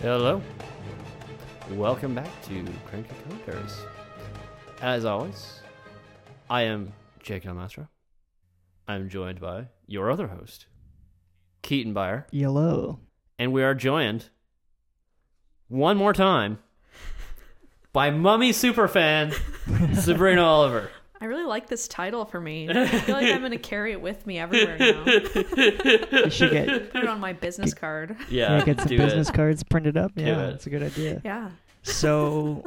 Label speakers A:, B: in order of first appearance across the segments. A: Hello. Welcome back to Cranky Commentaries. As always, I am Jake Almastro. I'm joined by your other host, Keaton Byer,
B: Yellow.
A: and we are joined one more time by Mummy Superfan Sabrina Oliver.
C: I really like this title for me. I feel like I'm going to carry it with me everywhere now. Put
B: You should get,
C: it on my business card.
A: Yeah,
B: yeah, get some
A: do
B: business
A: it.
B: cards printed up. Yeah,
A: it.
B: that's a good idea.
C: Yeah.
B: So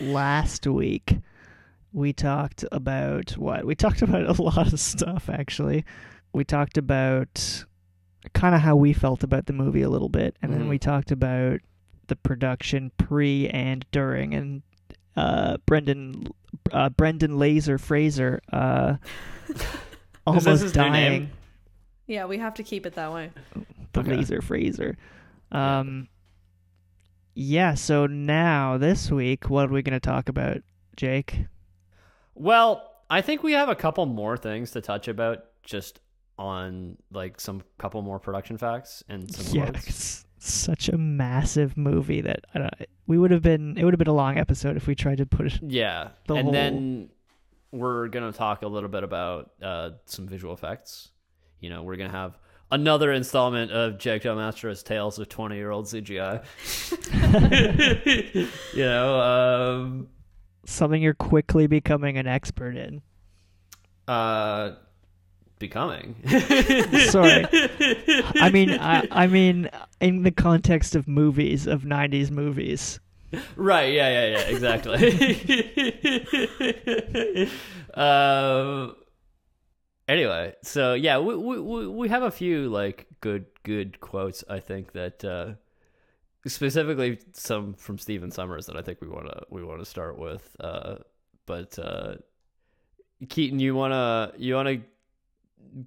B: last week we talked about what? We talked about a lot of stuff actually. We talked about kind of how we felt about the movie a little bit and
A: Mhm.
B: then we talked about the production pre and during and uh Brendan uh Brendan Laser Fraser uh
A: Is this
B: almost
A: his new name?
B: dying
C: Yeah, we have to keep it that way.
B: the
A: Okay.
B: laser Fraser. Um, yeah. So now this week, what are we going to talk about, Jake?
A: Well, I think we have a couple more things to touch about just on like some couple more production facts and some
B: Yeah,
A: quotes.
B: it's such a massive movie that I don't, we would have been. It would have been a long episode if we tried to put it.
A: Yeah.
B: The
A: and
B: whole-
A: then we're going to talk a little bit about uh, some visual effects. You know, we're going to have another installment of Jack Del Mastro's Tales of 20 Year Old CGI. you know, um,
B: Something you're quickly becoming an expert in.
A: uh, becoming.
B: Sorry. I mean, I, I mean, in the context of movies of '90s movies.
A: right. Yeah. Yeah. Yeah. Exactly. um, anyway, so yeah, we, we- we we have a few like good good quotes. I think that uh, specifically some from Stephen Summers that I think we wanna we wanna start with. Uh, but uh, Keaton, you wanna you wanna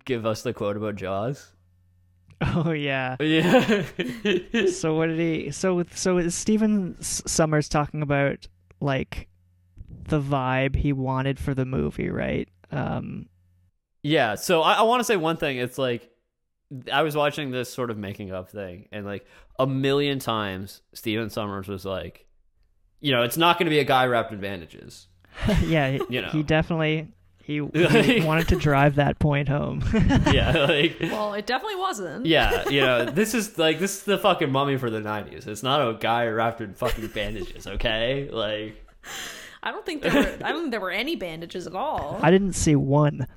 A: give us the quote about Jaws?
B: Oh yeah.
A: Yeah.
B: so what did he so so is Steven S- Summers talking about like the vibe he wanted for the movie, right? Um
A: Yeah, so I, I want to say one thing. It's like I was watching this sort of making up thing, and like a million times, Steven Summers was like, you know, it's not going to be a guy wrapped in bandages.
B: yeah, he,
A: You know.
B: he definitely he, he wanted to drive that point home.
A: yeah, like,
C: Well, it definitely wasn't.
A: yeah, you know, this is like this is the fucking mummy for the '90s. It's not a guy wrapped in fucking bandages, okay? Like,
C: I don't think there were I don't think there were any bandages at all.
B: I didn't see one.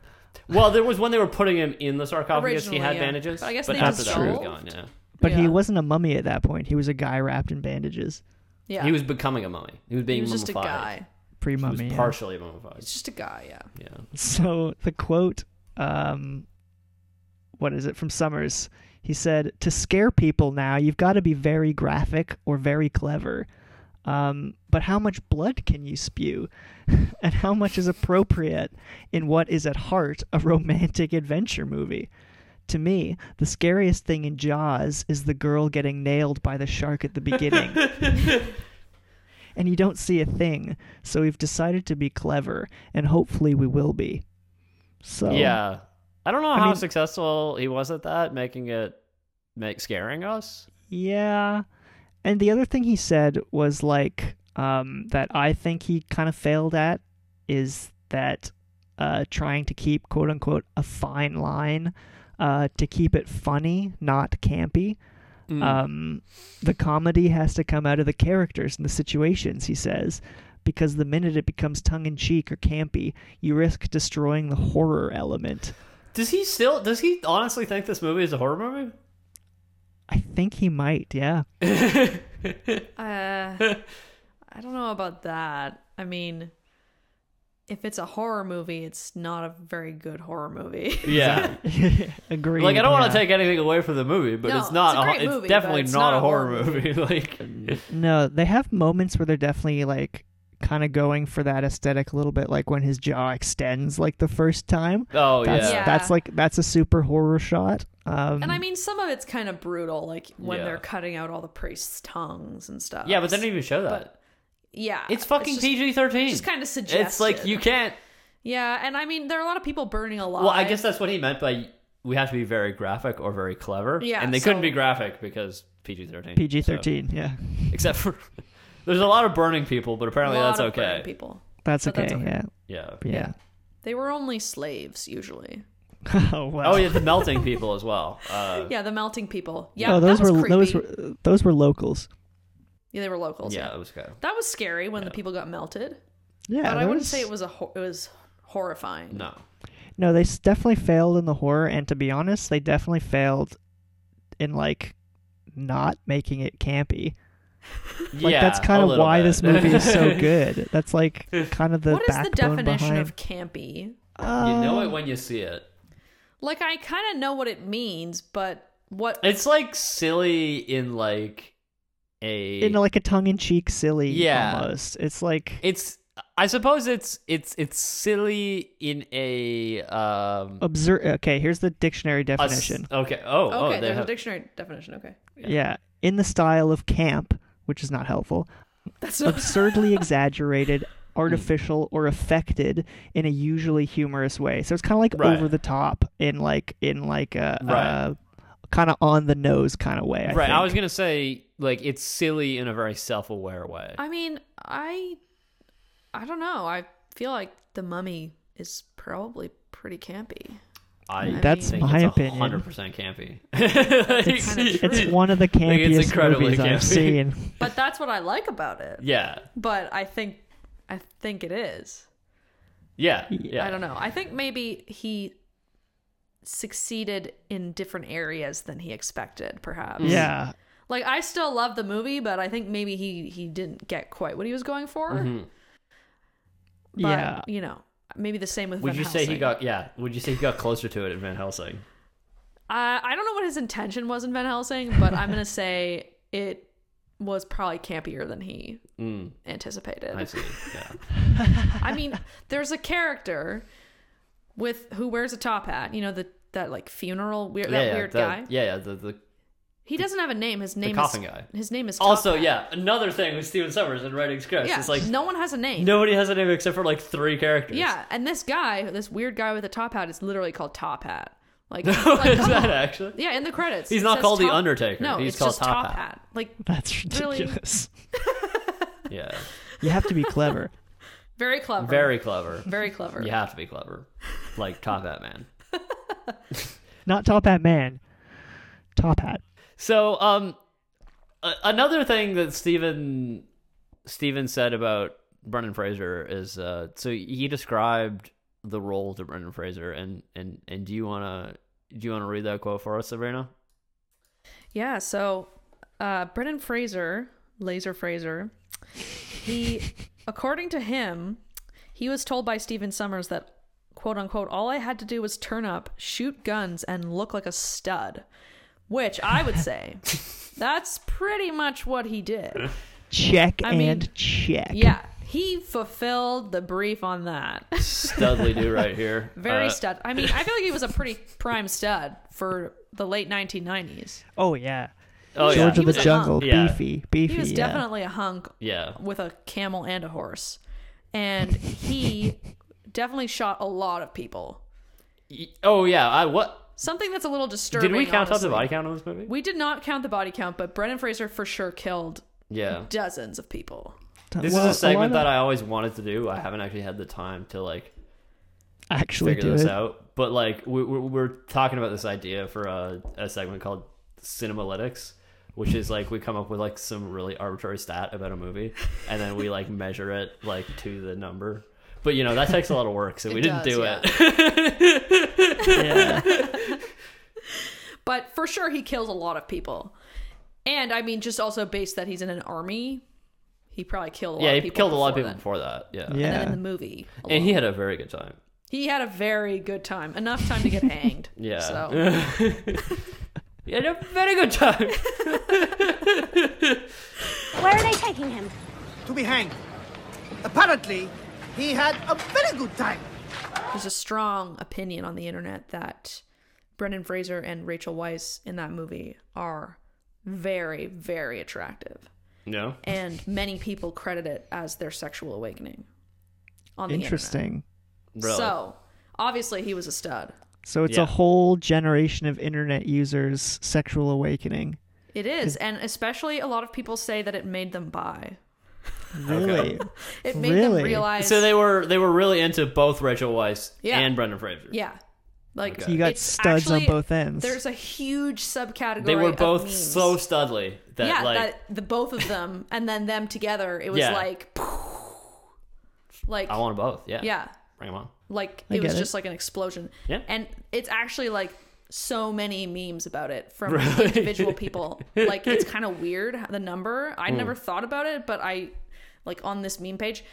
A: well, there was when they were putting him in the sarcophagus, he
C: Originally,
A: had
C: yeah.
A: bandages.
C: But I guess they
A: after that, he was
C: dissolved.
A: gone. Yeah,
B: But he
C: Yeah.
B: wasn't a mummy at that point. He was a guy wrapped in bandages.
C: Yeah.
A: he was becoming a mummy. He was being
C: He was just a
A: mummified.
C: guy.
A: He was
B: Pre-mummy. yeah.
A: partially mummified.
C: It's just a guy, yeah.
A: Yeah.
B: So the quote, um, what is it from Summers? He said, "To scare people now, you've got to be very graphic or very clever. Um, but how much blood can you spew, and how much is appropriate in what is at heart a romantic adventure movie?" To me, the scariest thing in Jaws is the girl getting nailed by the shark at the beginning. and you don't see a thing, so we've decided to be clever, and hopefully we will be. So
A: Yeah. I don't know how
B: mean-
A: successful he was at that, making it make scaring us.
B: Yeah. And the other thing he said was like um, that I think he kind of failed at is that uh, trying to keep quote unquote a fine line uh, to keep it funny, not campy.
A: Hmm.
B: Um, the comedy has to come out of the characters and the situations, he says, because the minute it becomes tongue in cheek or campy, you risk destroying the horror element.
A: does he still does he honestly think this movie is a horror movie?
B: I think he might, yeah.
C: Uh I don't know about that. I mean, if it's a horror movie, it's not a very good horror movie.
A: Yeah.
B: Agree.
A: like I don't want
B: yeah.
A: to take anything away from the movie, but
C: No,
A: it's not
C: it's a
A: a,
C: great
A: it's
C: movie,
A: definitely
C: but it's
A: not, a horror movie. like
B: No, they have moments where they're definitely like kind of going for that aesthetic a little bit, like when his jaw extends like the first time.
A: Oh
B: That's,
A: yeah.
C: Yeah.
B: that's like that's a super horror shot. Um,
C: And I mean, some of it's kind of brutal, like when
A: Yeah.
C: they're cutting out all the priests' tongues and stuff.
A: Yeah, but they didn't even show that.
C: yeah,
A: it's fucking
C: uh, just-
A: PG thirteen.
C: just kinda
A: It's like
C: suggested.
A: you can't
C: Yeah, and I mean, there are a lot of people burning alive.
A: Well, I guess that's what he meant by we have to be very graphic or very clever.
C: Yeah,
A: and they
C: so-
A: couldn't be graphic because PG thirteen.
B: PG thirteen. Yeah,
A: except for there's a lot of burning people, but apparently
C: Lot
A: that's
C: of burning
A: okay.
C: People.
B: that's
C: But
B: okay.
C: Oh, that's okay.
B: Yeah,
A: Yeah.
B: yeah.
C: They were only slaves usually.
B: oh wow.
A: Oh yeah, the melting people as well. Uh,
C: Yeah, the melting people. Yeah,
B: oh, those
C: that was
B: were
C: creepy.
B: those were those were locals.
C: yeah, they were locals.
A: yeah,
C: Yeah.
A: it was kind of
C: That was scary when the people got melted,
B: Yeah,
C: but I
B: there
C: wouldn't
B: was-
C: say it was a hor- it was horrifying.
A: no.
B: No, they s- definitely failed in the horror, and to be honest, they definitely failed in like not making it campy. Like
A: yeah,
B: that's kind
A: a
B: of
A: little
B: why
A: bit.
B: this movie is so good. That's like kind of the
C: what is the
B: backbone
C: definition
B: behind.
C: of campy?
A: you know
B: Um,
A: it when you see it.
C: Like I kind of know what it means, but what
A: It's like silly in like a
B: in like a tongue-in-cheek silly
A: Yeah.
B: almost it's like
A: it's I suppose it's it's it's silly in a um
B: observe okay here's the dictionary
A: a s-
B: definition
A: okay. Oh, oh,
C: Okay,
A: they
C: there's
A: have-
C: a dictionary definition. Okay.
A: yeah.
B: yeah in the style of camp which is not helpful
C: That's
B: absurdly exaggerated artificial or affected in a usually humorous way so it's kind of like
A: Right.
B: over the top in like in like a,
A: Right.
B: kind of on the nose kind of way I
A: right. I
B: think.
A: was gonna say like it's silly in a very self-aware way.
C: I mean, I I don't know. I feel like the mummy is probably pretty campy.
A: I
B: That's
A: think
B: my
A: it's
B: opinion.
A: Hundred percent campy. it's,
C: Kinda true.
B: it's one of the
A: think it's
B: campiest
A: incredibly
B: movies
A: campy.
B: I've seen.
C: But that's what I like about it.
A: yeah,
C: But I think I think it is.
A: yeah, yeah.
C: I don't know. I think maybe he succeeded in different areas than he expected perhaps.
B: Yeah,
C: Like I still love the movie, but I think maybe he he didn't get quite what he was going for.
A: Mhm.
C: But,
B: Yeah.
C: you know, maybe the same with
A: Would
C: Van
A: you say he
C: Helsing.
A: got yeah? Would you say he got closer to it in Van Helsing?
C: I I don't know what his intention was in Van Helsing, but I'm gonna say it was probably campier than he
A: Mm,
C: anticipated.
A: I see. Yeah.
C: I mean, there's a character with who wears a top hat. You know the that like funeral weird
A: yeah,
C: that
A: yeah,
C: weird
A: the-
C: guy.
A: Yeah, yeah. The, the
C: He doesn't have a name. His name
A: coffin
C: is
A: guy.
C: His name is Top
A: also
C: Hat.
A: yeah. Another thing with Steven Summers and writing scripts
C: yeah.
A: is like
C: no one has a name.
A: nobody has a name except for like three characters.
C: Yeah, and this guy, this weird guy with a top hat, is literally called Top Hat. Like, like,
A: What is
C: come
A: that
C: on.
A: actually?
C: Yeah, in the credits,
A: He's
C: it
A: not
C: says
A: called The
C: Top-
A: Undertaker.
C: No,
A: He's
C: it's
A: called
C: just
A: Top Hat.
C: Top Hat. Like
B: that's
C: Really?
B: ridiculous.
A: Yeah.
B: You have to be clever.
C: very clever,
A: Very clever.
C: very clever.
A: You have to be clever. Like Top Hat Man.
B: Not Top Hat Man. Top Hat.
A: So, um, a- another thing that Steven Steven said about Brendan Fraser is, uh, so he described the role to Brendan Fraser, and and and do you wanna do you wanna read that quote for us, Sabrina?
C: Yeah, so uh Brendan Fraser, Laser Fraser, he according to him, he was told by Steven Summers that quote unquote all I had to do was turn up, shoot guns, and look like a stud. Which I would say that's pretty much what he did.
B: Check
C: I
B: and
C: mean,
B: check.
C: Yeah. He fulfilled the brief on that.
A: Studley do right here.
C: Very
A: Uh,
C: stud. I mean, I feel like he was a pretty prime stud for the late 1990s.
B: Oh yeah.
A: Oh yeah,
B: George
C: He
B: of the
C: was a
B: Jungle.
A: hunk. Yeah.
B: Beefy. Beefy.
C: He was
B: yeah.
C: definitely a hunk
A: yeah.
C: with a camel and a horse. And he definitely shot a lot of people.
A: Y- Oh yeah. I what?
C: Something that's a little disturbing.
A: Did we count out
C: honestly.
A: the body count on this movie?
C: We did not count the body count, but Brendan Fraser for sure killed
A: yeah.
C: dozens of people.
A: This
B: Well,
A: is a segment
B: lot
A: that
B: of-
A: I always wanted to do. I haven't actually had the time to like
B: actually
A: figure
B: do
A: this
B: it.
A: out. But like we, we're, we're talking about this idea for a, a segment called Cinemalytics, which is like we come up with like some really arbitrary stat about a movie, and then we like measure it like to the number. But you know that takes a lot of work, so we didn't
C: does,
A: do
C: yeah.
A: it.
B: Yeah.
C: But for sure, he kills a lot of people. And I mean, just also based that he's in an army, he probably killed a lot
A: yeah,
C: of
A: he
C: people.
A: killed a lot of people
C: before
A: before that. Yeah.
C: then. And
B: yeah.
C: then in the movie.
A: and he had a very good time.
C: He had a very good time. Enough time to get hanged.
A: Yeah,
C: So,
A: he had a very good time.
D: Where are they taking him?
E: to be hanged. Apparently, he had a very good time.
C: there's a strong opinion on the internet that Brendan Fraser and Rachel Weisz in that movie are very, very attractive.
A: no,
C: And many people credit it as their sexual awakening on the internet.
B: Interesting.
A: really.
C: So, obviously, he was a stud.
B: So it's
A: Yeah.
B: a whole generation of internet users' sexual awakening.
C: It is, and especially a lot of people say that it made them buy.
B: Really?
C: It made
B: Really?
C: them realize.
A: So they were they were really into both Rachel Weisz
C: Yeah.
A: and Brendan Fraser.
C: yeah, like
A: Okay.
B: You got
C: it's
B: studs
C: actually-
B: on both ends.
C: There's a huge subcategory.
A: They were
C: of
A: both
C: memes.
A: so studly that
C: yeah,
A: like
C: that the both of them, and then them together. It was
A: Yeah.
C: like, like
A: I want 'em both. Yeah.
C: yeah,
A: Bring 'em on.
C: like
B: I
C: it was
B: get it.
C: just like an explosion.
A: Yeah.
C: and it's actually like so many memes about it from
A: Really?
C: individual people. Like it's kind of weird the number.
A: Hmm.
C: I never thought about it, but I like on this meme page.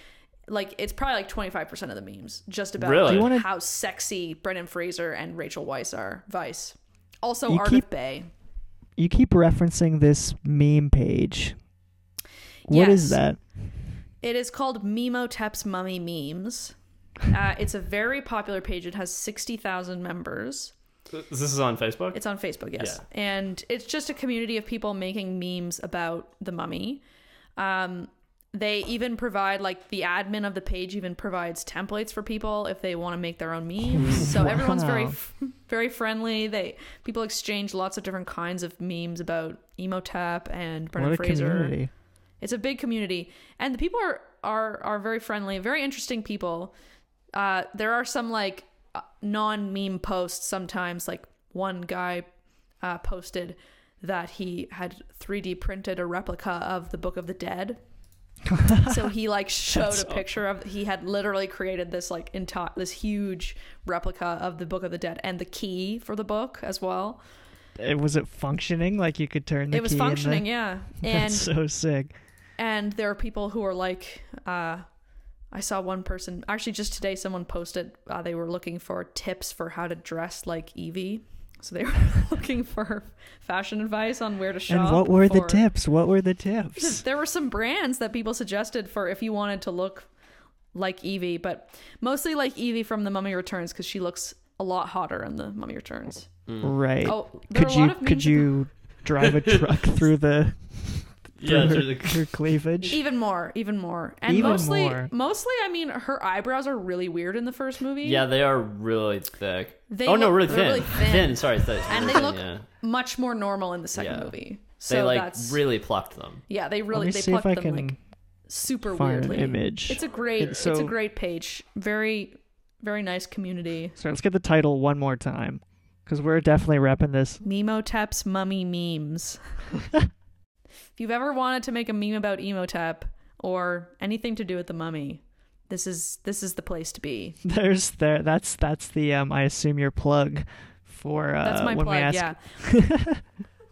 C: Like it's probably like twenty five percent of the memes just about
A: Really?
C: like,
A: Do you
B: wanna-
C: how sexy Brendan Fraser and Rachel Weisz are. Vice, also
B: You
C: Art
B: keep-
C: of Bay.
B: you keep referencing this meme page. What is
C: Yes.
B: that?
C: It is called Memotep's Mummy Memes. Uh, it's a very popular page. It has 60,000 members.
A: This is on Facebook.
C: It's on Facebook, yes. And it's just a community of people making memes about the mummy. Um, they even provide, like, the admin of the page even provides templates for people if they want to make their own memes. So everyone's very,
B: Wow.
C: f- very friendly. They People exchange lots of different kinds of memes about Emotep and Brendan
B: what a
C: Fraser.
B: community.
C: It's a big community, and the people are are are very friendly, very interesting people. Uh, there are some like non meme posts sometimes. Like one guy uh, posted that he had 3D printed a replica of the Book of the Dead. so he like showed a picture of he had literally created this like entire this huge replica of the Book of the Dead and the key for the book as well.
B: It, uh, was it functioning? Like you could turn the
C: it was
B: key in the-
C: functioning, yeah. And
B: That's so sick.
C: and there are people who are like uh i saw one person actually just today someone posted uh, they were looking for tips for how to dress like evie so they were looking for fashion advice on where to shop
B: and what were the
C: for-
B: tips? What were the tips?
C: there were some brands that people suggested for if you wanted to look like evie but mostly like evie from the mummy returns because she looks a lot hotter in the mummy returns
A: Hmm.
B: Right.
C: oh there
B: could
C: are a lot
B: you
C: of
B: could
C: memes
B: you drive a truck through the
A: yeah, through
B: through her,
A: the-
B: her cleavage?
C: even more even more and
B: Even
C: mostly
B: more.
C: mostly i mean her eyebrows are really weird in the first movie
A: yeah, they are really thick.
C: They
A: oh no,
C: look-
A: really
C: they're
A: thin.
C: really thin.
A: sorry, thick.
C: and they
A: Really
C: look
A: thin, yeah.
C: much more normal in the second
A: Yeah.
C: movie. So
A: They like
C: that's
A: really plucked them.
C: yeah, they
B: Let
C: really
B: me
C: they
B: see if
C: plucked
B: I
C: them
B: can
C: like super
B: find
C: weirdly.
B: an image.
C: It's a great
B: It- so-
C: it's a great page. Very very nice community.
B: So let's get the title one more time because we're definitely repping this.
C: Memotep's mummy memes. if you've ever wanted to make a meme about Emotep or anything to do with the mummy, this is this is the place to be.
B: There's there. That's that's the um. I assume your plug for uh,
C: That's my
B: when
C: plug,
B: we ask.
C: yeah.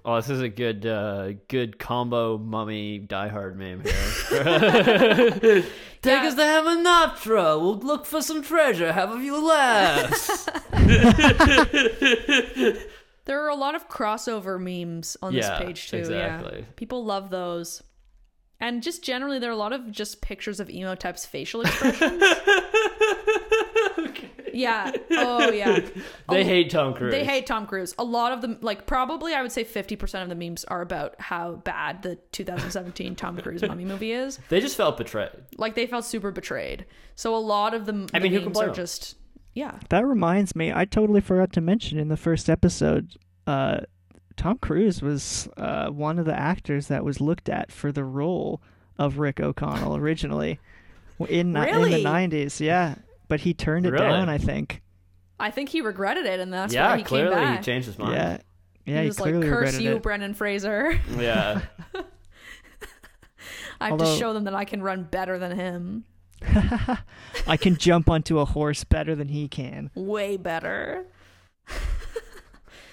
A: Oh, this is a good uh, good combo mummy diehard meme here. Take
C: Yeah.
A: us to Hamanoptera. We'll look for some treasure. Have a few laughs.
C: There are a lot of crossover memes on
A: Yeah,
C: this page too.
A: exactly.
C: Yeah, people love those, and just generally, there are a lot of just pictures of Emotep's facial expressions. Yeah. Oh yeah.
A: they hate Tom Cruise.
C: They hate Tom Cruise. A lot of them, like probably, I would say fifty percent of the memes are about how bad the 2017 Tom Cruise mummy movie is.
A: They just felt betrayed.
C: Like they felt super betrayed. So a lot of them,
A: I mean, who
C: the
A: can
C: memes
A: blame
C: are
A: them?
C: just yeah.
B: That reminds me. I totally forgot to mention in the first episode. Uh, Tom Cruise was uh, one of the actors that was looked at for the role of Rick O'Connell originally in in
C: Really?
B: the nineties. Yeah, but he turned it
A: Really?
B: down. I think.
C: I think he regretted it, and that's
A: yeah,
C: why he
A: clearly
C: came back.
A: he changed his mind.
B: Yeah, yeah.
C: he
B: He,
C: was like,
B: clearly
C: "Curse
B: regretted
C: you,
B: it.
C: Brendan Fraser."
A: Yeah.
C: I have
B: Although-
C: to show them that I can run better than him.
B: I can jump onto a horse better than he can.
C: Way better.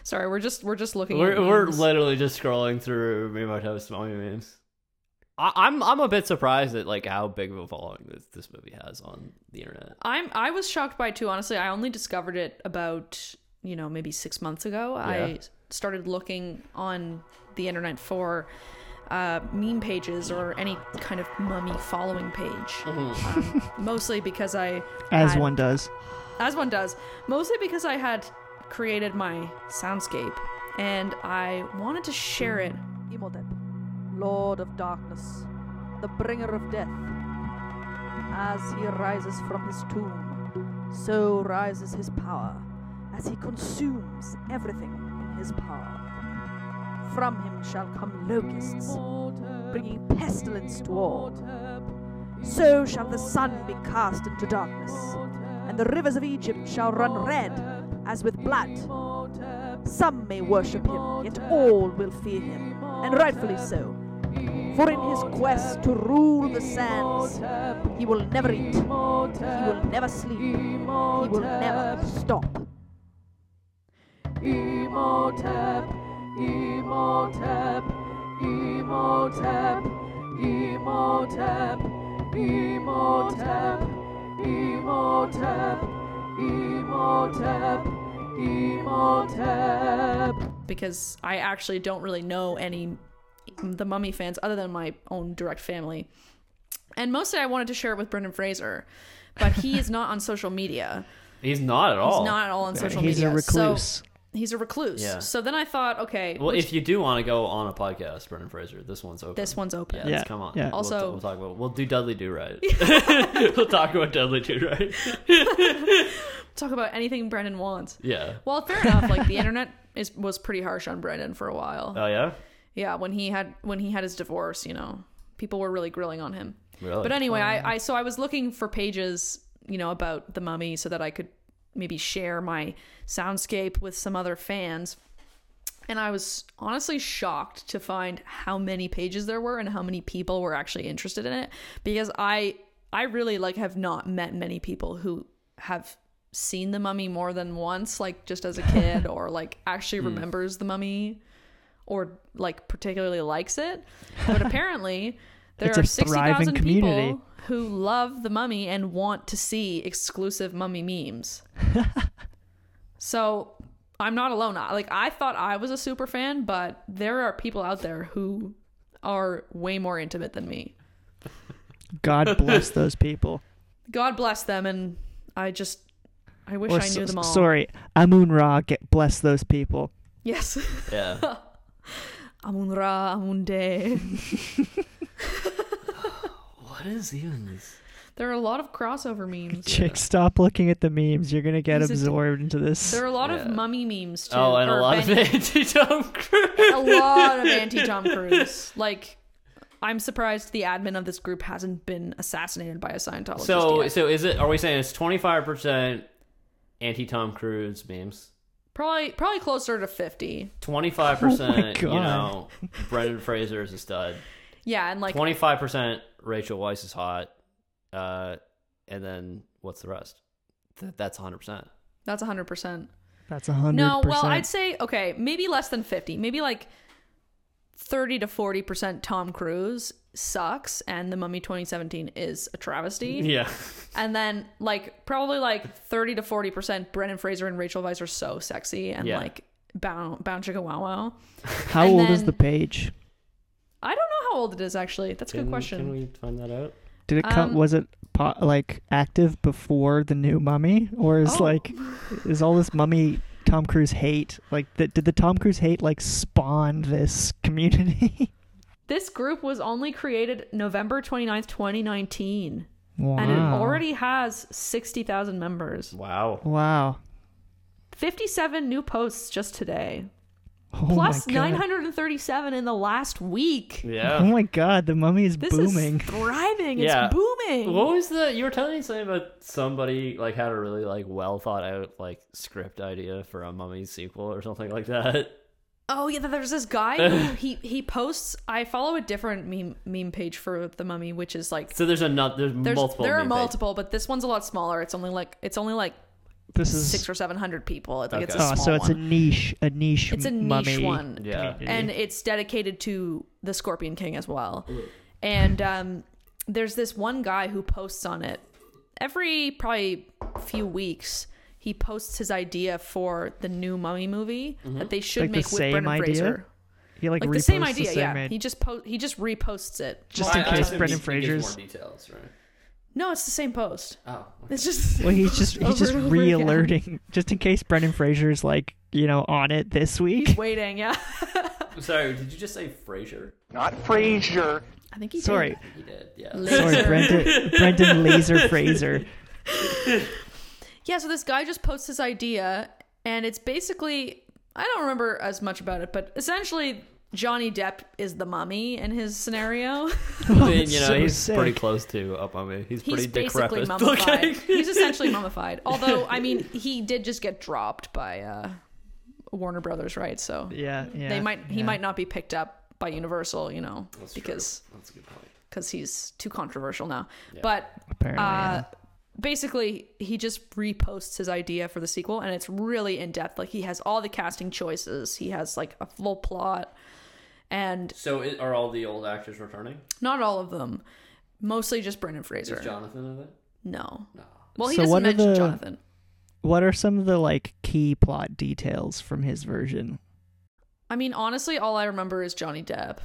C: Sorry, we're just we're just looking at
A: We're, we're
C: memes.
A: literally just scrolling through Miyamoto's mommy memes. I, I'm I'm a bit surprised at like how big of a following this this movie has on the internet.
C: I'm I was shocked by it too, honestly. I only discovered it about, you know, maybe six months ago.
A: Yeah.
C: I started looking on the internet for uh, meme pages or any kind of mummy following page.
A: Mm-hmm.
C: Um, mostly because I
B: As
C: had-
B: one does.
C: as one does. Mostly because I had created my soundscape and I wanted to share it.
F: Imhotep, Lord of Darkness, the bringer of death. As he rises from his tomb, so rises his power, as he consumes everything in his power. From him shall come locusts, bringing pestilence to all. So shall the sun be cast into darkness, and the rivers of Egypt shall run red as with blood. Some may worship him, yet all will fear him, and rightfully so. For in his quest to rule the sands, he will never eat, he will never sleep, he will never stop.
G: Emotep, Emotep, Emotep, Emotep, Emotep, Emotep, Emotep, Emotep.
C: because I actually don't really know any the Mummy fans other than my own direct family. And mostly I wanted to share it with Brendan Fraser, but he is not on social media.
A: He's not at all.
C: He's not at all on social
B: He's
C: media.
B: a recluse.
C: So he's a recluse.
A: Yeah.
C: So then I thought, okay,
A: Well,
C: which-
A: if you do want to go on a podcast, Brendan Fraser, this one's open.
C: this one's open.
A: Yeah,
B: Yeah,
A: come on.
B: yeah.
A: We'll-
C: Also-
A: we'll, talk about. We'll do Dudley Do Right. we'll talk about Dudley Do Right.
C: Talk about anything Brendan wants.
A: Yeah.
C: Well, fair enough. Like the internet is was pretty harsh on Brendan for a while.
A: Oh yeah.
C: yeah, when he had when he had his divorce, you know, people were really grilling on him.
A: Really?
C: But anyway, I, I so I was looking for pages, you know, about the mummy so that I could maybe share my soundscape with some other fans. And I was honestly shocked to find how many pages there were and how many people were actually interested in it because I I really like have not met many people who have seen the mummy more than once like just as a kid or like actually remembers the mummy or like particularly likes it. But apparently there
B: It's a
C: are 60,000
B: thriving community.
C: people who love the mummy and want to see exclusive mummy memes. so I'm not alone. I- Like I thought I was a super fan, but there are people out there who are way more intimate than me.
B: God bless those people.
C: God bless them and I just I wish
B: Or
C: I knew
B: so-
C: them all.
B: Sorry, Amun Ra, get bless those people.
C: Yes.
A: Yeah.
C: Amun Ra, Amun De.
A: what is even this?
C: There are a lot of crossover memes.
B: Chick, stop looking at the memes. You're gonna get
C: He's a-
B: absorbed into this.
C: There are a lot
A: Yeah.
C: of mummy memes too.
A: Oh, and a
C: or
A: lot
C: Benny-
A: of anti-Tom Cruise.
C: a lot of anti Tom Cruise. Like, I'm surprised the admin of this group hasn't been assassinated by a Scientologist.
A: So,
C: yet.
A: so is it? Are we saying it's twenty five percent anti-Tom Cruise memes?
C: probably probably closer to 50.
A: Twenty five percent. You
B: God.
A: know, Brendan Fraser is a stud.
C: Yeah, and like
A: Twenty five percent. Rachel Weisz is hot. Uh, and then what's the rest? Th- that's hundred percent.
C: that's 100%.
B: That's a hundred.
C: No, well, I'd say okay, maybe less than 50. Maybe like 30 to 40% Tom Cruise sucks and The Mummy 2017 is a travesty.
A: Yeah.
C: And then like probably like 30 to 40% Brendan Fraser and Rachel Weisz are so sexy and
A: Yeah.
C: like bound bound chicka wow wow.
B: How
C: and
B: old is
C: then-
B: the page?
C: I don't know how old it is actually. That's a
A: Can-
C: good question.
A: Can we find that out?
B: Did it come?
C: Um,
B: was it po- like active before the new Mummy, or is
C: Oh.
B: like is all this Mummy Tom Cruise hate like th- did the Tom Cruise hate like spawn this community?
C: This group was only created November 29th, 2019
B: wow.
C: and it already has 60,000 members.
A: Wow.
B: wow.
C: 57 new posts just today.
B: Oh
C: Plus
B: my god.
C: 937 in the last week.
B: Oh
A: Yeah.
B: my god, the Mummy is
C: This
B: booming.
C: is thriving.
A: Yeah.
C: It's booming.
A: What was the? You were telling me something about somebody like had a really like well thought out like script idea for a mummy sequel or something like that.
C: Oh yeah, there's this guy who he he posts. I follow a different meme meme page for the mummy, which is like
A: So there's another. There's,
C: there's
A: multiple.
C: there are
A: meme pages.
C: multiple, but this one's a lot smaller. It's only like it's only like
B: This is
C: six or seven hundred people. Like it's a
A: Okay.
B: oh,
C: small
B: so it's
C: one.
B: a niche, a niche.
C: it's a
B: m-
C: niche
B: Mummy.
C: one
A: Yeah.
C: and it's dedicated to the scorpion king as well and um, there's this one guy who posts on it every probably few weeks he posts his idea for the new mummy movie that they should
B: Like the
C: make with
B: same
C: Brendan
B: idea?
C: Fraser.
B: He like,
C: Like the same
B: reposts
C: idea,
B: the same
C: yeah.
B: ad-
C: He just po- he just reposts it.
B: just in case Brendan Fraser's.
A: details, right?
C: No, it's the same post.
A: Oh.
C: It's just
B: Well, he's just
C: over
B: he's just
C: and over again.
B: re-alerting, just in case Brendan Fraser's like you know on it this week.
C: He's waiting. Yeah,
A: Sorry, did you just say Fraser?
C: I think he.
B: Sorry,
A: He did. Yeah.
C: Did.
B: sorry,
C: Laser.
B: Brendan Brendan Laser Fraser.
C: Yeah, so this guy just posts his idea and it's basically I don't remember as much about it, but essentially Johnny Depp is the mummy in his scenario.
B: Oh,
A: mean,
B: that's
A: you know,
B: so
A: he's
B: sick.
A: pretty close to up on me. He's pretty
C: He's basically
A: decrepit.
C: mummified.
A: looking.
C: He's essentially mummified. Although, I mean, he did just get dropped by uh, Warner Brothers, right? So
B: Yeah, yeah.
C: they might he
B: yeah.
C: might not be picked up by Universal, you know, because
A: That's a good point.
C: because he's too controversial now. But
B: Apparently,
C: uh,
B: yeah.
C: basically, he just reposts his idea for the sequel, and it's really in depth. Like he has all the casting choices. He has like a full plot, and
A: So it, are all the old actors returning?
C: not all of them. Mostly just Brendan Fraser.
A: Is Jonathan in it?
C: no. Well, he
B: So
C: doesn't
B: what are
C: mention
B: the-
C: Jonathan.
B: What are some of the like key plot details from his version?
C: I mean, honestly, all I remember is Johnny Depp.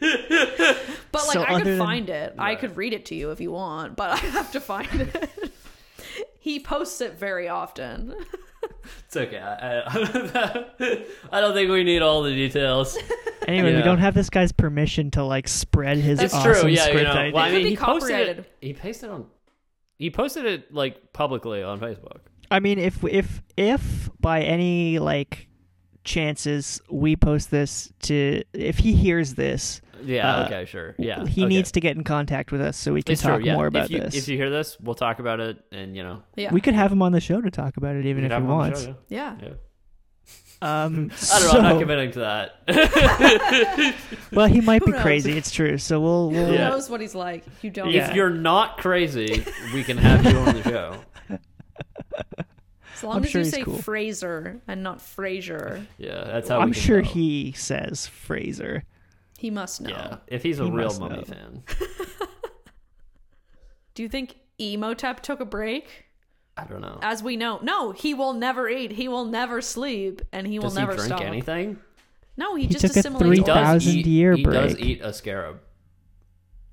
C: but like,
B: So
C: I
B: other
C: could
B: than-
C: find it. I could read it to you if you want, but I have to find it. he posts it very often.
A: It's okay. I, I, I don't think we need all the details.
B: Anyway, we
A: Yeah.
B: don't have this guy's permission to like spread his
A: That's
B: awesome
A: true. Yeah,
B: script
A: you know.
B: idea.
A: Well, I
C: It could
A: mean,
C: be
A: he posted it.
C: copyrighted.
A: He posted on. He posted it like publicly on Facebook.
B: I mean, if if if by any like chances we post this to if he hears this,
A: Yeah.
B: Uh,
A: okay. Sure. Yeah.
B: he
A: okay.
B: needs to get in contact with us so we can
A: It's true,
B: talk
A: yeah.
B: more about
A: if you,
B: this.
A: If you hear this, we'll talk about it, and you know,
C: Yeah,
B: We could have him on the show to talk about it, even
A: we can
B: if
A: have
B: he
A: him on the
B: wants.
A: show,
C: yeah.
A: yeah. Yeah.
B: Um,
A: I don't know.
B: so-
A: I'm not committing to that.
B: well, he might be
C: knows?
B: crazy. It's true. So we'll, we'll
C: Who
A: Yeah.
C: knows what he's like? You don't.
B: Yeah.
A: If you're not crazy, we can have you on the show.
C: As long
B: I'm
C: as
B: sure
C: you
B: he's
C: say
B: cool.
C: Fraser and not Frasier,
A: Yeah, that's how. we
B: I'm
A: can
B: sure
A: know.
B: he says Fraser.
C: he must know.
A: Yeah, if he's a
B: He
A: real
B: must
A: mummy
B: know.
A: fan,
C: Do you think Emotep took a break?
A: I don't know.
C: As we know, no, he will never eat. He will never sleep, and he will
A: Does he
C: never
A: drink
C: stop.
A: anything?
C: No, he,
B: He
C: just
B: took a
C: assimilates.
A: He
B: three
C: all-
B: thou-
A: does
B: 1,000
A: eat.
B: year
A: He does
B: break.
A: eat a scarab.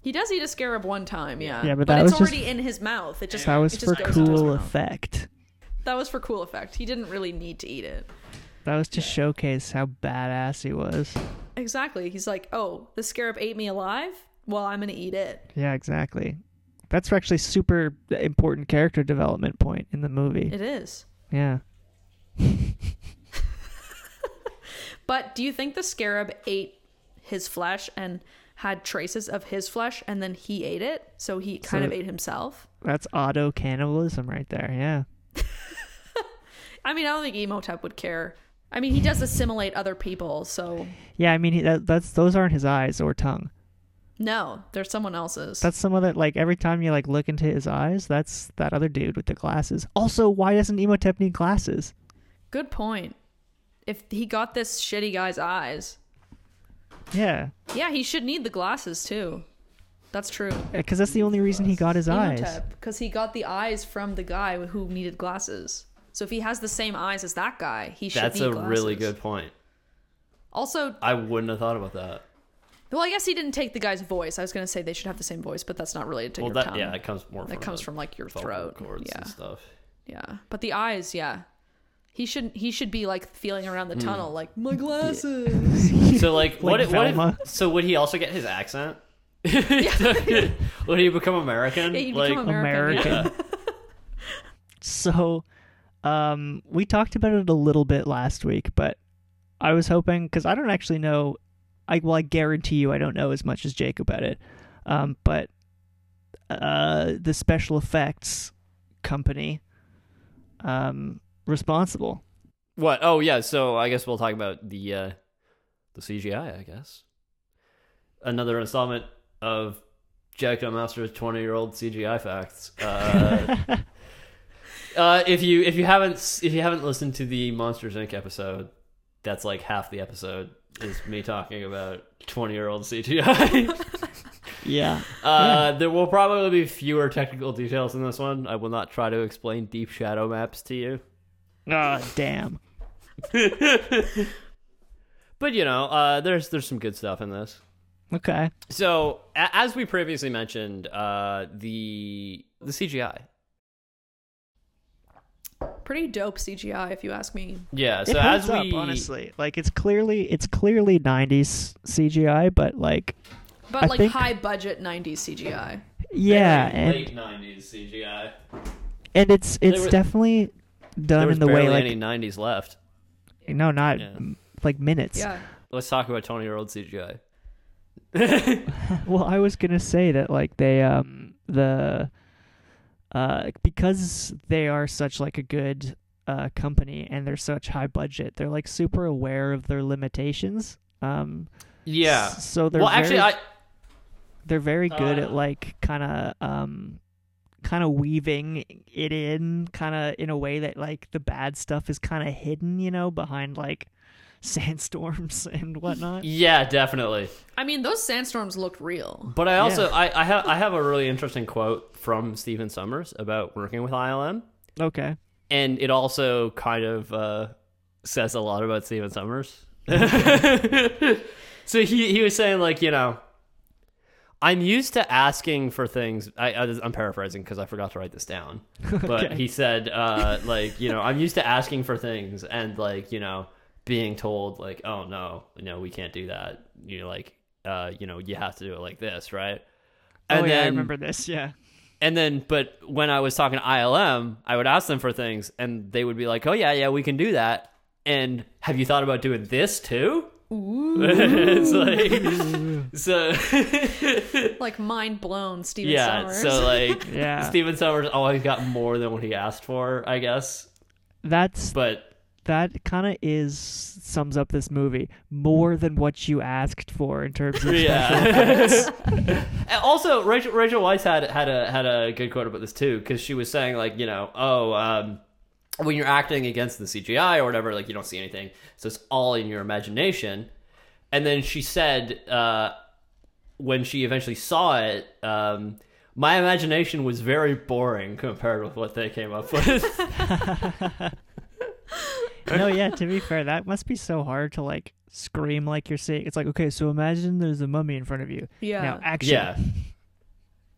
C: He does eat a scarab one time, yeah.
B: Yeah, but that
C: it's
B: was just-
C: already in his mouth. It just
B: That was
C: it
B: for
C: just goes into his
B: cool
C: mouth.
B: effect.
C: That was for cool effect. He didn't really need to eat it.
B: That was to showcase how badass he was.
C: Exactly. He's like, oh, the scarab ate me alive. Well, I'm gonna eat it.
B: Yeah, exactly. That's actually super important character development point in the movie.
C: It is.
B: yeah.
C: But do you think the scarab ate his flesh and had traces of his flesh, and then he ate it? So he kind
B: So-
C: of ate himself.
B: That's auto cannibalism right there. Yeah.
C: I mean, I don't think Emotep would care. I mean, he does assimilate other people, so
B: Yeah, I mean he, that, that's those aren't his eyes or tongue.
C: no, there's someone else's.
B: That's some other like every time you like look into his eyes, that's that other dude with the glasses. Also, why doesn't Emotep need glasses?
C: Good point. If he got this shitty guy's eyes,
B: Yeah,
C: yeah, he should need the glasses too. That's true.
B: because that's the only reason he got his eyes.
C: Because he got the eyes from the guy who needed glasses. So if he has the same eyes as that guy, he should
A: That's
C: need
A: a really
C: glasses.
A: good point.
C: Also,
A: I wouldn't have thought about that.
C: well, I guess he didn't take the guy's voice. I was going to say they should have the same voice, but that's not related to
A: Well,
C: your
A: that
C: tongue.
A: yeah, it comes more.
C: That
A: from
C: comes
A: the
C: from, like, your
A: vocal
C: throat.
A: cords and
C: Yeah.
A: stuff.
C: Yeah. But the eyes, yeah. He should he should be like feeling around
A: Hmm.
C: the tunnel, like my glasses.
A: So like, what? If, what
B: Velma.
A: if, so would he also get his accent? would he become American?
C: Yeah, you'd
A: like,
C: become American,
B: American. so, um, we talked about it a little bit last week, but I was hoping because I don't actually know. I well, I guarantee you, I don't know as much as Jake about it. Um, but uh, the special effects company, um, responsible.
A: What? Oh yeah. So I guess we'll talk about the uh, the CGI. I guess another installment of Jack Master's twenty year old CGI facts. Uh, uh, if you if you haven't s- if you haven't listened to the Monsters Inc. episode, that's like half the episode is me talking about twenty year old CGI.
B: Yeah.
A: Uh, There will probably be fewer technical details in this one. I will not try to explain deep shadow maps to you. Uh,
B: Ah, damn.
A: But you know, uh, there's there's some good stuff in this.
B: Okay.
A: So a- as we previously mentioned, uh, the the CGI.
C: Pretty dope CGI, if you ask me.
A: Yeah.
B: it
A: So
B: holds
A: as we
B: up, honestly, like it's clearly it's clearly '90s CGI, but like
C: But
B: I
C: like
B: think-
C: high budget 90s CGI.
B: yeah, and
A: late nineties CGI.
B: and it's it's
A: were-
B: definitely
A: There
B: done
A: was
B: in the way
A: barely
B: like
A: any '90s left.
B: no, not
A: Yeah.
B: like minutes.
C: Yeah.
A: Let's talk about 20 year old CGI.
B: Well, I was gonna say that like they um the uh because they are such like a good uh company and they're such high budget, they're like super aware of their limitations. Um
A: Yeah.
B: s- so they're
A: Well, actually,
B: very,
A: I
B: they're very good at
A: Uh.
B: like kind of um kind of weaving it in kind of in a way that like the bad stuff is kind of hidden, you know, behind like sandstorms and whatnot.
A: yeah definitely.
C: I mean, those sandstorms looked real.
A: But I also
B: Yeah.
A: I, I have I have a really interesting quote from Stephen Summers about working with ILM,
B: Okay.
A: and it also kind of uh, says a lot about Stephen Summers. so he he was saying like you know. I'm used to asking for things. I, I, I'm paraphrasing because I forgot to write this down. But
B: Okay.
A: he said, uh, like, you know, I'm used to asking for things and, like, you know, being told, like, oh, no, no, we can't do that. You know, like, uh, you know, you have to do it like this, right?
B: oh yeah, I remember this. Yeah.
A: And then, but when I was talking to ILM, I would ask them for things, and they would be like, "Oh yeah, yeah, we can do that." And have you thought about doing this too? it's like so,
C: Like mind blown, Steven
A: yeah.
C: Summers.
A: So like,
B: Yeah.
A: Steven Summers always got more than what he asked for, I guess.
B: That's
A: But
B: that kind of is sums up this movie more than what you asked for in terms of
A: yeah. And also, Rachel Rachel Weisz had had a had a good quote about this too, because she was saying like, you know, oh, um, when you're acting against the CGI or whatever, like you don't see anything, so it's all in your imagination. And then she said, uh, when she eventually saw it, um, my imagination was very boring compared with what they came up with.
B: no yeah to be fair that must be so hard to like scream like you're saying it's like okay so imagine there's a mummy in front of you
C: Yeah.
B: now uh, action
A: yeah,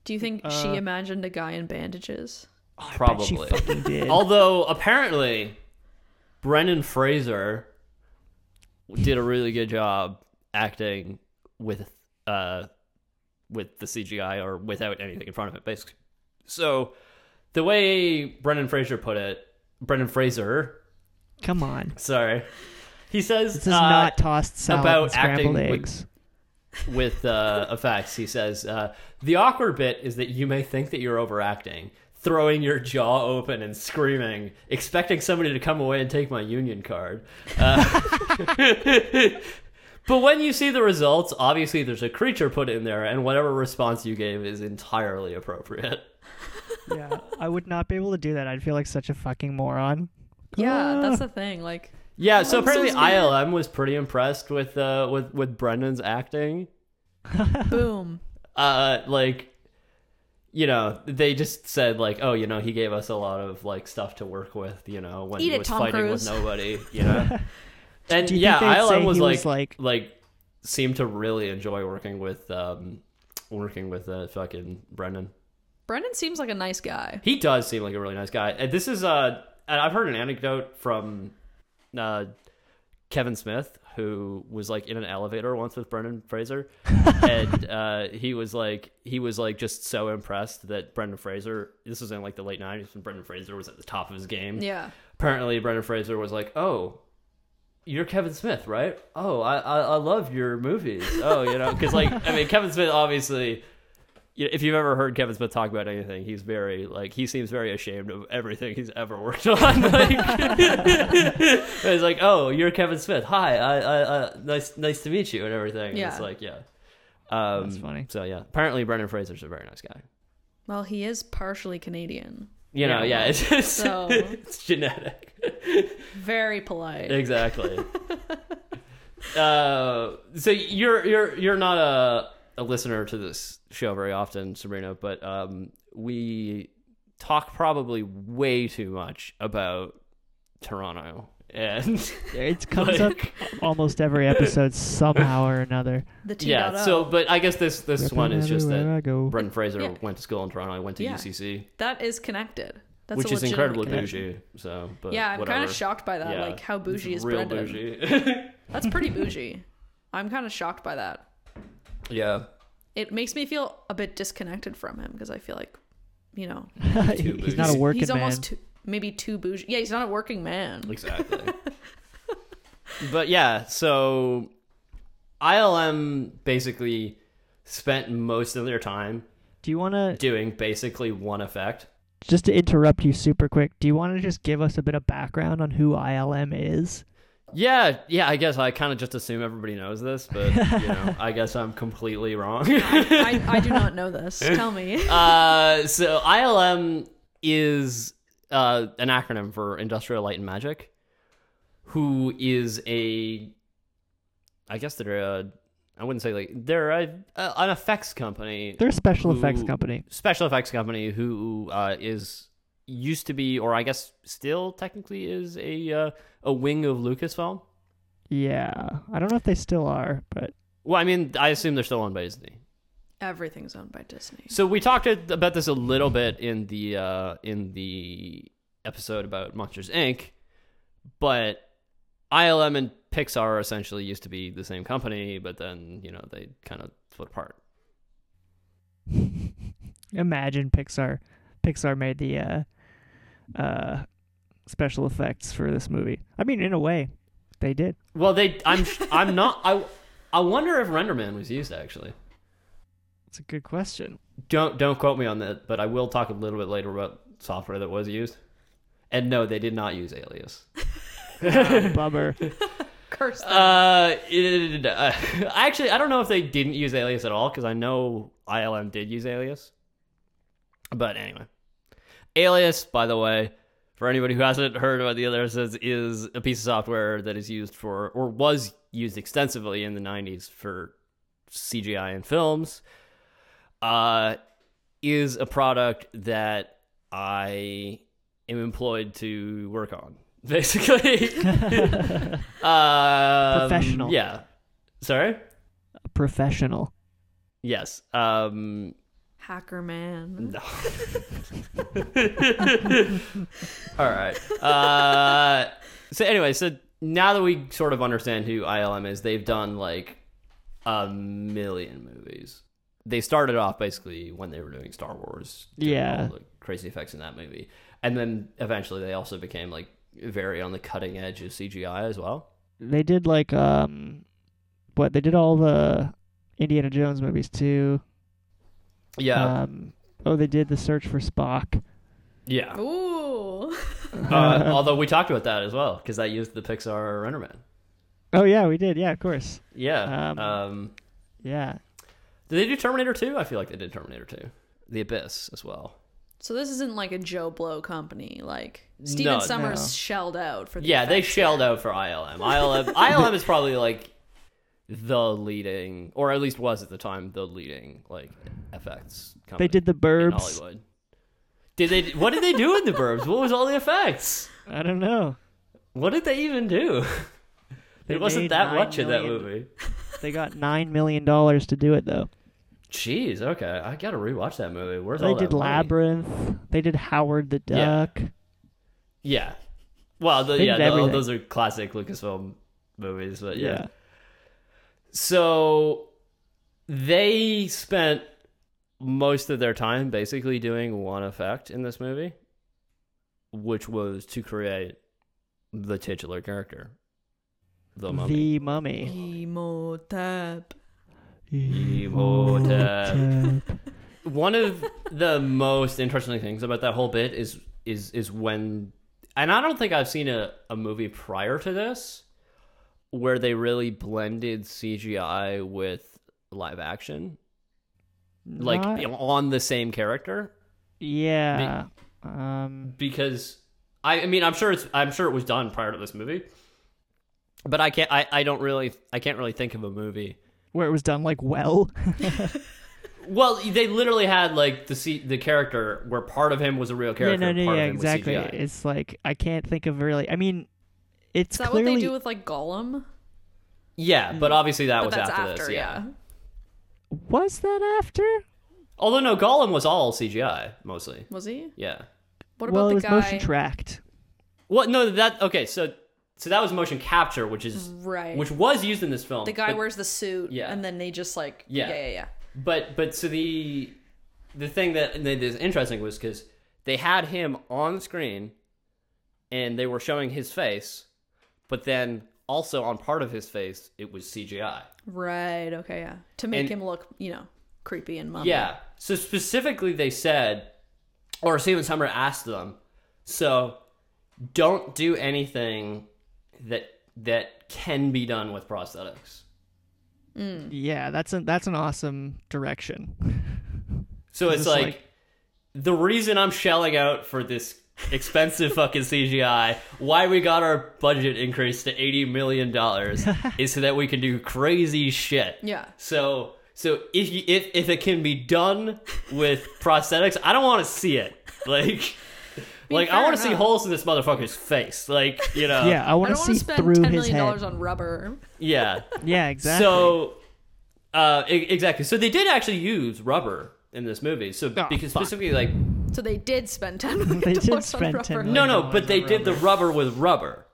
C: Do you think she imagined a guy in bandages?
B: but she
A: probably.
B: fucking did
A: Although apparently, Brendan Fraser did a really good job acting with uh with the CGI or without anything in front of it, basically. So the way Brendan Fraser put it, Brendan Fraser,
B: come on
A: sorry, he says
B: this is
A: uh,
B: not tossed salad
A: about
B: and scrambled
A: acting with-
B: eggs
A: with uh, effects. He says uh, the awkward bit is that you may think that you're overacting, throwing your jaw open and screaming, expecting somebody to come away and take my union card. Uh, but when you see the results, obviously there's a creature put in there, and whatever response you gave is entirely appropriate.
B: yeah i would not be able to do that i'd feel like such a fucking moron
C: Yeah, that's the thing. Like,
A: Yeah, so apparently ILM was pretty impressed with uh, with with Brendan's acting.
C: boom.
A: uh like you know they just said like oh you know he gave us a lot of like stuff to work with you know when
C: Eat
A: he
C: it,
A: was
C: Tom
A: fighting
C: Cruise.
A: with nobody you know and
B: Do you
A: yeah
B: think they'd
A: ILM
B: say
A: was
B: he
A: like,
B: was
A: like
B: like-
A: seemed to really enjoy working with um working with uh fucking Brendan
C: Brendan seems like a nice guy.
A: he does seem like a really nice guy and this is uh and I've heard an anecdote from uh Kevin Smith, who was like in an elevator once with Brendan Fraser, and uh, he was like he was like just so impressed that Brendan Fraser. This was in like the late nineties when Brendan Fraser was at the top of his game.
C: Yeah.
A: Apparently, Brendan Fraser was like, "Oh, you're Kevin Smith, right? Oh, I I, I love your movies. Oh, you know, because like I mean, Kevin Smith obviously." you know, If you've ever heard Kevin Smith talk about anything, he's very like he seems very ashamed of everything he's ever worked on. Like, And it's like, oh, you're Kevin Smith. Hi, I, I, I nice, nice to meet you, and everything. And
C: Yeah.
A: it's like, yeah, um,
B: That's funny.
A: So yeah, apparently Brendan Fraser's a very nice guy.
C: Well, he is partially Canadian.
A: You know, yeah, it's it's,
C: So-
A: it's genetic,
C: Very polite.
A: exactly. uh, so you're you're you're not a a listener to this show very often, Sabrina, but um, we talk probably way too much about Toronto and.
B: it comes up almost every episode somehow or another
C: The T.
A: yeah. So, but I guess this this
B: Reppin'
A: one is just
B: everywhere I
A: that
B: go.
A: Brendan Fraser
C: Yeah.
A: went to school in Toronto. I went to
C: Yeah.
A: UCC,
C: that is connected. That's
A: which
C: a
A: is
C: legitimate
A: incredibly
C: connection.
A: bougie. So, but
C: Yeah, I'm
A: whatever.
C: kind of shocked by that.
A: Yeah.
C: Like, how bougie
A: It's
C: is
A: real
C: Brendan?
A: bougie.
C: That's pretty bougie. I'm kind of shocked by that.
A: yeah,
C: It makes me feel a bit disconnected from him because I feel like, you know,
B: he's not a
A: bougie.
B: working
C: he's
B: man
C: almost too, maybe too bougie. Yeah, he's not a working man.
A: Exactly. but yeah, so ILM basically spent most of their time
B: Do you want to
A: doing basically one effect.
B: just to interrupt you super quick? Do you want to just give us a bit of background on who ILM is?
A: Yeah, yeah, I guess I kind of just assume everybody knows this, but you know, I guess I'm completely wrong.
C: I, I do not know this. Tell me.
A: uh, so ILM is uh, an acronym for Industrial Light and Magic, who is a, I guess they're a, I wouldn't say like they're a, a an effects company.
B: They're a special effects
A: who-
B: company.
A: Special effects company who uh, is used to be, or I guess still technically is a uh, a wing of Lucasfilm.
B: Yeah, I don't know if they still are, but
A: Well, I mean, I assume they're still owned by Disney.
C: Everything's owned by Disney.
A: So we talked a- about this a little bit in the uh, in the episode about Monsters Inc. But ILM and Pixar essentially used to be the same company, but then you know they kind of split apart.
B: imagine Pixar. Pixar made the uh, uh, special effects for this movie. I mean, in a way, they did.
A: Well, they I'm I'm not I I wonder if RenderMan was used actually.
B: It's a good question.
A: Don't don't quote me on that, but I will talk a little bit later about software that was used. And no, they did not use Alias.
B: Bummer.
C: Curse them.
A: Uh, it- uh, actually, I don't know if they didn't use Alias at all because I know ILM did use Alias. But anyway, Alias, by the way, for anybody who hasn't heard about the others, is, is a piece of software that is used for or was used extensively in the '90s for CGI in films. Uh, is a product that I am employed to work on, basically. Um,
B: Professional.
A: Yeah. Sorry?
B: A professional.
A: Yes. Um,
C: Hacker man.
A: no. All right. Uh, so anyway, so now that we sort of understand who ILM is, they've done like a million movies. They started off basically when they were doing Star Wars, doing
B: Yeah.
A: all the crazy effects in that movie, and then eventually they also became like very on the cutting edge of CGI as well.
B: They did like um, what they did all the Indiana Jones movies too.
A: Yeah,
B: Um, oh, they did the Search for Spock.
A: yeah.
C: Ooh.
A: Uh, although we talked about that as well because that used the Pixar Renderman.
B: Oh yeah, we did. Yeah, of course.
A: Yeah.
B: Um,
A: um,
B: Yeah.
A: Did they do Terminator 2? I feel like they did Terminator 2. The Abyss as well.
C: So this isn't like a Joe Blow company. Like Steven
A: No.
C: Summers
B: No.
C: shelled out for the
A: Yeah, they
C: effects.
A: shelled out for ILM. ILM ILM is probably like the leading or at least was at the time the leading like FX company.
B: They did the
A: in
B: Burbs.
A: Hollywood. Did they what did they do in the burbs? What was all the effects?
B: I don't know.
A: What did they even do?
B: They
A: it wasn't
B: made
A: that
B: nine
A: much in that
B: million.
A: movie.
B: They got nine million dollars to do it though.
A: Jeez, okay. I gotta rewatch that movie. Where's
B: They
A: all
B: did
A: that money?
B: Labyrinth. They did Howard the
A: Yeah.
B: Duck.
A: Yeah. Well, the,
B: They
A: yeah,
B: did
A: tho-
B: everything.
A: those are classic Lucasfilm movies, but yeah.
B: Yeah.
A: So they spent most of their time basically doing one effect in this movie, which was to create the titular character, the mummy.
B: The Mummy.
C: Imhotep.
A: Imhotep. One of the most interesting things about that whole bit is is is when, and I don't think I've seen a, a movie prior to this where they really blended CGI with live action like
B: Not-
A: on the same character
B: yeah. Um.
A: because I, I mean I'm sure it's I'm sure it was done prior to this movie, but I can't I, I don't really I can't really think of a movie.
B: Where it was done like well.
A: Well, they literally had like the C, the character where part of him was a real
B: yeah.
A: character,
B: No.
A: and
B: No.
A: part
B: Yeah.
A: of him
B: Exactly.
A: was CGI.
B: It's like I can't think of really. I mean, it's
C: Is that
B: clearly Oh,
C: what they do with like Gollum?
A: Yeah,
B: mm.
A: but obviously that
C: But
A: was
C: that's
A: after,
C: after,
A: this. Yeah.
C: yeah.
B: was that after?
A: Although no, Gollum was all CGI mostly.
C: Was he?
A: Yeah.
C: What
B: well,
C: about
B: it
C: the
B: was
C: guy?
B: motion tracked.
A: Well, no, that okay. So so that was motion capture, which is
C: Right.
A: which was used in this film.
C: the guy
A: but-
C: wears the suit,
A: Yeah.
C: and then they just like
A: Yeah.
C: yeah, yeah, yeah.
A: But but so the the thing that that is interesting was because they had him on screen and they were showing his face, but then also on part of his face it was CGI.
C: Right. Okay. Yeah. To make
A: And-
C: him look, you know, creepy and mummy.
A: Yeah. So specifically, they said, or Steven Summer asked them, so don't do anything that that can be done with prosthetics.
C: Hmm.
B: Yeah, that's an that's an awesome direction.
A: So it's
B: Just
A: like,
B: like-
A: the reason I'm shelling out for this expensive fucking CGI, why we got our budget increased to eighty million dollars, is so that we can do crazy shit.
C: Yeah.
A: So so if you, if if it can be done with prosthetics, I don't want to see it. Like. Like I
C: fair
A: want to see
C: enough.
A: holes in this motherfucker's face, like you know,
B: yeah, I
C: I
B: want
C: don't
B: to
C: want to
B: see
C: spend
B: through
C: ten
B: his
C: million
B: head.
C: dollars on rubber.
A: yeah.
B: Yeah, exactly.
A: So, uh, e- exactly. So they did actually use rubber in this movie. So
B: Oh,
A: because
B: fuck.
A: specifically, like
C: So they did spend ten million
B: They did
C: dollars
B: spend
C: on
B: 10
C: rubber.
B: million.
A: No,
B: Like
A: no,
B: the
A: but
B: ones
A: they
B: on
A: did the rubber with rubber,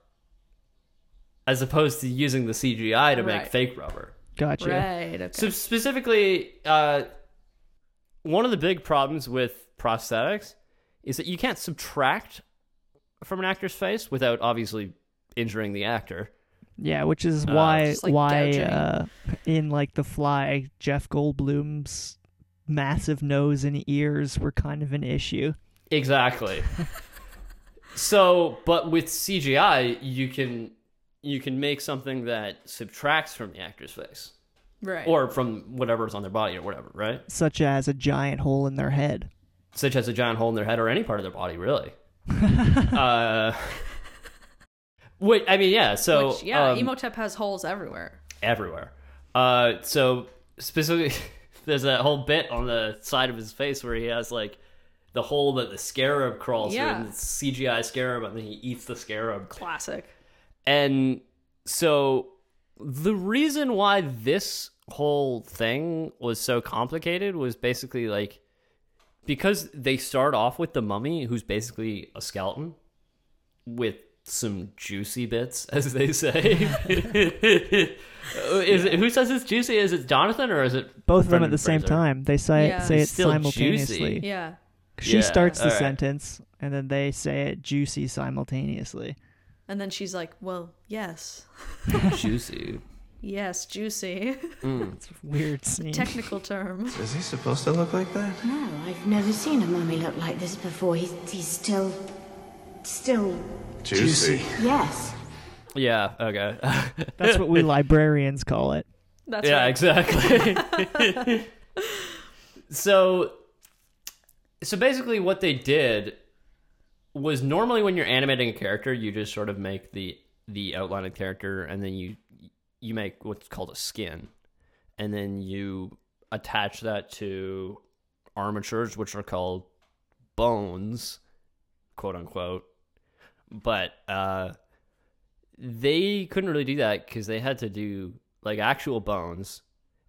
A: as opposed to using the CGI to make
C: Right.
A: fake rubber.
B: gotcha.
C: Right. Okay.
A: So specifically, uh, one of the big problems with prosthetics is that you can't subtract from an actor's face without obviously injuring the actor.
B: Yeah, which
A: Uh,
B: is why
C: Just, like,
B: why
C: gouging.
B: uh, in like The Fly, Jeff Goldblum's massive nose and ears were kind of an issue.
A: Exactly. so, but with CGI, you can you can make something that subtracts from the actor's face
C: right.
A: or from whatever's on their body or whatever, right?
B: such as a giant hole in their head.
A: such as a giant hole in their head or any part of their body, really. uh, wait, I mean, yeah. So
B: uh,
C: Which, yeah,
A: um,
C: Emotep has holes everywhere.
A: everywhere. Uh, so specifically, there's that whole bit on the side of his face where he has like the hole that the scarab crawls
C: Yeah.
A: through, and it's CGI scarab, and then he eats the scarab.
C: Classic.
A: And so the reason why this whole thing was so complicated was basically like because they start off with the mummy who's basically a skeleton with some juicy bits as they say is it, who says it's juicy is it jonathan or is it
B: Both of them
A: Brendan
B: at the same
A: Fraser?
B: time. They say
C: Yeah.
B: say
A: It's
B: it
A: still
B: simultaneously.
A: juicy.
C: Yeah.
B: She
A: Yeah,
B: starts the
A: alright.
B: sentence and then they say it juicy simultaneously.
C: And then she's like, "Well, yes,
A: juicy
C: yes, juicy."
B: It's a weird scene.
C: Technical term.
H: Is he supposed to look like that?
D: No, Oh, I've never seen a mummy look like this before. He's, he's still. still.
H: Juicy.
D: Yes.
A: yeah okay
B: That's what we librarians call it.
C: That's
A: yeah,
C: right.
A: exactly. so, so basically, what they did was normally when you're animating a character, you just sort of make the the outline of the character, and then you you make what's called a skin, and then you attach that to armatures, which are called bones, quote unquote. But uh, they couldn't really do that because they had to do like actual bones,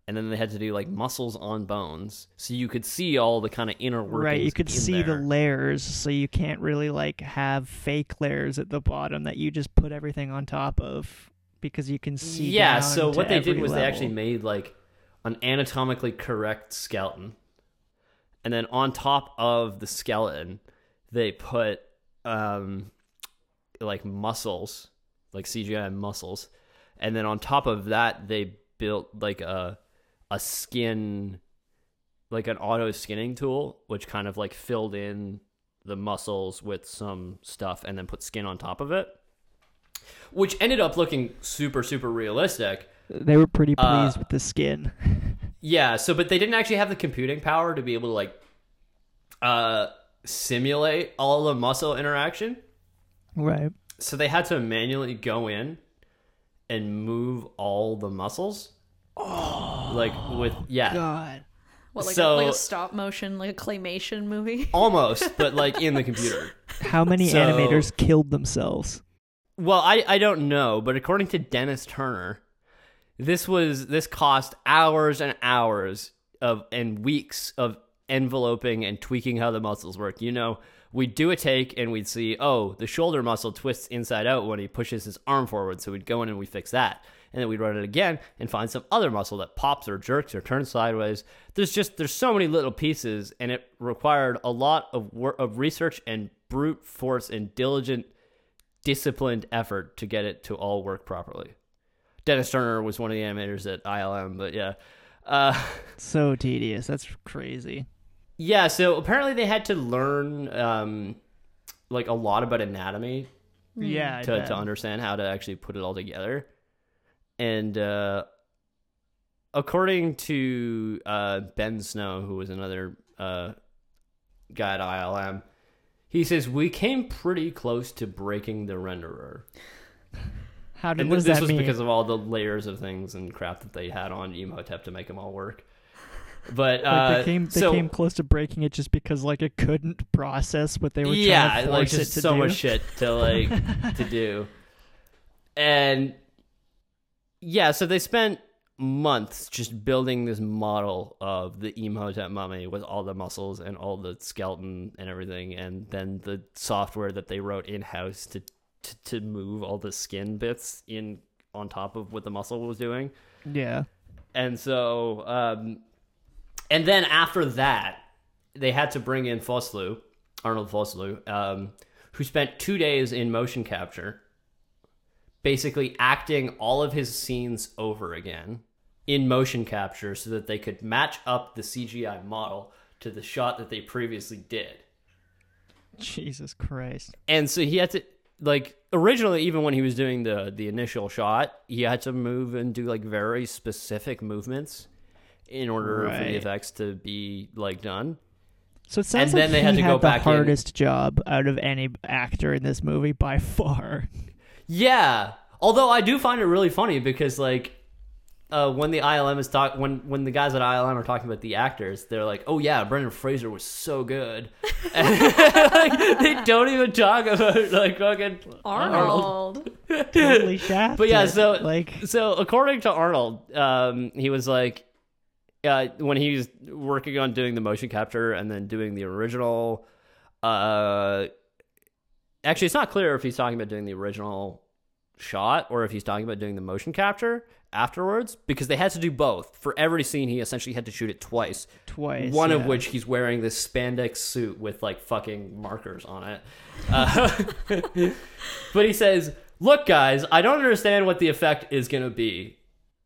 A: and then they had to do like muscles on bones, so you could see all the kind of inner workings.
B: Right, you could
A: in
B: see the
A: there.
B: layers, so you can't really like have fake layers at the bottom that you just put everything on top of because you can see.
A: yeah
B: down
A: so
B: to
A: what they did
B: every
A: was they
B: level.
A: actually made like an anatomically correct skeleton and then on top of the skeleton they put um like muscles like cgi muscles and then on top of that they built like a a skin like an auto skinning tool which kind of like filled in the muscles with some stuff and then put skin on top of it which ended up looking super super realistic
B: they were pretty
A: uh,
B: pleased with the skin.
A: yeah so but they didn't actually have the computing power to be able to like uh simulate all the muscle interaction
B: right.
A: so they had to manually go in and move all the muscles oh, like with yeah
B: God.
C: What, like,
A: So-
C: a, like a stop motion, like a claymation movie.
A: almost but like in the computer
B: How many
A: So-
B: animators killed themselves?
A: Well, I, I don't know, but according to Dennis Turner, this was this cost hours and hours of and weeks of enveloping and tweaking how the muscles work. You know, we'd do a take and we'd see, oh, the shoulder muscle twists inside out when he pushes his arm forward, so we'd go in and we fix that. And then we'd run it again and find some other muscle that pops or jerks or turns sideways. There's just there's so many little pieces, and it required a lot of work of research and brute force and diligent disciplined effort to get it to all work properly. Dennis Turner was one of the animators at ILM, but yeah. Uh,
B: So tedious. That's crazy.
A: yeah, so apparently they had to learn um, like a lot about anatomy
B: Yeah. I
A: to,
B: bet.
A: to understand how to actually put it all together. And uh, according to uh, Ben Snow, who was another uh, guy at ILM, he says we came pretty close to breaking the renderer.
B: How did
A: And
B: what does
A: this
B: that
A: was
B: mean?
A: because of all the layers of things and crap that they had on Emotep to make them all work. But uh,
B: like they came they
A: so
B: came close to breaking it just because like it couldn't process what they were
A: yeah,
B: trying to
A: like
B: force
A: just
B: it to
A: so
B: do.
A: much shit to like to do, and yeah, so they spent months just building this model of the Emotep mummy with all the muscles and all the skeleton and everything, and then the software that they wrote in house to, to to move all the skin bits in on top of what the muscle was doing.
B: Yeah.
A: And so, um, and then after that, they had to bring in Foslew, Arnold Foslew, um, who spent two days in motion capture, basically acting all of his scenes over again in motion capture so that they could match up the CGI model to the shot that they previously did.
B: Jesus Christ.
A: And so he had to like originally even when he was doing the the initial shot, he had to move and do like very specific movements in order for
B: Right.
A: the effects to be like done.
B: So it sounds
A: And
B: like
A: then they
B: he
A: had to go
B: the
A: back in.
B: hardest job out of any actor in this movie by far.
A: Yeah. Although I do find it really funny because like uh, when the ILM is talk when when the guys at ILM are talking about the actors, they're like, "Oh yeah, Brendan Fraser was so good." like, they don't even talk about like fucking
C: Arnold.
B: Totally shafted.
A: But yeah, so
B: like
A: so according to Arnold, um, he was like, uh, when he was working on doing the motion capture and then doing the original. Uh, actually, it's not clear if he's talking about doing the original shot or if he's talking about doing the motion capture afterwards because they had to do both for every scene he essentially had to shoot it twice
B: twice.
A: one of
B: yeah.
A: which he's wearing this spandex suit with like fucking markers on it. Uh, but he says, "Look, guys, I don't understand what the effect is gonna be,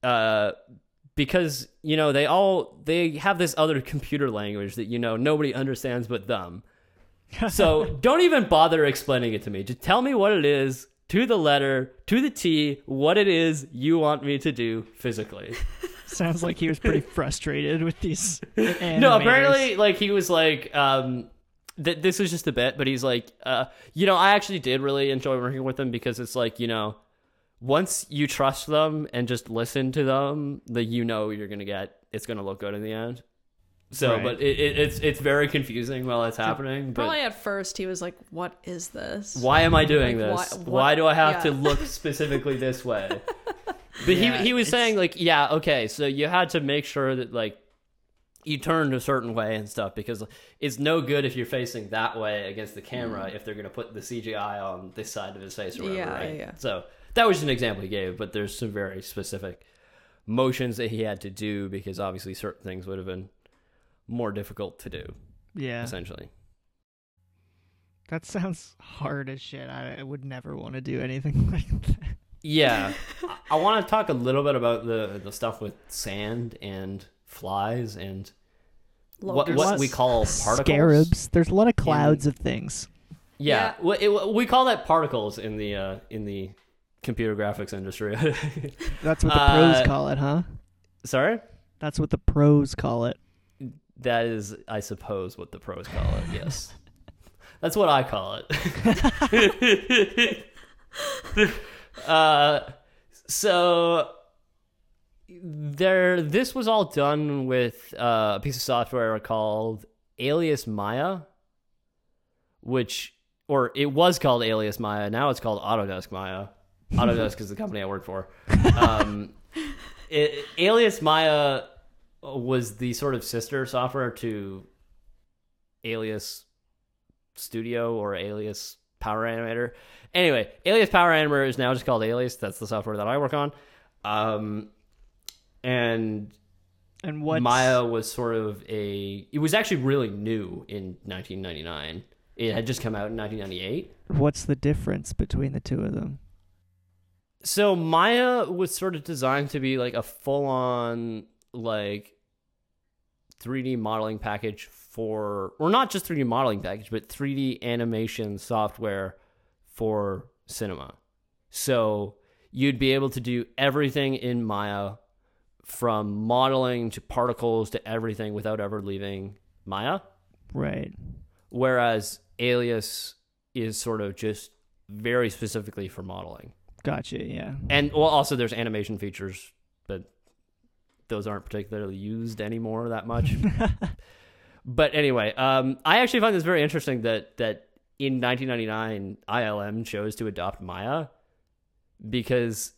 A: uh, because you know they all they have this other computer language that you know nobody understands but them. So don't even bother explaining it to me. Just tell me what it is." To the letter, to the T, what it is you want me to do physically.
B: sounds like he was pretty frustrated with these. Animators.
A: No, apparently, like he was like, um, th- this was just a bit, but he's like, uh, you know, I actually did really enjoy working with them because it's like, you know, once you trust them and just listen to them, that you know you're gonna get, it's gonna look good in the end. So,
B: Right.
A: but it, it, it's it's very confusing while it's happening. But
C: Probably at first he was like, "What is this?"
A: why am I doing
C: Like, why-
A: this?
C: what-
A: Why, do I have to
C: yeah.
A: look specifically this way? But
B: Yeah,
A: he he was
B: it's-
A: saying like, yeah, okay, so you had to make sure that like you turned a certain way and stuff because it's no good if you're facing that way against the camera if they're gonna put the CGI on this side of his face or whatever.
C: Mm. Yeah,
A: right?
C: yeah.
A: So that was just an example he gave, but there's some very specific motions that he had to do because obviously certain things would have been more difficult to do
B: yeah,
A: essentially.
B: that sounds hard as shit. I, I would never want to do anything like that.
A: Yeah, I- I want to talk a little bit about the the stuff with sand and flies and what what
B: Locusts.
A: we call particles.
B: Scarabs. There's a lot of clouds of things.
A: Yeah,
C: Yeah.
A: Well, it- we call that particles in the uh, in the computer graphics industry.
B: That's what the
A: Uh,
B: pros call it, huh?
A: Sorry,
B: That's what the pros call it.
A: that is, I suppose, what the pros call it. Yes, that's what I call it. uh, so there, this was all done with uh, a piece of software called Alias Maya, which, or it was called Alias Maya. Now it's called Autodesk Maya. Autodesk is the company I work for. Um, it, Alias Maya was the sort of sister software to Alias Studio or Alias Power Animator. Anyway, Alias Power Animator is now just called Alias. That's the software that I work on. Um, and
B: And what
A: Maya was sort of a. It was actually really new in 1999. It had just come out in 1998.
B: What's the difference between the two of them?
A: So Maya was sort of designed to be like a full on like 3D modeling package for or not just 3D modeling package, but 3D animation software for cinema. So you'd be able to do everything in Maya from modeling to particles to everything without ever leaving Maya
B: Right.
A: whereas Alias is sort of just very specifically for modeling.
B: Gotcha. Yeah.
A: And well, also there's animation features, but those aren't particularly used anymore that much. but anyway, um, I actually find this very interesting that that in 1999 ILM chose to adopt Maya because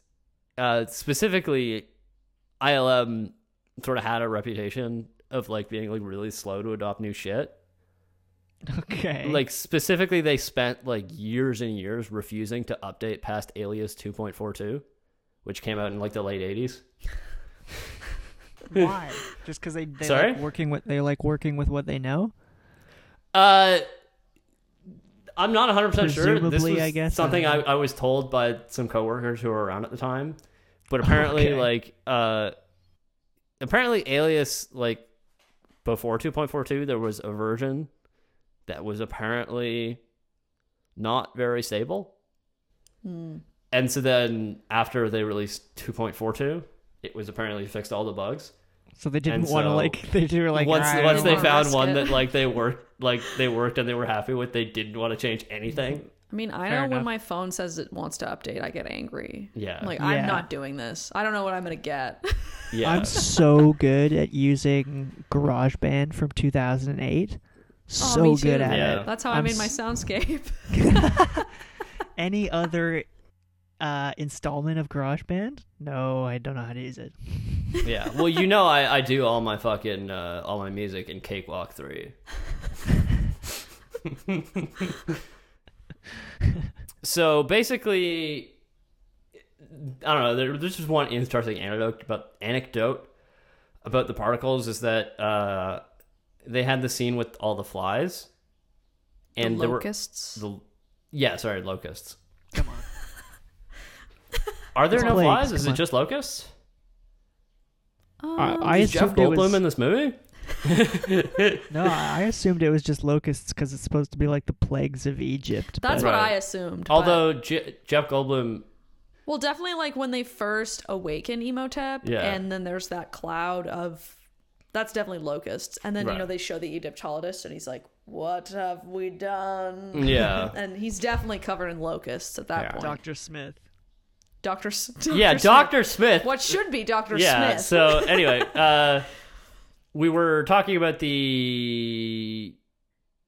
A: uh, specifically ILM sort of had a reputation of like being like really slow to adopt new shit
B: Okay.
A: like specifically they spent like years and years refusing to update past alias 2.42 which came out in like the late 80s
B: why? Just because they they
A: Sorry?
B: like working with they like working with what they know.
A: uh i'm not 100% sure this
B: Presumably,
A: was
B: I guess, I
A: something
B: don't
A: I,
B: know.
A: I was told by some coworkers who were around at the time but apparently
B: Okay.
A: like uh apparently alias like before 2.42 there was a version that was apparently not very stable And so then after they released 2.42, it was apparently fixed all the bugs.
B: So they didn't
A: And
B: want to
A: so
B: like they were like
A: once
B: "All right,
A: once
C: don't
A: they
C: wanna
A: found
C: risk
A: one
C: it."
A: that like they worked like they worked and they were happy with, they didn't want to change anything.
C: I mean, I
B: Fair
C: know
B: enough.
C: when my phone says it wants to update, I get angry.
A: Yeah.
C: Like,
B: Yeah.
C: I'm not doing this. I don't know what I'm going to get.
A: Yeah.
B: I'm so good at using GarageBand from 2008. So
C: me
B: good
C: too.
B: at
A: Yeah.
B: it.
C: That's how i
B: I'm
C: made my
B: s-
C: soundscape.
B: Any other uh, installment of GarageBand? No, I don't know how to use it.
A: yeah. Well, you know I, I do all my fucking uh, all my music in Cakewalk 3. so basically I don't know, there, there's just one interesting anecdote about anecdote about the particles is that uh, they had the scene with all the flies and there were
C: locusts.
A: the yeah, sorry, locusts. Come on. Are there
B: It's
A: no
B: plagues,
A: flies? Is
B: come
A: it
B: on.
A: just locusts?
B: I, I
A: Is Jeff
B: assumed it
A: Goldblum
B: was,
A: in this movie?
B: no, I I assumed it was just locusts because it's supposed to be like the plagues of Egypt.
C: That's what
A: Right.
C: I assumed. but-
A: Although Je- Jeff Goldblum,
C: well, definitely like when they first awaken Emotep,
A: Yeah.
C: and then there's that cloud of. That's definitely locusts. And then,
A: Right.
C: you know, they show the Egyptologist, and he's like, What have we done?
A: yeah,
C: And he's definitely covered in locusts at that
A: Yeah.
C: point.
B: Doctor Smith.
C: Doctor, S- Doctor
A: yeah,
C: Smith.
A: Doctor Smith.
C: What should be Doctor
A: yeah.
C: Smith?
A: So anyway, uh, we were talking about the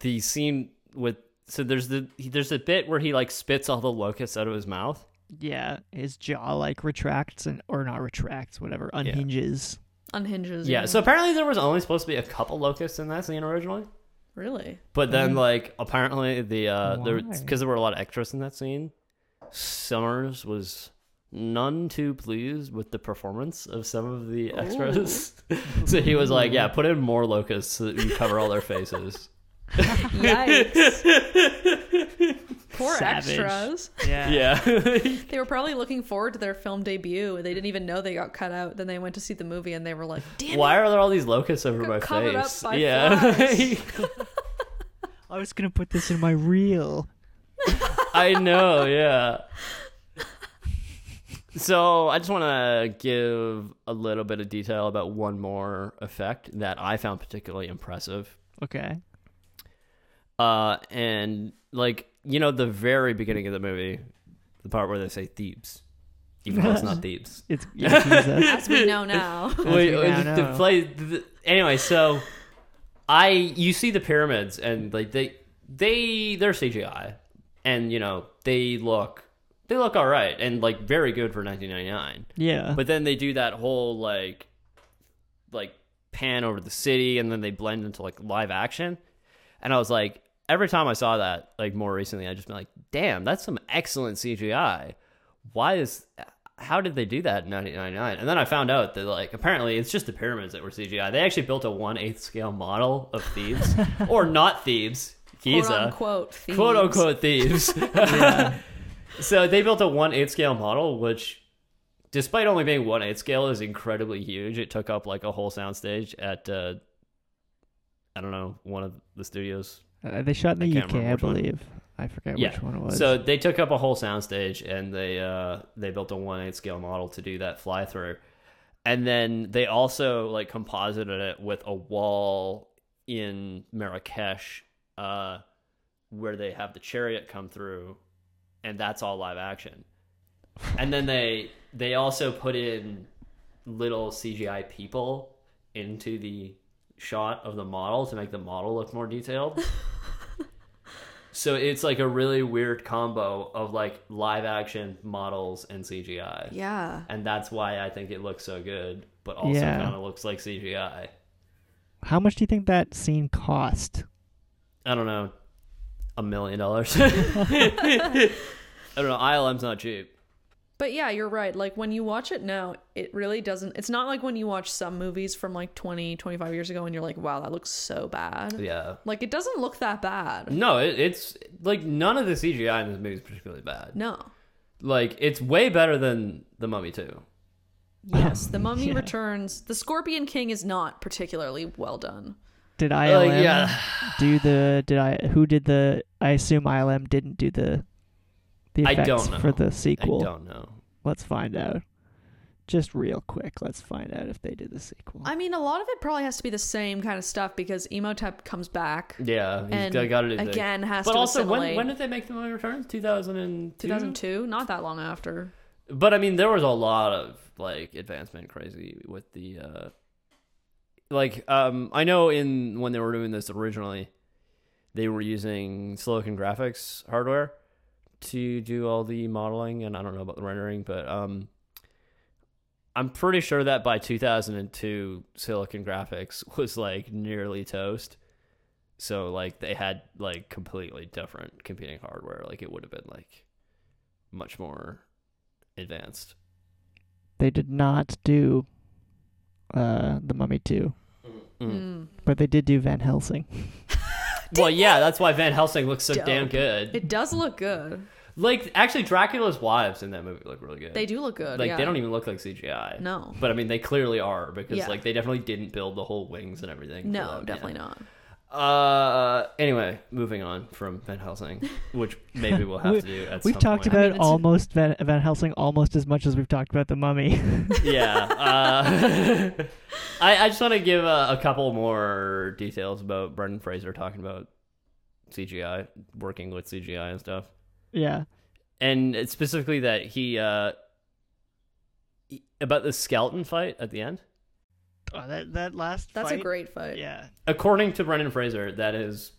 A: the scene with so there's the there's a bit where he like spits all the locusts out of his mouth.
B: Yeah, his jaw like retracts and or not retracts, whatever, unhinges.
C: Unhinges.
A: Yeah. So apparently there was only supposed to be a couple locusts in that scene originally,
C: Really?
A: but
C: Mm-hmm.
A: then like apparently the uh there
B: Why?
A: because there were a lot of extras in that scene, Summers was none too pleased with the performance of some of
C: Oh.
A: the extras. so he was like, "Yeah, put in more locusts so that you cover all their faces."
C: Yikes. Poor
B: Savage.
C: extras.
A: yeah.
C: They were probably looking forward to their film debut. and They didn't even know they got cut out. Then they went to see the movie and they were like, damn
A: Why are there all these locusts over
C: Got
A: my
C: covered up
A: face?
C: by
A: yeah.
B: I was gonna put this in my reel.
A: I know, yeah. So I just want to give a little bit of detail about one more effect that I found particularly impressive.
B: Okay.
A: Uh, and like you know, the very beginning of the movie, the part where they say Thebes, even though it's not Thebes.
B: It's yeah, Jesus.
C: it. As we know now.
A: Wait,
B: we
A: wait,
B: now
A: the-
B: know.
A: the play. The, anyway, so I you see the pyramids and like they they they're CGI and you know they look they look all right and like very good for 1999.
B: Yeah.
A: But then they do that whole like like pan over the city and then they blend into like live action. And I was like every time I saw that like more recently I just been like damn, that's some excellent CGI. Why is how did they do that in 1999? And then I found out that like apparently it's just the pyramids that were CGI. They actually built a one eighth scale model of Thebes or not Thebes.
C: quote
A: Giza.
C: unquote thieves.
A: quote unquote thieves. so they built a one eighth scale model, which, despite only being one eighth scale, is incredibly huge. It took up like a whole soundstage at, uh, I don't know, one of the studios.
B: Uh, they shot in
A: I
B: the
A: can't
B: UK, I
A: remember which one.
B: believe. I forget
A: yeah.
B: which one it was.
A: So they took up a whole soundstage and they uh, they built a one eighth scale model to do that fly through, and then they also like composited it with a wall in Marrakesh uh, where they have the chariot come through, and that's all live action, and then they they also put in little CGI people into the shot of the model to make the model look more detailed. So it's like a really weird combo of like live action models and CGI.
C: Yeah.
A: And that's why I think it looks so good, but also
B: Yeah.
A: kind of looks like CGI.
B: How much do you think that scene cost?
A: I don't know. A million dollars. I don't know. ILM's not cheap.
C: But yeah, you're right. Like when you watch it now, it really doesn't. It's not like when you watch some movies from like 20, 25 years ago and you're like, wow, that looks so bad.
A: Yeah. Mm.
C: Like it doesn't look that bad.
A: No, it, it's like none of the CGI in this movie is particularly bad.
C: No.
A: Like it's way better than The Mummy 2.
C: Yes, The Mummy
B: yeah.
C: Returns. The Scorpion King is not particularly well done.
B: Did ILM
A: Uh, yeah.
B: do the? Did I? Who did the? I assume ILM didn't do the. The
A: I
B: effects
A: don't know.
B: for the sequel.
A: I don't know.
B: Let's find out. Just real quick, let's find out if they did the sequel.
C: I mean, a lot of it probably has to be the same kind of stuff because Emotep comes back.
A: Yeah, he's
C: And
A: got- got it in there.
C: again has
A: but
C: to
A: also when
C: assimilate.
A: when did they make The Mummy Returns? 2002?
C: 2002, not that long after.
A: But I mean, there was a lot of like advancement crazy with the uh like um I know in when they were doing this originally, they were using Silicon Graphics hardware to do all the modeling and I don't know about the rendering, but um I'm pretty sure that by 2002 Silicon Graphics was like nearly toast. So like they had like completely different competing hardware. Like it would have been like much more advanced.
B: they did not do uh, The Mummy 2,
A: Hmm.
C: Mm.
B: but they did do Van Helsing.
A: Well, yeah, that's why Van Helsing looks so
C: Dope.
A: damn good.
C: It does look good.
A: like, actually, Dracula's wives in that movie look really good.
C: They do look good.
A: Like,
C: yeah.
A: they don't even look like CGI.
C: No.
A: But I mean, they clearly are because,
C: Yeah.
A: like, they definitely didn't build the whole wings and everything. for
C: No,
A: them,
C: definitely
A: yeah.
C: not.
A: Uh, anyway, moving on from Van Helsing, which maybe we'll have to do at
B: We've
A: some
B: talked
A: point.
B: about
C: it's-
B: almost Van, Van Helsing almost as much as we've talked about The Mummy.
A: yeah. Uh, I, I just want to give a, a couple more details about Brendan Fraser talking about CGI, working with CGI and stuff.
B: yeah.
A: and it's specifically that he uh he- about the skeleton fight at the end
B: Oh, that, that last
C: That's a great fight.
B: Yeah.
A: according to brendan fraser that is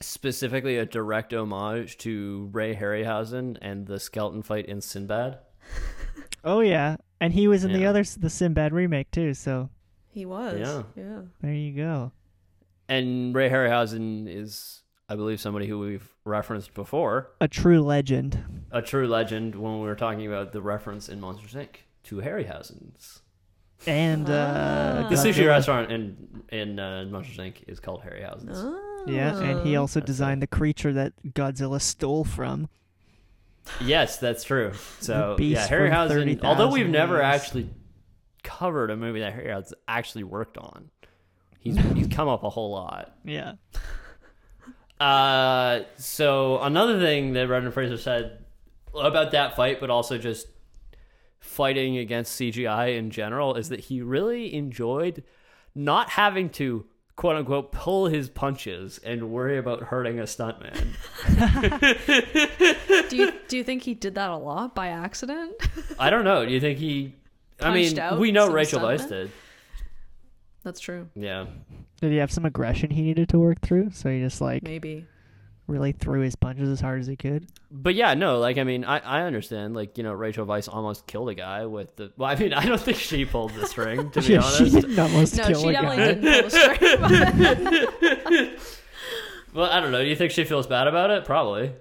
A: specifically a direct homage to ray harryhausen and the skeleton fight in sinbad
B: Oh, yeah. And he was in the
A: Yeah.
B: other, s- the Sinbad remake, too, so
C: He was.
A: Yeah.
C: Yeah.
B: there you go.
A: and ray harryhausen is i believe somebody who we've referenced before
B: A true legend.
A: a true legend when we were talking about the reference in monsters inc to harryhausen's
B: And, uh.
A: the sushi
B: Godzilla.
A: restaurant in in uh, monsters inc is called harryhausen's
C: Ah.
B: Yeah, and he also designed the creature that Godzilla stole from.
A: Yes, that's true. So
B: Beast
A: yeah,
B: from
A: Harryhausen.
B: 30,000
A: Although we've never
B: Leagues.
A: actually covered a movie that Harryhausen actually worked on, he's he's come up a whole lot.
B: Yeah.
A: Uh, so another thing that Brendan Fraser said about that fight, but also just fighting against CGI in general, is that he really enjoyed not having to quote unquote pull his punches and worry about hurting a stuntman.
C: do you do you think he did that a lot by accident?
A: I don't know. Do you think he? I
C: Punched
A: mean,
C: out
A: we know
C: some
A: Rachel
C: stuntman?
A: Weisz did.
C: That's true.
A: Yeah.
B: Did he have some aggression he needed to work through? So he just like
C: Maybe.
B: really threw his punches as hard as he could.
A: But yeah, no, like I mean, I, I understand. Like you know, Rachel Vice almost killed a guy with the. Well, I mean, I don't think she pulled the string to be
B: Yeah, she
A: honest.
B: didn't almost
C: No,
B: kill
C: she
B: a
C: definitely
B: guy.
C: didn't pull the string.
A: Well, I don't know. Do you think she feels bad about it? Probably.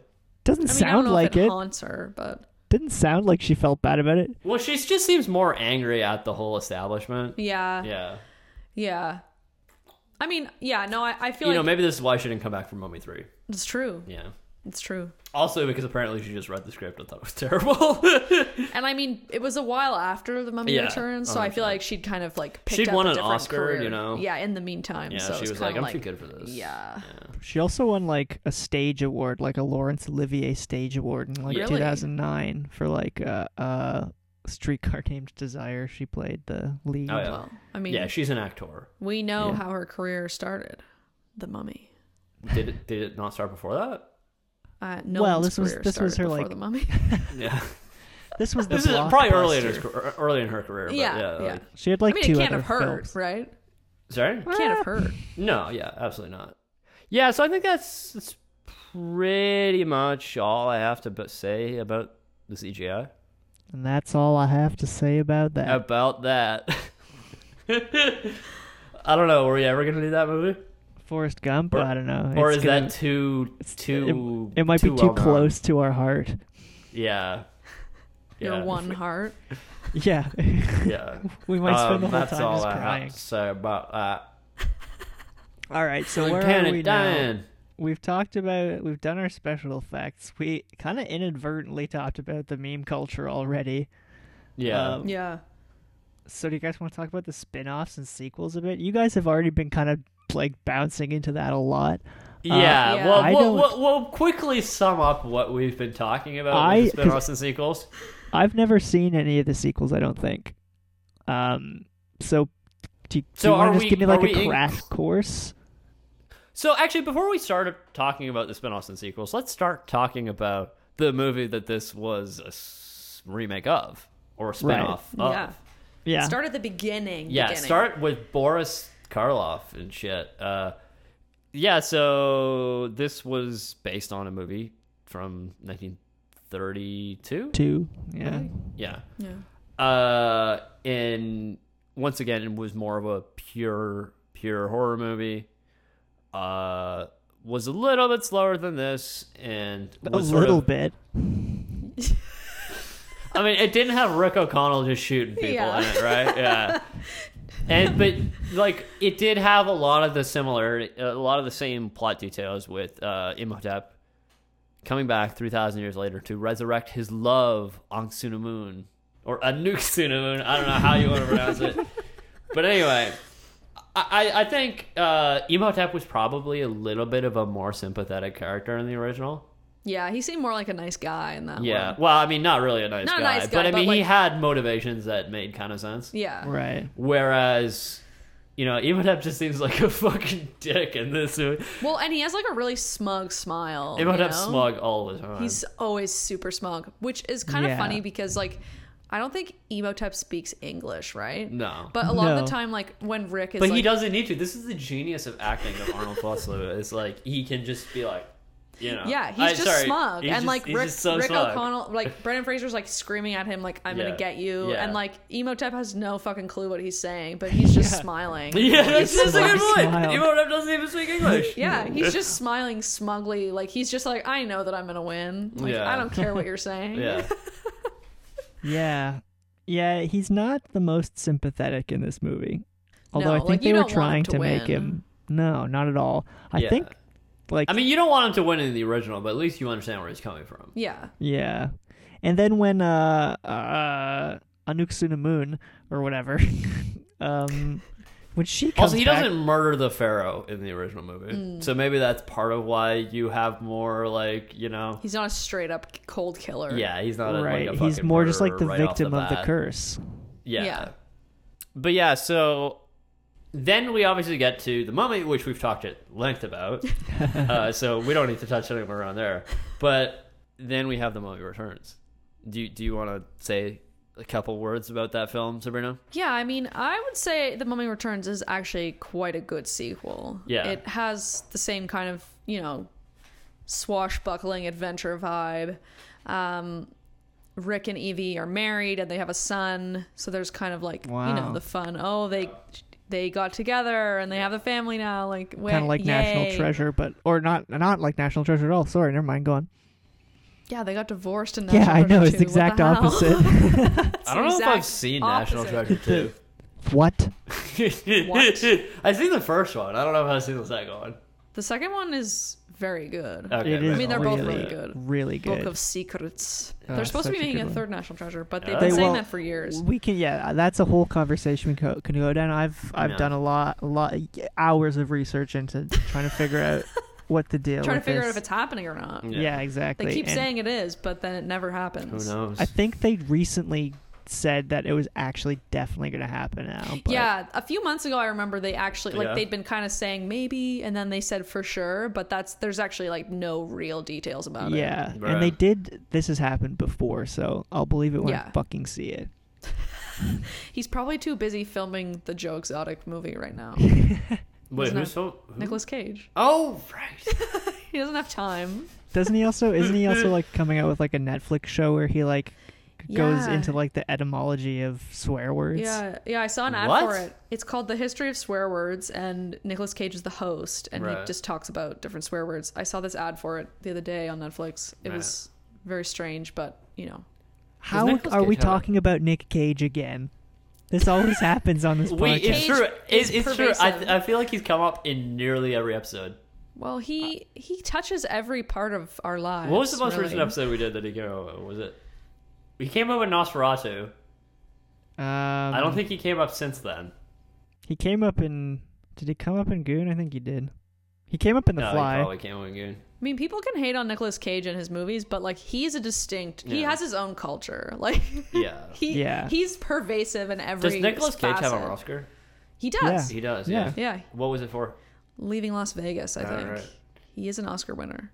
B: Doesn't
C: I mean, I don't
B: sound
C: know if
B: like
C: it,
B: it.
C: haunts her, but
B: Didn't sound like she felt bad about it.
A: Well, she just seems more angry at the whole establishment.
C: yeah, yeah,
A: Yeah.
C: I mean, yeah, no, I, I feel
A: You
C: like
A: know, maybe this is why I shouldn't come back from Mummy 3.
C: it's true.
A: Yeah.
C: It's true.
A: Also, because apparently she just read the script and thought it was terrible.
C: And I mean, it was a while after the Mummy
A: Yeah,
C: Returns, so I feel
A: 100%.
C: like she'd kind of like picked
A: She'd
C: up
A: won
C: a
A: an
C: different
A: Oscar,
C: career.
A: you know?
C: Yeah, in the meantime,
A: yeah,
C: so
A: she
C: it's
A: was like,
C: kinda
A: I'm too good for this.
C: Yeah.
B: She also won like a stage award, like a Laurence Olivier stage award in like
A: Really?
B: 2009 for like a uh, uh, streetcar named Desire. She played the lead.
A: Oh, yeah.
C: Well, I mean,
A: Yeah, she's an actor.
C: we know
B: Yeah.
C: how her career started. The Mummy.
A: Did it, did it not start before that?
C: Uh, no
B: Well,
C: one's
B: this was-
C: career
B: this was
C: started
B: her,
C: before
B: like,
C: the Mummy.
A: Yeah.
B: This was the
A: this is probably early in, her,
B: blockbuster.
A: car- early in her career. But yeah.
C: yeah, yeah.
A: like-
B: She had like
C: I mean,
B: two
C: it can't
B: other
C: have hurt,
B: films.
C: right?
A: sorry?
C: It can't have hurt.
A: No, yeah, absolutely not. Yeah, so I think that's, that's pretty much all I have to b- say about the CGI.
B: And that's all I have to say about that.
A: About that. I don't know. Were we ever going to do that movie?
B: Forrest Gump.
A: Or-
B: I don't know.
A: or
B: It's
A: is
B: gonna-
A: that too too?
B: It might be too
A: well-known?
B: close to our heart.
A: Yeah.
C: Your one heart.
B: Yeah.
A: Yeah.
B: we might spend
A: Um,
B: the whole
A: that's
B: time
A: all
B: just
A: I
B: crying.
A: have to say about that.
B: All right. So where
A: Pan
B: are we
A: it
B: now?
A: down.
B: We've talked about. We've done our special effects. We kind of inadvertently talked about the meme culture already.
A: Yeah.
B: Um,
C: Yeah.
B: So do you guys want to talk about the spin-offs and sequels a bit? You guys have already been kind of like bouncing into that a lot.
A: yeah,
C: yeah.
A: Well,
B: uh, I
A: we'll,
B: don't-
A: we'll, we'll quickly sum up what we've been talking about
B: I-
A: with the spin-offs and sequels.
B: I've never seen any of the sequels. I don't think. Um. So. Do, do
A: So
B: you want
A: are
B: to just
A: we-
B: give me
A: are
B: like
A: we
B: a
A: in-
B: crash course?
A: So actually, before we start talking about the spin-offs and sequels, let's start talking about the movie that this was a s- remake of or a spin-off of.
C: Yeah.
B: Yeah.
C: Start at the beginning.
A: Yeah,
C: beginning.
A: start with Boris Karloff and shit. Uh, yeah, so this was based on a movie from 1932.
B: two. Yeah.
A: Yeah.
C: Yeah.
A: Uh, and once again, it was more of a pure, pure horror movie. Uh, was a little bit slower than this, and
B: A
A: was sort
B: little
A: of-
B: bit.
A: I mean, it didn't have Rick O'Connell just shooting people
C: Yeah.
A: in it, right? Yeah. And but like it did have a lot of the similar, a lot of the same plot details with uh, Imhotep coming back three thousand years later to resurrect his love on Sunamun or Anuk Sunamun. I don't know how you want to pronounce it, but anyway. I, I- I think uh, Imhotep was probably a little bit of a more sympathetic character in the original.
C: Yeah, he seemed more like a nice guy in that
A: Yeah.
C: one.
A: Well, I mean, not really a nice,
C: Not a
A: guy,
C: nice guy,
A: but I
C: but,
A: mean, he
C: like-
A: had motivations that made kind of sense.
C: Yeah.
B: Right.
A: Whereas, you know, Imhotep just seems like a fucking dick in this movie.
C: Well, and he has like a really smug smile. you
A: Imhotep's
C: know?
A: smug all the time.
C: He's always super smug, which is kind
B: Yeah.
C: of funny because like I don't think Emotep speaks English, right?
A: No.
C: But a lot of
B: No.
C: the time, like when Rick is,
A: but
C: like,
A: he doesn't need to. This is the genius of acting of Arnold Schwarzenegger. It's like he can just be like, you know,
C: Yeah, he's
A: I-
C: just
A: Oh. sorry,
C: smug,
A: he's
C: and
A: just-
C: like
A: he's
C: Rick,
A: just so
C: Rick
A: smug.
C: O'Connell, like Brendan Fraser's like screaming at him, like "I'm
A: Yeah.
C: gonna get you,"
A: Yeah.
C: and like Emotep has no fucking clue what he's saying, but he's just smiling.
A: Yeah, that's, that's a
B: smug
A: good point.
B: smile.
A: Imhotep doesn't even speak English.
C: Yeah, he's just smiling smugly, like he's just like, "I know that I'm gonna win. Like
A: Yeah.
C: I don't care what you're saying."
A: Yeah.
B: Yeah. Yeah, he's not the most sympathetic in this movie. Although
C: No,
B: I think
C: like,
B: they
C: you
B: were
C: don't want him
B: trying
C: to
B: to, make
C: win.
B: him No, not at all. I
A: Yeah.
B: think like
A: I mean, you don't want him to win in the original, but at least you understand where he's coming from.
C: yeah,
B: Yeah. And then when uh uh Anuk Sunamun or whatever um when she comes
A: Also, he
B: back-
A: doesn't murder the pharaoh in the original movie,
C: Mm.
A: so maybe that's part of why you have more like you know.
C: he's not a straight up cold killer.
A: Yeah, he's not a,
B: right.
A: Like a
B: he's
A: fucking
B: more just like
A: murderer
B: the
A: right off
B: victim of the
A: bat.
B: curse.
A: Yeah.
C: Yeah.
A: but yeah. So then we obviously get to the mummy, which we've talked at length about, uh, so we don't need to touch anywhere around there. But then we have the mummy returns. Do you, do you want to say a couple words about that film, Sabrina?
C: Yeah, I mean, I would say The Mummy Returns is actually quite a good sequel.
A: Yeah.
C: It has the same kind of, you know, swashbuckling adventure vibe. Um, Rick and Evie are married and they have a son, so there's kind of like, you
B: Wow.
C: know, the fun, oh, they they got together and they have a family now, like
B: Kind of like National
C: yay.
B: Treasure, but or not not like National Treasure at all. Sorry, never mind, go on.
C: Yeah, they got divorced and
B: yeah, I know, it's the exact opposite.
A: I don't know if
C: exact
A: I've seen National
C: opposite.
A: Treasure 2.
B: what?
C: What?
A: I seen the first one. I don't know if I've seen the second one.
C: The second one is very good.
A: Okay,
B: It is
C: I mean, they're
B: really,
C: both really good.
B: Really
C: Book
B: good.
C: of Secrets.
B: Ah,
C: They're supposed to be
B: such a
C: making
B: good
C: a
B: one.
C: third National Treasure, but they've
A: Yeah.
C: been
B: They
C: saying
B: will-
C: that for years.
B: we can yeah, uh, that's a whole conversation we co- can go down. I've I've
A: Yeah.
B: done a lot a lot hours of research into trying to figure out what the deal
C: Trying to
B: with
C: figure out
B: this.
C: if it's happening or not.
A: Yeah.
B: yeah. exactly.
C: They keep
B: And
C: saying it is, but then it never happens.
A: Who knows?
B: I think they recently said that it was actually definitely going to happen now. But
C: Yeah, a few months ago, I remember they actually like
A: Yeah.
C: they'd been kind of saying maybe, and then they said for sure, but that's there's actually like no real details about it.
B: Yeah,
A: Right.
B: and they did. This has happened before, so I'll believe it when I
C: Yeah.
B: fucking see it.
C: he's probably too busy filming the Joe Exotic movie right now.
A: Wait,
C: Isn't
A: who's
C: it-
A: so? Who?
C: Nicolas Cage,
A: Oh, right.
C: he doesn't have time.
B: Doesn't he also? Isn't he also like coming out with like a Netflix show where he like goes
C: Yeah.
B: into like the etymology of swear words?
C: Yeah, yeah, I saw an ad
A: What?
C: for it. It's called The History of Swear Words, and Nicolas Cage is the host, and he
A: Right.
C: just talks about different swear words. I saw this ad for it the other day on Netflix. It
A: Right.
C: was very strange, but you know,
B: How
A: Nicolas
B: are we
A: Cage have a-
B: talking about Nick Cage again? This always happens on this
A: Wait,
B: podcast.
A: it's
C: Cage
A: true. It's,
C: is
A: it's true. I,
C: pervasive.
A: I feel like he's come up in nearly every episode.
C: well, he he touches every part of our lives.
A: What was the most
C: really.
A: recent episode we did that he came up with? Was it? He came up with Nosferatu.
B: Um,
A: I don't think he came up since then.
B: he came up in. Did he come up in Goon? I think he did. He came up in The
A: no, he
B: Fly.
A: probably came up again.
C: I mean, people can hate on Nicolas Cage and his movies, but like he's a distinct. He
A: Yeah.
C: has his own culture. Like
A: Yeah.
C: he
B: Yeah.
C: he's pervasive in every.
A: Does Nicolas Cage have an
C: facet.
A: Oscar?
C: He does.
A: He does.
B: Yeah.
A: Yeah.
C: Yeah.
A: What was it for?
C: leaving Las Vegas. I
A: All
C: think
A: right.
C: he is an Oscar winner.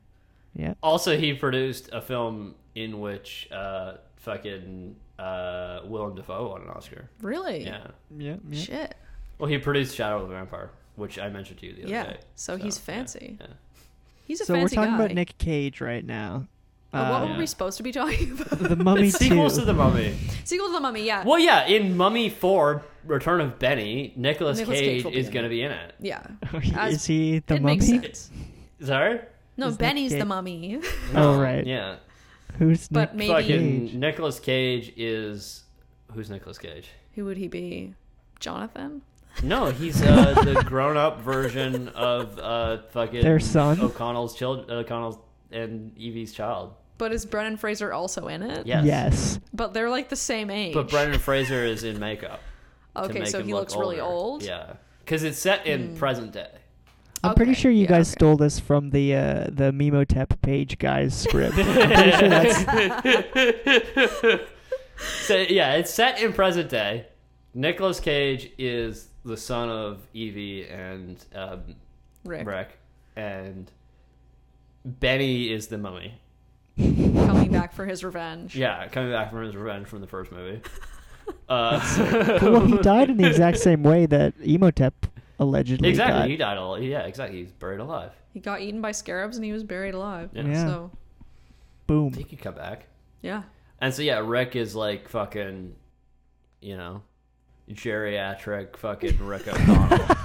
B: Yeah.
A: Also, he produced a film in which uh, fucking uh, Willem Dafoe won an Oscar.
C: Really?
A: Yeah.
B: Yeah. yeah.
C: Shit.
A: Well, he produced Shadow of the Vampire, which I mentioned to you the other
C: Yeah.
A: day.
C: So, he's fancy.
A: yeah.
C: He's a
B: So we're
C: fancy
B: talking
C: guy.
B: about Nick Cage right now. Uh,
C: Uh, what were
A: Yeah.
C: we supposed to be talking about?
B: The Mummy
A: It's sequels
B: Two.
A: to The Mummy.
C: Sequel to the Mummy. Yeah.
A: Well, yeah, in Mummy 4, Return of Benny, Nicolas
C: Nicolas
A: Cage,
C: Cage will be
A: is
C: in
A: going to be in it.
C: Yeah. As-
B: Is he the
C: it
B: mummy?
C: makes sense.
A: Sorry?
C: No,
B: Is Nick
C: Benny's the
B: Cage-
C: mummy,
B: Oh right.
A: Yeah.
B: Who's
C: but
B: Nick?
C: maybe
A: Fucking
B: Cage.
A: Nicolas Cage is. Who's Nicolas Cage?
C: who would he be? Jonathan.
A: No, he's uh, the grown-up version of uh, fucking
B: Their son?
A: O'Connell's child, O'Connell's and Evie's child.
C: But is Brennan Fraser also in it?
A: Yes.
B: Yes.
C: But they're like the same age.
A: But Brendan Fraser is in makeup. to
C: Okay,
A: make
C: so
A: him
C: he
A: look
C: looks really
A: older.
C: old. Hmm.
A: Yeah, because it's set in present day.
B: I'm pretty
C: Okay,
B: sure you
C: yeah,
B: guys
C: okay.
B: stole this from the uh, the Memotep page guys script. I'm pretty sure that's
A: So yeah, it's set in present day. Nicolas Cage is the son of Evie and um,
C: Rick,
A: Rick, and Benny is the mummy.
C: coming back for his revenge.
A: Yeah, coming back from his revenge from the first movie. Uh,
B: well, he died in the exact same way that Emotep allegedly
A: exactly, he
B: died.
A: died all. Yeah, exactly, he's buried alive.
C: He got eaten by scarabs and he was buried alive.
A: Yeah.
B: Yeah.
C: So,
A: He
B: Boom.
A: could come back.
C: yeah.
A: And so yeah, Rick is like fucking, you know, geriatric fucking Rick O'Connell.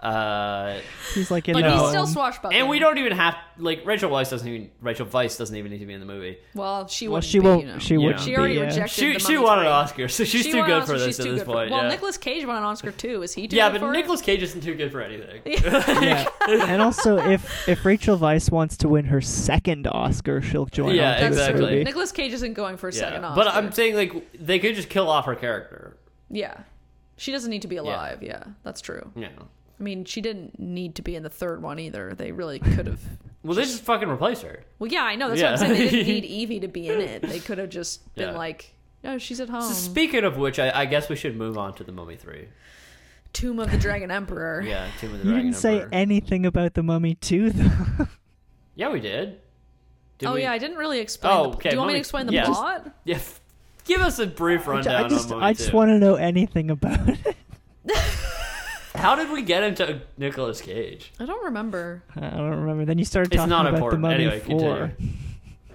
A: uh,
B: He's like in
C: But
B: the
C: he's
A: No.
C: still
B: um,
C: swashbuckling.
A: and we don't even have like Rachel Weisz doesn't even Rachel Weisz doesn't even need to be in the movie.
C: Well, she
B: Well,
C: wouldn't
B: she
C: be,
B: won't.
C: You know.
B: She
A: Yeah.
B: wouldn't.
A: She
B: be,
C: already
B: yeah.
C: rejected
A: She
C: the
A: she
C: Mummy
A: won an
C: three.
A: Oscar, so she's
C: She
A: too
C: won an
A: good for
C: Oscar,
A: this
C: she's
A: at
C: too
A: this
C: good for-
A: point.
C: Well,
A: yeah.
C: Nicolas Cage won an Oscar too. Is he too
A: yeah,
C: good
A: but
C: for it?
A: Nicolas Cage isn't too good for anything.
B: Yeah. and also, if if Rachel Weisz wants to win her second Oscar, she'll join.
A: Yeah,
B: onto this
A: exactly.
B: movie.
C: Nicolas Cage isn't going for a
A: yeah.
C: second Oscar.
A: But I'm saying like they could just kill off her character.
C: yeah, she doesn't need to be alive. Yeah. that's true.
A: Yeah.
C: I mean, she didn't need to be in the third one either. They really could have.
A: Well, they just fucking replace her.
C: Well, yeah, I know. That's
A: Yeah.
C: what I'm saying. They didn't need Evie to be in it. They could have just been
A: Yeah.
C: like, "No, she's at home."
A: So speaking of which, I, I guess we should move on to the Mummy Three.
C: Tomb of the Dragon Emperor.
A: Yeah, Tomb of the
B: You
A: Dragon
B: didn't say
A: Emperor.
B: anything about the Mummy too, though.
A: Yeah, we did. Did
C: oh
A: we?
C: yeah, I didn't really explain.
A: Oh,
C: the,
A: okay,
C: Do you want
A: let
C: me to
A: me-
C: explain the
A: yeah. Just-
C: plot?
A: Yeah, f- give us a brief rundown
B: I just
A: on
B: I
A: Mummy
B: just
A: 2.
B: want to know anything about it.
A: How did we get into Nicolas Cage?
C: I don't remember.
B: I don't remember. Then you started
A: It's
B: talking
A: not
B: about the
A: important.
B: Mummy
A: Anyway,
B: Four.
A: continue.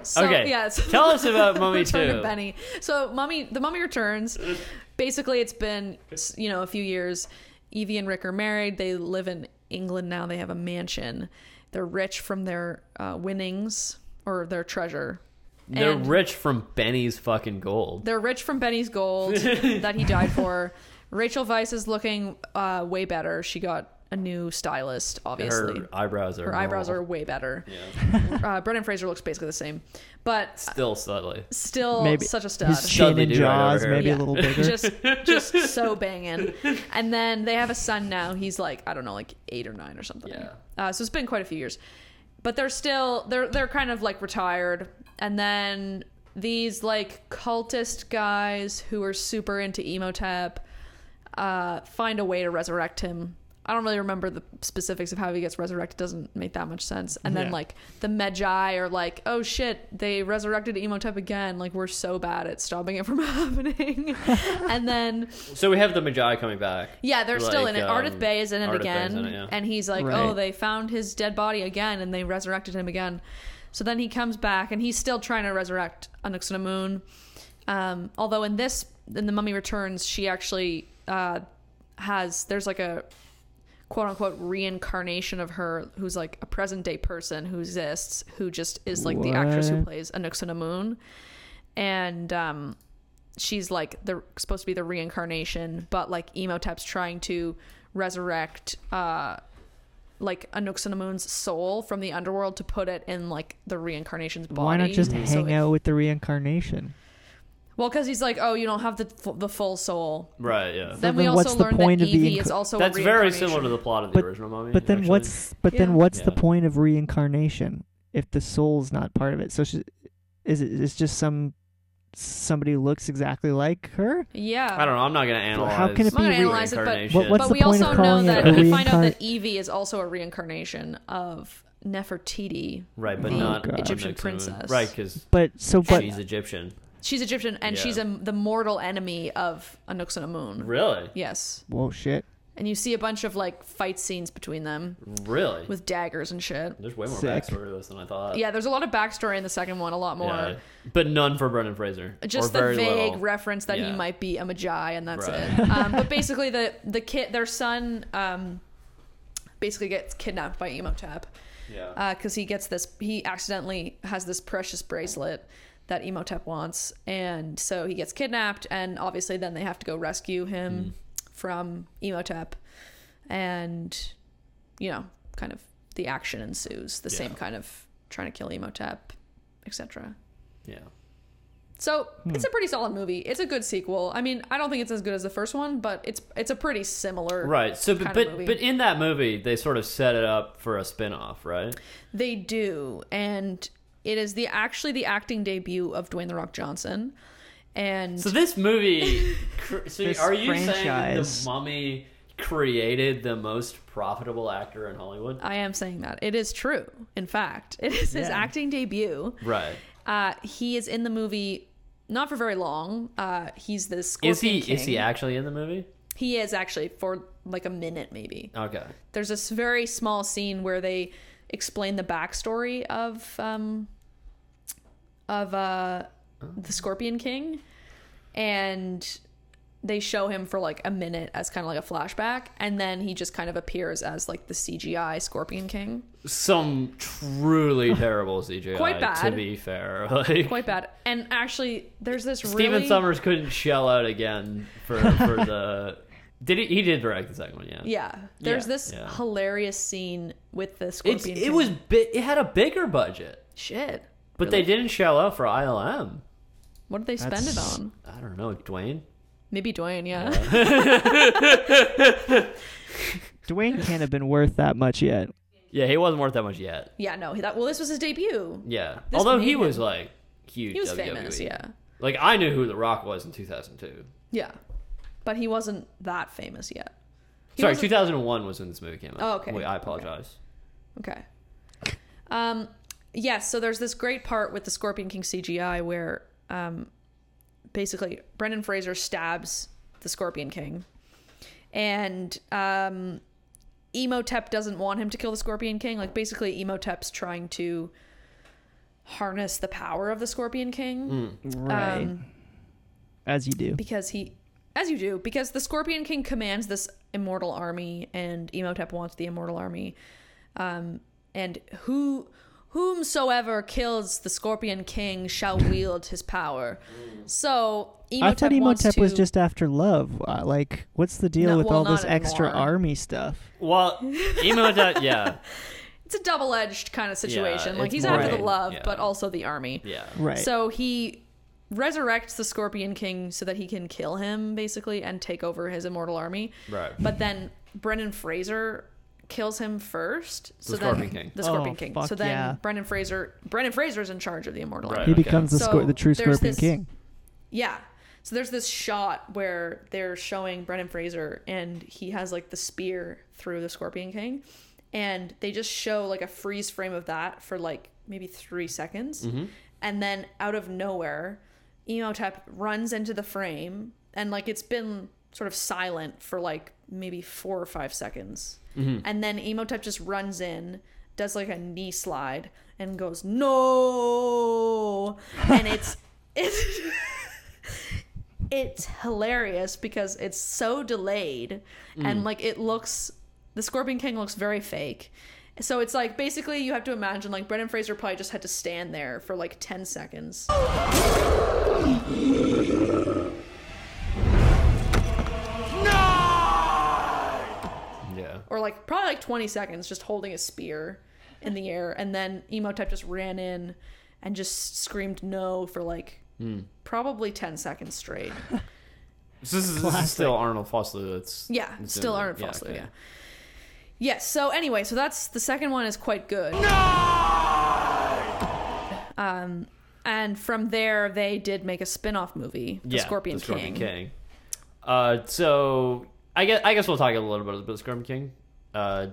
C: So,
A: Okay.
C: Yeah, so
A: Tell us about Mummy
C: Return of
A: 2.
C: Benny. So Mummy, the Mummy returns. Basically, it's been you know a few years. Evie and Rick are married. They live in England now. They have a mansion. They're rich from their uh, winnings or their treasure.
A: They're
C: And-
A: rich from Benny's fucking gold.
C: They're rich from Benny's gold that he died for. Rachel Vice is looking uh, way better. She got a new stylist, obviously.
A: Her eyebrows are.
C: Her eyebrows are
A: normal.
C: way better. uh, Brendan Fraser looks basically the same, but
A: still slightly.
C: still
B: maybe
C: such a stud.
B: his chin
A: Dudley
B: and
A: Do right over
B: jaws
A: here.
B: maybe
A: Yeah.
B: a little bigger.
C: just just so banging. And then they have a son now. He's like I don't know, like eight or nine or something.
A: Yeah.
C: Uh, so it's been quite a few years, but they're still they're they're kind of like retired. And then these like cultist guys who are super into emotep uh, find a way to resurrect him. I don't really remember the specifics of how he gets resurrected. Doesn't make that much sense. And then
B: Yeah.
C: like the Medjai are like, oh shit, they resurrected Emotep again. Like we're so bad at stopping it from happening. and then
A: So we have the Magi coming back.
C: yeah, they're still
A: Like,
C: in it.
A: um,
C: Ardith Bay is in it
A: Ardith Bay's
C: again,
A: in it, yeah.
C: and he's like,
B: Right.
C: oh, they found his dead body again, and they resurrected him again. So then he comes back, and he's still trying to resurrect Anuxina Moon. Um, although in this, in the Mummy Returns, she actually uh, has there's like a quote unquote reincarnation of her who's like a present day person who exists who just is like the actress who
B: What?
C: plays Anuxina Moon and um she's like the supposed to be the reincarnation but like Emotep's trying to resurrect uh like Anuxina Moon's soul from the underworld to put it in like the reincarnation's body
B: Why not just
C: So
B: hang
C: it-
B: out with the reincarnation?
C: well cuz he's like oh you don't have the f- the full soul
A: Right. Yeah.
C: then, we
B: then
C: also
B: what's the
C: learn
B: point
C: that
B: of the
C: Evie
B: inc-
C: is also
A: That's
C: a
A: very
C: reincarnation.
A: similar to the plot of the
B: But-
A: original Mummy.
B: But then
A: actually.
B: what's but
C: Yeah.
B: then what's the
A: Yeah.
B: point of reincarnation if the soul's not part of it? So she, is it is just some somebody who looks exactly like her?
C: yeah
A: I don't know. I'm not gonna analyze.
B: how can it
C: I'm
B: be
C: not gonna
B: re-
C: analyze it, but,
A: What-
B: what's
C: but
B: the
C: we
B: point
C: also
B: of
C: know
B: calling
C: that
B: it a
C: we find out that
B: reincarn-
C: Evie is also a reincarnation of Nefertiti.
A: Right, but
C: the
A: not
B: God.
C: Egyptian
A: Anuxinamun.
C: princess.
A: Right, because
B: But so but
A: she's Egyptian.
C: She's Egyptian, and
A: Yeah.
C: she's a, the mortal enemy of Anuxinamun.
A: Really,
C: Yes,
B: whoa shit.
C: and you see a bunch of like fight scenes between them
A: really.
C: with daggers and shit.
A: There's way more
B: Sick.
A: backstory to this than I thought.
C: Yeah, there's a lot of backstory in the second one, a lot more.
A: Yeah. But none for Brendan Fraser.
C: just
A: or
C: the
A: very
C: vague
A: little.
C: reference that he
A: Yeah.
C: might be a magi and that's
A: Right.
C: it um, but basically the the kid their son um basically gets kidnapped by emotep
A: Yeah.
C: because Uh, he gets this he accidentally has this precious bracelet that emotep wants and so he gets kidnapped and obviously then they have to go rescue
A: Hmm.
C: him from emotep and you know kind of the action ensues the same
A: Yeah.
C: kind of trying to kill emotep etc
A: yeah.
C: so
A: Hmm.
C: it's a pretty solid movie. It's a good sequel. I mean, I don't think it's as good as the first one, but it's it's a pretty similar.
A: Right. So,
C: kind
A: but
C: of
A: but,
C: movie.
A: but in that movie, they sort of set it up for a spin off, right?
C: They do, and it is the actually the acting debut of Dwayne the Rock Johnson, and
A: So this movie, cr- so
B: This
A: are you
B: franchise.
A: saying the Mummy created the most profitable actor in Hollywood?
C: I am saying that it is true. In fact, it is his
B: Yeah.
C: acting debut.
A: Right.
C: Uh, he is in the movie. Not for very long. Uh, he's this.
A: Is he
C: Scorpion
A: is he
C: King.
A: actually in the movie?
C: He is actually for like a minute, maybe.
A: Okay.
C: there's this very small scene where they explain the backstory of um of uh the scorpion king and they show him for like a minute as kind of like a flashback and then he just kind of appears as like the cgi scorpion king
A: Some truly terrible CGI.
C: Quite bad.
A: To be fair, like
C: quite bad and actually there's this
A: Stephen
C: really
A: Summers couldn't shell out again for for the. Did he? He did direct the second one, yeah.
C: yeah there's
B: Yeah.
C: this
A: Yeah.
C: hilarious scene with the
A: It's,
C: scorpion
A: it
C: king.
A: was bi- it had a bigger budget,
C: shit
A: but they didn't shell out for ILM.
C: what did they spend it
B: That's-
C: on
A: I don't know, Dwayne.
C: maybe dwayne yeah.
B: Dwayne can't have been worth that much yet.
A: Yeah, he wasn't worth that much yet.
C: Yeah, no, that well, this was his debut.
A: Yeah,
C: This
A: although
C: made
A: he
C: him-
A: was like huge.
C: He was
A: WWE.
C: famous, yeah,
A: Like I knew who The Rock was in 2002.
C: yeah, but he wasn't that famous yet. He
A: Sorry,
C: wasn't-
A: 2001 was when this movie came out.
C: Oh, okay.
A: Wait, I
C: Okay.
A: apologize.
C: Okay. Um, yes. So there's this great part with the Scorpion King CGI where, um, basically Brendan Fraser stabs the Scorpion King, and um, Emotep doesn't want him to kill the Scorpion King. Like basically, Emotep's trying to harness the power of the Scorpion King.
B: Right.
C: Um,
B: As you do.
C: because he as you do because the scorpion king commands this immortal army and emotep wants the immortal army um and who Whomsoever kills the Scorpion King shall wield his power. So Imhotep
B: I thought
C: wants
B: Imhotep
C: to...
B: was just after love. Uh, like, what's the deal
C: No,
B: with
C: well,
B: all this
C: not
B: extra
C: anymore.
B: army stuff?
A: Well, Imhotep, yeah,
C: It's a double edged kind of situation. like
A: it's
C: he's
A: more
C: after the
A: like-
C: love,
A: yeah.
C: but also the army.
A: yeah.
B: Right.
C: So he resurrects the Scorpion King so that he can kill him, basically, and take over his immortal army.
A: Right.
C: But then Brendan Fraser kills him first. So
A: The
C: then,
A: Scorpion King.
C: The Scorpion
B: Oh,
C: King.
B: fuck
C: so then
B: yeah.
C: Brendan Fraser Brendan Fraser's in charge of the immortal
A: Right.
C: army.
B: he
A: okay.
B: becomes the,
C: So
B: scor- the true
C: there's
B: Scorpion
C: this-
B: King.
C: Yeah. So there's this shot where they're showing Brendan Fraser and he has like the spear through the Scorpion King. And they just show like a freeze frame of that for like maybe three seconds. And then out of nowhere, Emotep runs into the frame and like it's been sort of silent for like maybe four or five seconds. And then Emotep just runs in, does like a knee slide, and goes, No! And it's. it's it's hilarious because it's so delayed and like it looks the scorpion king looks very fake so it's like basically you have to imagine like brendan fraser probably just had to stand there for like 10 seconds
A: Yeah.
C: or like probably like 20 seconds just holding a spear in the air and then emotep just ran in and just screamed no for like probably 10 seconds straight
A: So this is, this is still Arnold Foster. That's
C: yeah
A: that's in
C: still
A: there.
C: arnold foster
A: okay.
C: yeah yes so anyway so that's the second one is quite good um and from there they did make a spin-off movie the
A: Yeah,
C: scorpion,
A: the Scorpion
C: king
A: King. Uh, so I guess I guess we'll talk a little bit about the Scorpion King. Uh,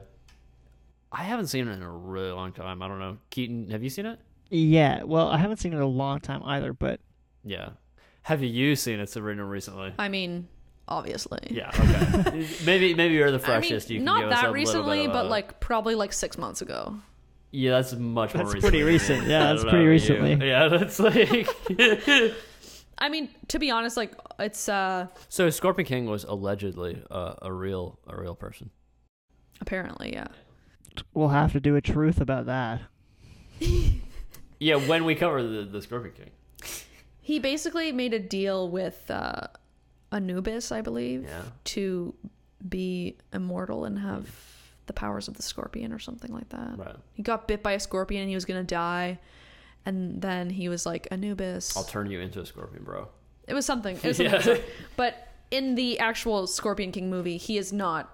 A: I haven't seen it in a really long time. I don't know. Keaton, have you seen it?
B: Yeah. Well, I haven't seen it in a long time either, but
A: Yeah. Have you seen it, Sabrina, recently?
C: i mean obviously
A: Yeah. Okay. maybe maybe you're the
C: I mean,
A: freshest. you can
C: not
A: give us a little
C: that
A: bit
C: recently,
A: of
C: but
A: a-
C: like probably like six months ago.
A: yeah, that's much more.
B: That's
A: recent
B: pretty
A: than me.
B: recent. Yeah,
A: I
B: that's
A: don't
B: pretty
A: know
B: recently.
A: you. Yeah, that's like.
C: I mean, to be honest, like it's uh
A: so Scorpion King was allegedly uh, a real a real person.
C: apparently, yeah.
B: we'll have to do a truth about that.
A: Yeah, when we cover the, the Scorpion King.
C: He basically made a deal with uh Anubis, I believe,
A: Yeah.
C: to be immortal and have the powers of the scorpion or something like that.
A: Right.
C: He got bit by a scorpion and he was gonna die. And then he was like Anubis.
A: I'll turn you into a scorpion, bro.
C: it was something. It was something
A: Yeah.
C: bizarre. But in the actual Scorpion King movie, he is not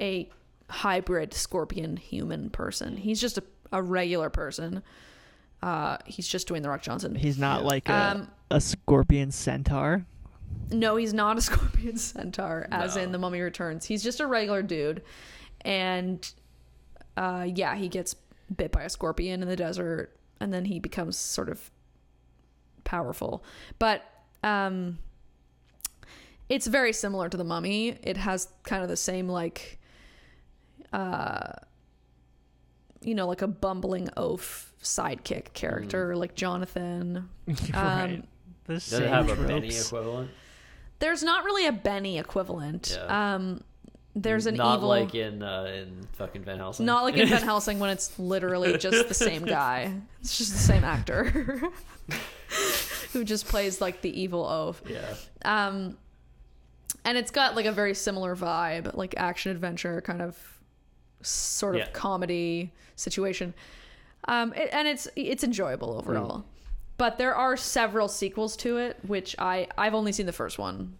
C: a hybrid scorpion human person. He's just a, a regular person. Uh, he's just doing the Rock Johnson.
B: He's not like a,
C: Um,
B: a scorpion centaur.
C: No, he's not a scorpion centaur, as
A: No.
C: in The Mummy Returns. He's just a regular dude, and uh, yeah, he gets bit by a scorpion in the desert, and then he becomes sort of powerful. But um, it's very similar to The Mummy. It has kind of the same like, uh, you know, like a bumbling oaf sidekick character, like Jonathan.
B: right. The
A: Does it
B: same
A: have a penny
B: tropes.
A: equivalent?
C: There's not really a Benny equivalent.
A: Yeah.
C: Um, there's an
A: not
C: evil,
A: like in uh, in fucking Van Helsing.
C: not like in Van Helsing when it's literally just the same guy. It's just the same actor who just plays like the evil oaf.
A: yeah.
C: Um, and it's got like a very similar vibe, like action adventure kind of sort of
A: Yeah.
C: comedy situation. Um, it, and it's it's enjoyable overall.
A: Mm.
C: But there are several sequels to it, which I I've only seen the first one.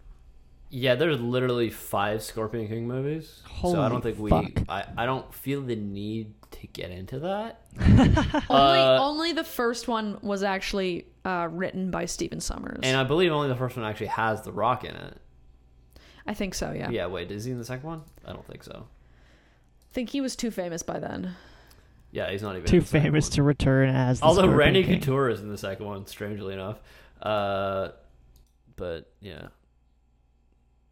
A: Yeah, there's literally five Scorpion King movies. so I
B: Holy
A: don't think we
B: fuck.
A: I, I don't feel the need to get into that.
C: Only,
A: Uh,
C: only the first one was actually uh, written by Stephen Summers.
A: And I believe only the first one actually has the rock in it.
C: I think so, yeah.
A: Yeah, wait, is he in the second one? I don't think so.
C: I think he was too famous by then.
A: Yeah, he's not even
B: Too
A: in the second
B: famous
A: one.
B: to return as the
A: Although
B: Scorpion
A: Randy
B: King.
A: Couture is in the second one, strangely enough. Uh, but yeah.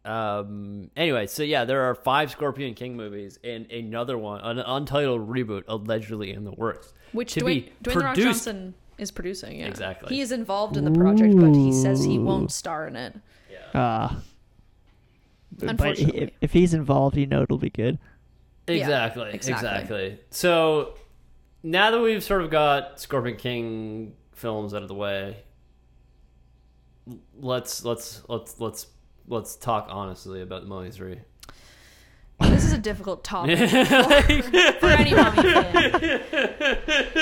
A: Um. Anyway, so yeah, there are five Scorpion King movies and another one, an untitled reboot, allegedly in the works.
C: Which
A: To
C: Dwayne,
A: be
C: Dwayne The Rock
A: produced-
C: Johnson is producing, yeah.
A: Exactly.
C: He is involved in the project, but he says he won't star in it.
B: Ah. but he, if,
C: Unfortunately.
B: if he's involved, you know it'll be good.
A: Exactly.
C: exactly.
A: Exactly. So now that we've sort of got Scorpion King films out of the way, let's let's let's let's let's talk honestly about the Mummy Three.
C: This is a difficult topic for, for any mummy fan.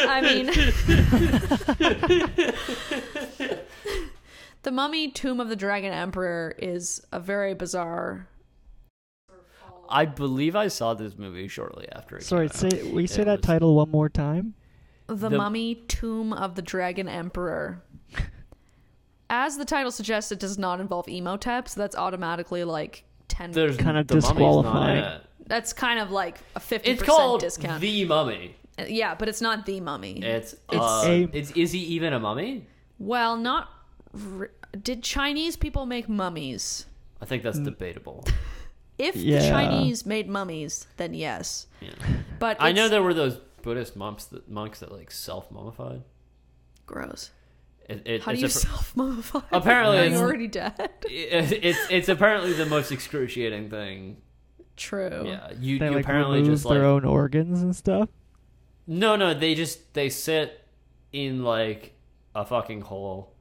C: I mean, the Mummy Tomb of the Dragon Emperor is a very bizarre.
A: I believe I saw this movie shortly after it.
B: Sorry,
A: came out.
B: say we say
A: It
B: that
A: was-
B: title one more time.
C: The,
A: The-
C: Mummy Tomb of the Dragon Emperor. As the title suggests, it does not involve emotep, so that's automatically like ten.
A: There's
B: Kind of
A: the Mummy's not
B: disqualifying.
A: in it.
C: that's kind of like a fifty
A: It's called
C: percent discount.
A: the Mummy.
C: yeah, but it's not the Mummy.
A: It's uh,
B: a-
A: it's is he even a mummy?
C: Well, not. r did Chinese people make mummies?
A: I think
B: Mm.
A: that's debatable.
C: If the
B: Yeah.
C: Chinese made mummies, then yes. But
A: I know
C: that
A: there were those Buddhist monks that monks that like self mummified.
C: gross.
A: It, it,
C: How do
A: it's
C: you
A: a-
C: self mummify?
A: Apparently
C: Are you
A: it's-
C: already dead?
A: it- it's it's apparently the most excruciating thing.
C: True.
A: Yeah, you,
B: Oh. They
A: you
B: like
A: apparently
B: remove
A: just like
B: their own organs and stuff.
A: no no they just they sit in like a fucking hole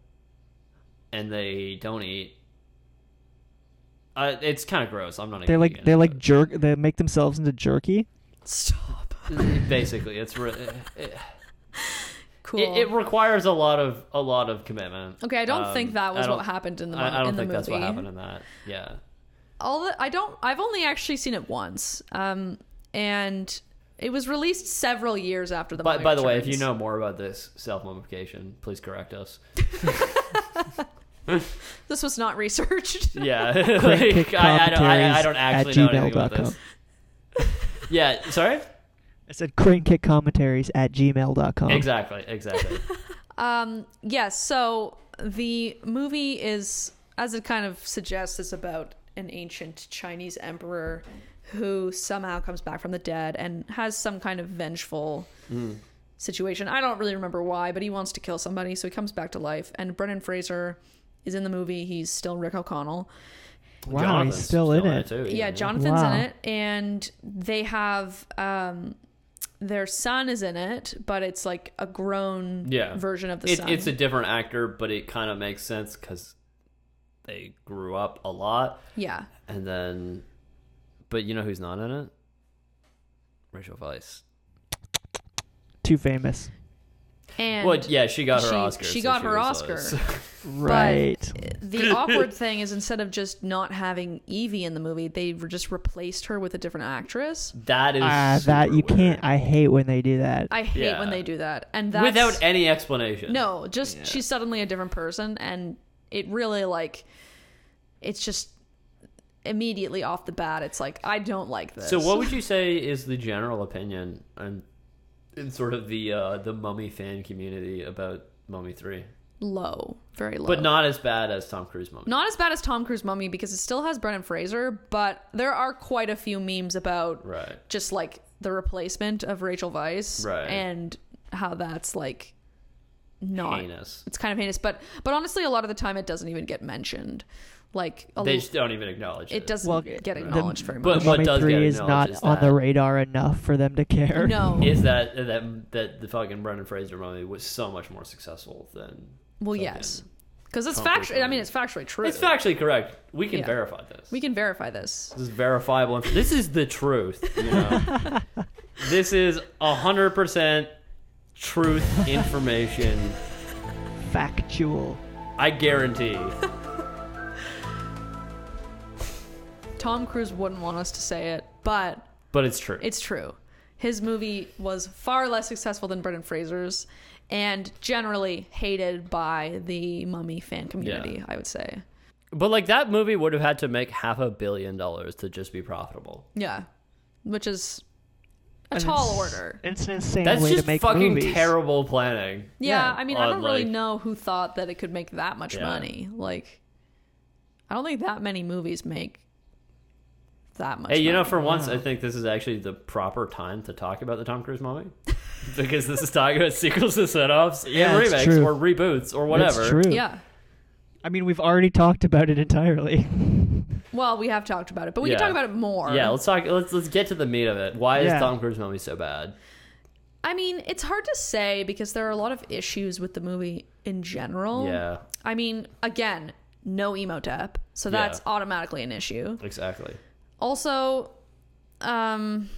A: and they don't eat. Uh, it's kind of gross. I'm not.
B: They
A: even
B: like
A: gonna
B: they
A: get
B: like
A: into
B: jerk. They make themselves into jerky.
C: Stop.
A: it. basically it's re- it,
C: Cool.
A: it, it requires a lot of a lot of commitment.
C: okay, I don't
A: Um,
C: think that
A: I
C: was
A: don't-
C: what happened in the,
A: I, I
C: mo-
A: don't
C: in the
A: think
C: movie.
A: that's what happened in that. Yeah.
C: all the, I don't I've only actually seen it once. Um and it was released several years after the
A: But
C: Mummy
A: by the way, if you
C: Returns.
A: know more about this self mummification, please correct us.
C: this was not researched.
A: Yeah,
B: Quick
A: like, I, I, don't, I, I don't
B: at
A: actually know anything about
B: gmail.com.
A: this. Yeah, sorry.
B: I said crane kick commentaries at gmail.com.
A: Exactly, exactly.
C: Yes, so the movie is, as it kind of suggests, is about an ancient Chinese emperor who somehow comes back from the dead and has some kind of vengeful
A: Hmm.
C: situation. I don't really remember why, but he wants to kill somebody, so he comes back to life. And Brendan Fraser is in the movie. He's still Rick O'Connell.
B: Wow,
A: Jonathan's
B: he's still, in it.
A: too,
C: Yeah,
A: you know.
C: Jonathan's in
B: Wow.
C: it, and they have um, their son is in it, but it's like a grown
A: Yeah.
C: version of the
A: It,
C: son.
A: it's a different actor, but it kind of makes sense because they grew up a lot,
C: yeah.
A: and then, but you know who's not in it? Rachel Weisz.
B: Too famous.
C: And
A: Well, yeah, she got her
C: she-
A: Oscar.
C: she
A: so
C: got her
A: was, like,
C: Oscar.
A: so-
B: Right.
C: the awkward thing is instead of just not having Evie in the movie, they re- just replaced her with a different actress.
A: That is
B: Ah, that
A: super
B: you can't.
A: weird.
B: I hate when they do that.
C: I hate
A: Yeah.
C: when they do that. And that's
A: without any explanation.
C: no, just she's suddenly a different person and it really like it's just immediately off the bat it's like I don't like this.
A: So what would you say is the general opinion and in sort of the uh, the mummy fan community about Mummy 3?
C: low, very low.
A: But not as bad as Tom Cruise Mummy.
C: Uh, not as bad as Tom Cruise Mummy because it still has Brendan Fraser, but there are quite a few memes about
A: Right.
C: just like the replacement of Rachel Weisz
A: Right.
C: and how that's like not
A: Heinous.
C: it's kind of heinous but but honestly a lot of the time it doesn't even get mentioned like a
A: They
C: l-
A: just don't even acknowledge it.
C: it doesn't
B: Well,
C: get
B: the-
C: acknowledged very
A: But
C: much
A: what
B: Mummy
A: does get
B: Three is
A: acknowledged
B: not
A: is
B: on
A: that-
B: the radar enough for them to care.
C: no
A: Is that that that the fucking Brendan Fraser mummy was so much more successful than
C: well yes because it's
A: Tom Cruise
C: factually i
A: Mummy.
C: mean it's factually true
A: it's factually correct. We can
C: Yeah.
A: verify this.
C: we can verify this
A: This is verifiable. inf- This is the truth. You know, this is hundred percent truth information.
B: Factual.
A: I guarantee.
C: tom cruise wouldn't want us to say it but
A: But it's true.
C: It's true. His movie was far less successful than Brendan Fraser's and generally hated by the mummy fan community, I would say.
A: but like that movie would have had to make half a billion dollars to just be profitable.
C: Yeah. Which is a tall order.
B: It's an insane
A: That's
B: way
A: just
B: to make
A: fucking
B: movies.
A: terrible planning.
C: Yeah,
B: yeah.
C: I mean,
A: Uh,
C: I don't really
A: like-
C: know who thought that it could make that much
A: Yeah.
C: money. Like I don't think that many movies make that much.
A: Hey, you know,
C: money.
A: for once, I think this is actually the proper time to talk about the Tom Cruise mummy because this is talking about sequels and set-offs
B: Yeah,
A: and
B: it's
A: remakes
B: true.
A: or reboots or
B: It's
A: whatever.
B: true.
C: yeah.
B: I mean, we've already talked about it entirely.
C: Well, we have talked about it, but we
A: Yeah.
C: can talk about it more.
A: Yeah, let's talk. Let's let's get to the meat of it. Why
B: Yeah.
A: is Tom Cruise mummy so bad?
C: I mean, it's hard to say because there are a lot of issues with the movie in general.
A: Yeah,
C: I mean, again, no emotep, so that's
A: Yeah.
C: automatically an issue.
A: exactly.
C: Also, um,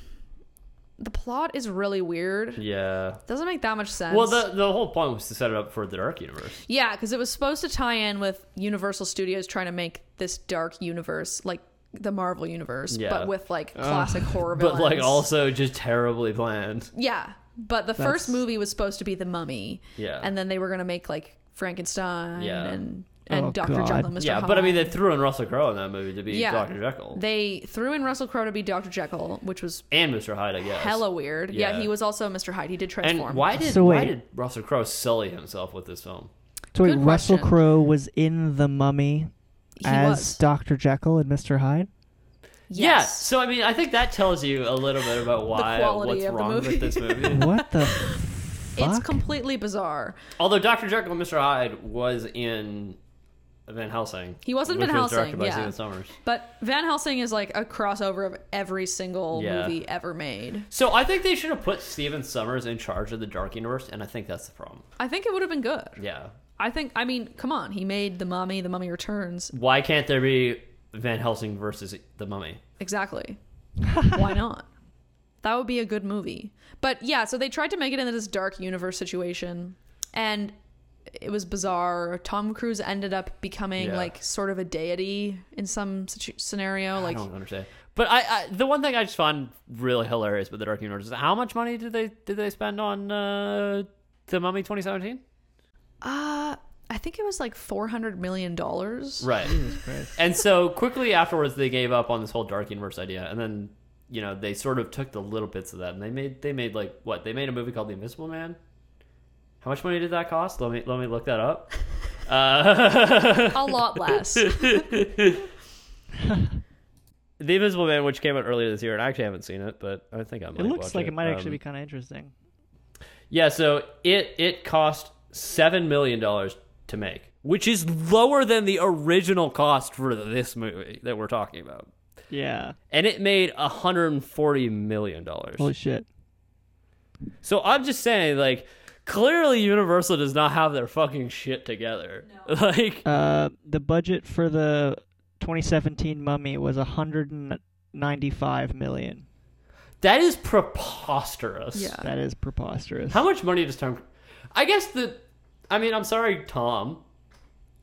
C: the plot is really weird.
A: Yeah.
C: Doesn't make that much sense.
A: Well, the the whole point was to set it up for the Dark Universe.
C: yeah, because it was supposed to tie in with Universal Studios trying to make this dark universe like the Marvel universe,
A: Yeah.
C: but with like classic horror
A: But
C: villains.
A: like also just terribly planned.
C: yeah. But the
B: That's-
C: first movie was supposed to be the Mummy.
A: Yeah.
C: and then they were gonna make like Frankenstein
A: Yeah.
C: and and
B: Oh,
C: Doctor
B: God.
C: Jekyll and Mr.
A: yeah, but I mean they
C: Hyde.
A: threw in Russell Crowe in that movie to be
C: Yeah.
A: Doctor Jekyll
C: they threw in Russell Crowe to be Doctor Jekyll, which was
A: and Mr. Hyde, I guess.
C: hella weird. Yeah.
A: Yeah.
C: he was also Mr. Hyde. He did
A: And
C: transform.
A: why did
B: So
A: why
B: wait.
A: did Russell Crowe sully himself with this film?
B: So wait,
C: Good
B: Russell
C: question.
B: Crowe was in The Mummy
C: He
B: as
C: was.
B: Dr. Jekyll and Mr. Hyde?
A: Yeah,
C: Yes.
A: so I mean, I think that tells you a little bit about why
C: quality
A: what's
C: of the
A: wrong
C: movie.
A: with this movie.
B: What the
C: it's
B: fuck?
C: completely bizarre.
A: Although Dr. Jekyll and Mr. Hyde was in Van Helsing.
C: He was in
A: which
C: Van
A: directed
C: Helsing,
A: by
C: yeah.
A: Stephen Sommers.
C: But Van Helsing is like a crossover of every single
A: Yeah.
C: movie ever made.
A: So I think they should have put Steven Summers in charge of the Dark Universe, and I think that's the problem.
C: I think it would have been good.
A: Yeah.
C: I think I mean, come on, he made The Mummy, The Mummy Returns.
A: Why can't there be Van Helsing versus the Mummy?
C: Exactly. Why not? That would be a good movie. But yeah, so they tried to make it into this dark universe situation and it was bizarre. Tom Cruise ended up becoming
A: Yeah.
C: like sort of a deity in some situ- scenario like
A: I don't understand. But I, I, the one thing I just found really hilarious with the Dark Universe is how much money did they did they spend on uh, the Mummy 2017?
C: uh I think it was like 400 million dollars.
A: Right. And so quickly afterwards, they gave up on this whole dark universe idea, and then you know they sort of took the little bits of that, and they made they made like what they made a movie called The Invisible Man. How much money did that cost? Let me let me look that up. Uh,
C: A lot less.
A: the Invisible Man, which came out earlier this year, and I actually haven't seen it, but I think I might.
B: it looks
A: watch
B: like it might actually
A: Um,
B: be kind of interesting.
A: Yeah, so it it cost seven million dollars to make, which is lower than the original cost for this movie that we're talking about.
B: Yeah.
A: and it made 140 million dollars.
B: Holy shit.
A: So I'm just saying, like, clearly Universal does not have their fucking shit together. Like,
B: Uh, the budget for the 2017 Mummy was 195 million.
A: that is preposterous.
C: yeah.
B: That is preposterous.
A: How much money does Tom? I guess the. I mean, I'm sorry, Tom.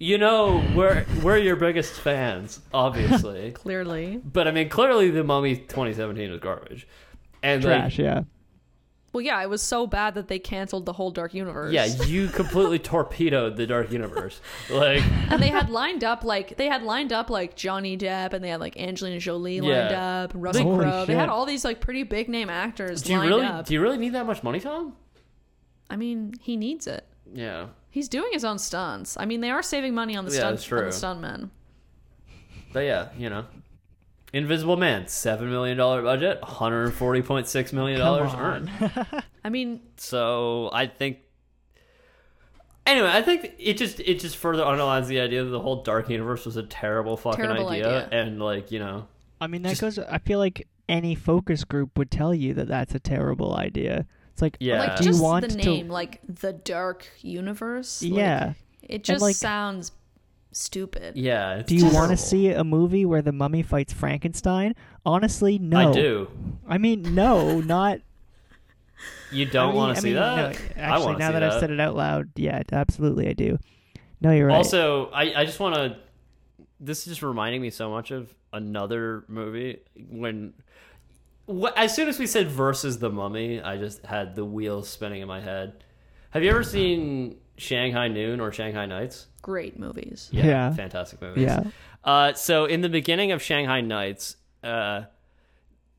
A: You know we're we're your biggest fans, obviously.
C: Clearly.
A: but I mean, clearly the Mummy 2017 was garbage, and like,
B: Trash, yeah.
C: Well, yeah, it was so bad that they canceled the whole dark universe.
A: yeah, you completely torpedoed the Dark Universe. Like,
C: and they had lined up like they had lined up like Johnny Depp and they had like Angelina Jolie lined
A: Yeah.
C: up, Russell
B: Holy
C: Crowe. They had
B: shit.
C: all these like pretty big name actors
A: do you
C: lined
A: really
C: up.
A: do you really need that much money, Tom?
C: I mean, he needs it.
A: Yeah.
C: He's doing his own stunts. I mean, they are saving money on the
A: Yeah,
C: stunts
A: that's
C: on the
A: true.
C: stuntmen.
A: But yeah, you know. Invisible Man, seven million dollar budget, hundred forty point six million dollars earned.
C: I mean,
A: So I think. Anyway, I think it just it just further underlines the idea that the whole Dark Universe was a terrible fucking
C: Terrible
A: idea,
C: idea.
A: and like you know,
B: I mean, that
A: Just-
B: goes. I feel like any focus group would tell you that that's a terrible idea. It's like,
A: Yeah.
C: like
B: do you
C: just
B: want
C: the name,
B: to?
C: like the Dark Universe. Like,
B: yeah.
C: it just
B: like-
C: sounds stupid.
A: yeah. it's
B: Do you want
A: terrible.
B: to see a movie where the mummy fights Frankenstein? Honestly, no.
A: I do.
B: I mean, no, not.
A: You don't
B: I mean-
A: want
B: I
A: to see
B: mean,
A: that.
B: no,
A: I
B: actually,
A: want to see
B: now that,
A: that.
B: I've said it out loud, yeah, absolutely, I do. No, you're right.
A: Also, I, I just want to. This is just reminding me so much of another movie when. wh- As soon as we said versus the mummy, I just had the wheels spinning in my head. Have you ever seen Shanghai Noon or Shanghai Nights?
C: Great movies.
B: Yeah.
A: Fantastic movies.
B: yeah,
A: Uh, so in the beginning of Shanghai Nights, uh,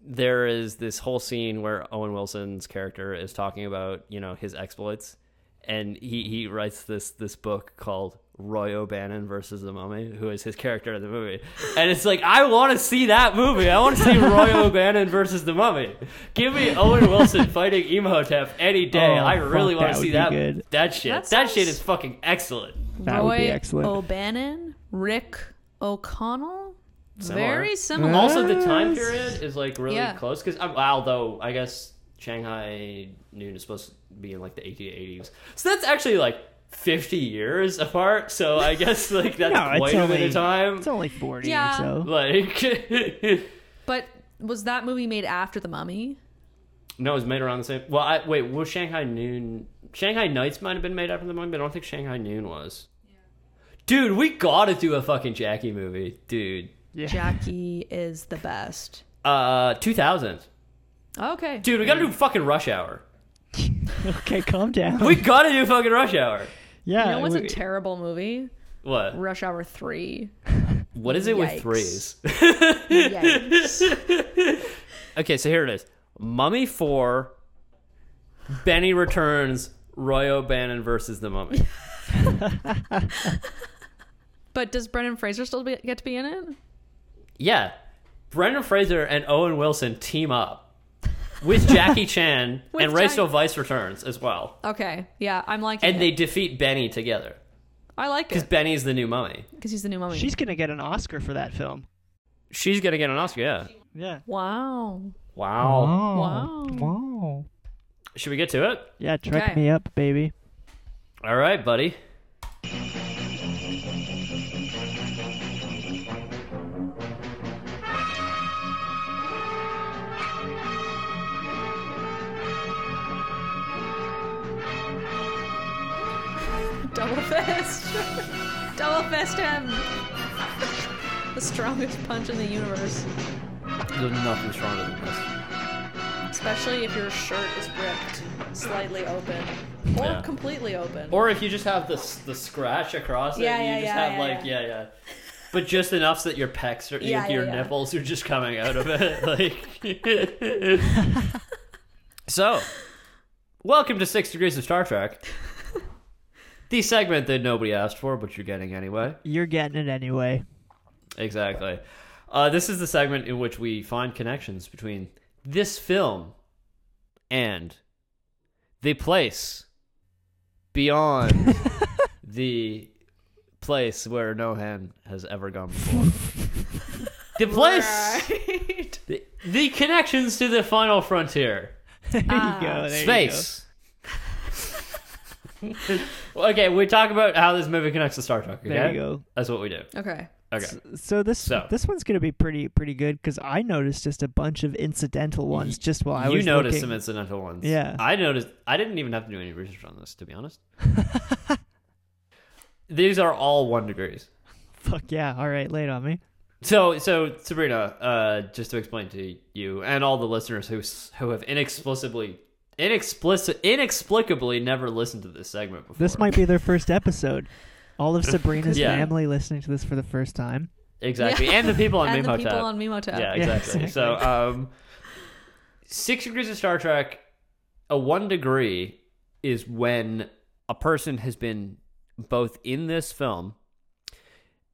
A: there is this whole scene where Owen Wilson's character is talking about you know his exploits, and he he writes this this book called Roy O'Bannon versus the Mummy, who is his character in the movie, and it's like I want to see that movie. I want to see Roy O'Bannon versus the Mummy. Give me Owen Wilson fighting Imhotep any day.
B: Oh,
A: I really
B: fuck,
A: want to
B: that
A: see
B: would be
A: that
B: good.
A: that shit. That,
C: That
A: shit
C: sounds-
A: is fucking excellent.
B: that
C: Roy
B: would be excellent.
C: O'Bannon, Rick O'Connell,
A: Similar. Mm-hmm.
C: very similar.
A: Also, the time period is like really
C: Yeah.
A: close because although I guess Shanghai Noon is supposed to be in like the 1880s. So that's actually like 50 years apart. So I guess like that's
B: No, it's
A: quite a bit
B: only-
A: of time.
B: It's only forty
C: Yeah.
B: or so.
A: Like,
C: But was that movie made after The Mummy?
A: no, it was made around the same. Well, I wait. Was Shanghai Noon? Shanghai Nights might have been made after the movie, but I don't think Shanghai Noon was. Dude, we gotta do a fucking Jackie movie, dude.
C: Jackie is the best.
A: Uh, 2000.
C: Okay.
A: Dude, we gotta do fucking Rush Hour.
B: Okay, calm down.
A: We gotta do fucking Rush Hour.
B: yeah,
C: You know what's a
B: we-
C: terrible movie?
A: What?
C: Rush Hour 3.
A: What is it with
C: Yikes.
A: threes?
F: Yikes.
A: Okay, so here it is. Mummy 4, Benny Returns, Roy O'Bannon versus the Mummy.
C: But does Brendan Fraser still be, get to be in it?
A: Yeah. Brendan Fraser and Owen Wilson team up with Jackie Chan
C: With
A: and Rachel
C: Jack-
A: Vice returns as well.
C: Okay. Yeah, I'm liking
A: And
C: it.
A: they defeat Benny together.
C: I like
A: Because
C: it
A: Benny's the new mummy.
C: because he's the new mummy.
B: She's gonna get an Oscar for that film.
A: She's gonna get an Oscar, yeah.
B: Yeah.
C: Wow. Mm-hmm.
A: Wow.
C: Wow.
B: Wow.
A: Should we get to it?
B: Yeah, trek
C: Okay.
B: me up, baby.
A: Alright, buddy.
C: Double fist. Double fist him. the strongest punch in the universe.
A: There's nothing stronger than this.
C: Especially if your shirt is ripped slightly open or
A: Yeah.
C: completely open.
A: Or if you just have the s- the scratch across it,
C: Yeah,
A: and you
C: yeah,
A: just
C: yeah,
A: have
C: yeah,
A: like yeah, yeah. But just enough so that your pecs are
C: Yeah,
A: your, your
C: yeah, yeah.
A: nipples are just coming out of it. like So Welcome to Six Degrees of Star Trek. the segment that nobody asked for, but you're getting anyway.
B: You're getting it anyway.
A: Exactly. Uh, this is the segment in which we find connections between this film and the place beyond the place where no hand has ever gone before. the place, the, the connections to the final frontier,
B: There you go. There
A: space. Well, okay, we talk about how this movie connects to Star Trek. Okay?
B: You go. There you go.
A: That's what we do.
C: Okay.
A: Okay.
B: So this
A: So.
B: this one's gonna be pretty pretty good because I noticed just a bunch of incidental ones just while I
A: you
B: was
A: noticed
B: looking.
A: some incidental ones.
B: Yeah.
A: I noticed. I didn't even have to do any research on this, to be honest. These are all one degrees.
B: Fuck yeah! All right, lay it on me.
A: So, so Sabrina, uh, just to explain to you and all the listeners who s- who have inexplicably, inexplic- inexplicably never listened to this segment before.
B: This might be their first episode. All of Sabrina's
A: Yeah.
B: family listening to this for the first time.
A: exactly, and the people on
C: and the
A: Mimotep.
C: people on Mimotab.
A: yeah,
B: Yeah,
A: exactly. So, um, six degrees of Star Trek, a one degree is when a person has been both in this film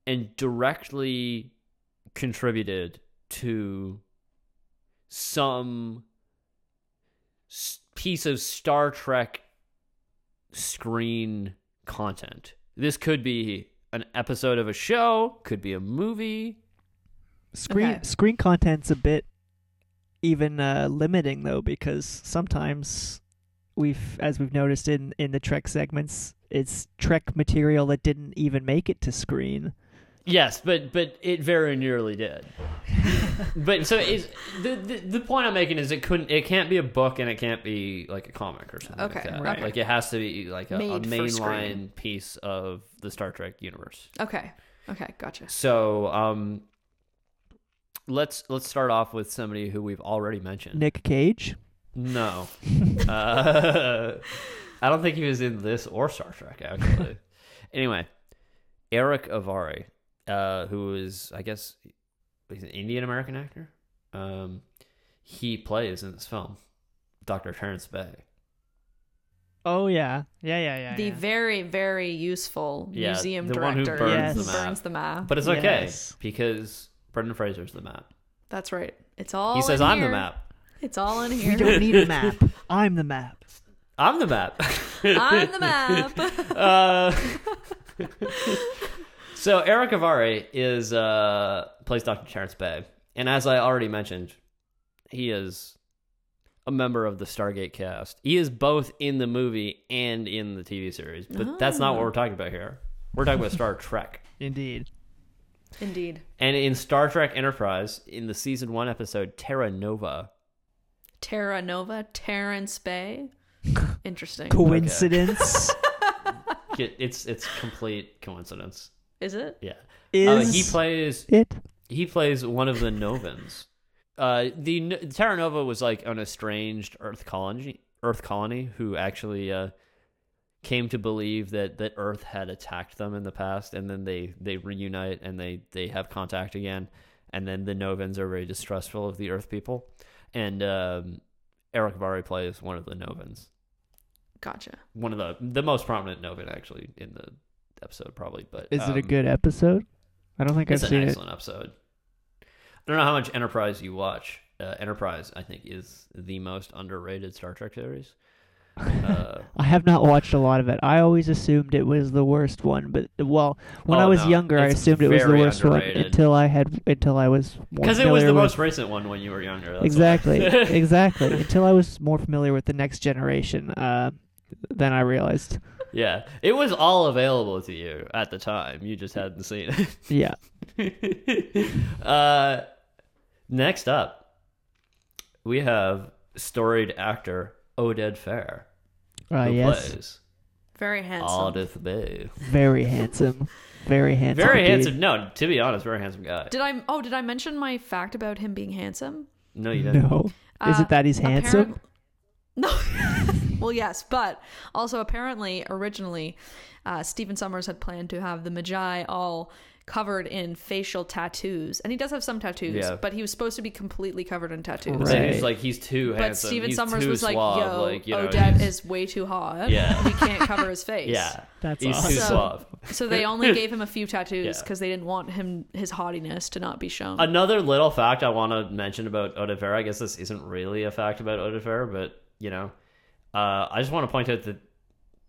A: and directly contributed to some s- piece of Star Trek screen content. This could be an episode of a show, could be a movie,
B: Screen
C: Okay.
B: screen content's a bit even uh, limiting though because sometimes we've as we've noticed in in the Trek segments, it's Trek material that didn't even make it to screen.
A: Yes, but but it very nearly did. but so is the, the the point I'm making is it couldn't it can't be a book and it can't be like a comic or something. like
C: Okay,
A: that.
C: right.
A: like it has to be like a, a
C: Made for
A: mainline
C: screen.
A: piece of the Star Trek universe.
C: Okay. Okay. Gotcha.
A: So um, let's let's start off with somebody who we've already mentioned.
B: Nick Cage.
A: No, uh, I don't think he was in this or Star Trek actually. anyway, Eric Avari, uh, who is I guess he's an Indian American actor. Um, he plays in this film, Doctor Terrence Bay.
B: Oh yeah. Yeah yeah yeah.
C: the very, very useful
A: Yeah,
C: museum
A: the one who
C: director
A: burns
B: the
C: who
A: map.
C: burns the map.
A: But it's okay
B: Yes.
A: because Brendan Fraser's the map.
C: That's right. It's all.
A: he says
C: in
A: I'm the
C: here.
A: map.
C: It's all in
B: We
C: here.
B: don't need a map. I'm the map.
A: I'm the map.
C: I'm the map.
A: Uh, so Eric Avari is uh, plays Dr. Terrence Bay, and as I already mentioned, he is a member of the Stargate cast. He is both in the movie and in the TV series, but that's not what we're talking about here. We're talking about Star Trek.
B: Indeed.
C: Indeed.
A: And in Star Trek Enterprise, in the season one episode Terra Nova,
C: Terra Nova, Terrence Bay. Interesting.
B: Coincidence
A: it- it's it's complete coincidence.
C: Is it?
A: Yeah, uh,
B: is
A: he plays
B: it.
A: he plays one of the Novans. Uh, the N- Terra Nova was like an estranged Earth colony, Earth colony who actually uh, came to believe that that Earth had attacked them in the past, and then they they reunite and they they have contact again, and then the Novans are very distrustful of the Earth people, and um, Eric Varri plays one of the Novans,
C: Gotcha.
A: one of the the most prominent Novan actually in the episode probably. But
B: Is it a
A: um,
B: good episode? I don't think I've
A: it's an
B: seen it.
A: excellent episode. I don't know how much Enterprise you watch. Uh, Enterprise, I think, is the most underrated Star Trek series. Uh,
B: I have not watched a lot of it. I always assumed it was the worst one, but well, when
A: Oh,
B: I was
A: no.
B: younger, I
A: It's
B: assumed it was the
A: very
B: worst one
A: underrated.
B: until I had until I was more
A: Because it was the
B: familiar with-
A: most recent one when you were younger. that's why.
B: exactly exactly until I was more familiar with the next generation. Uh, then I realized,
A: yeah, it was all available to you at the time. You just hadn't seen
B: yeah,
A: it. uh, next up, we have storied actor Oded Fair,
B: uh,
A: who
B: yes,
A: plays
C: Very handsome.
A: Aldith Bay.
B: very handsome, very handsome,
A: Very
B: dude.
A: handsome. No, to be honest, very handsome guy.
C: Did I? Oh, did I mention my fact about him being handsome?
A: No, you didn't.
B: No, is
C: Uh,
B: it that he's handsome?
C: apparent- No. well, yes, but also apparently, originally, uh, Stephen Summers had planned to have the Magi all covered in facial tattoos, and he does have some tattoos,
A: Yeah.
C: but he was supposed to be completely covered in tattoos.
A: But
B: Right.
A: then he's like, he's too handsome.
C: But Stephen
A: he's
C: Summers
A: too
C: was like,
A: suave.
C: "Yo,
A: like, you know,
C: Odette
A: he's-
C: is way too hot.
A: Yeah.
C: we can't cover his face.
A: yeah,
B: That's
A: he's too
C: awesome.
A: suave."
C: So they only gave him a few tattoos
A: Yeah.
C: because they didn't want him his haughtiness to not be shown.
A: Another little fact I want to mention about Odafair. I guess this isn't really a fact about Odafair, but you know, uh, I just want to point out that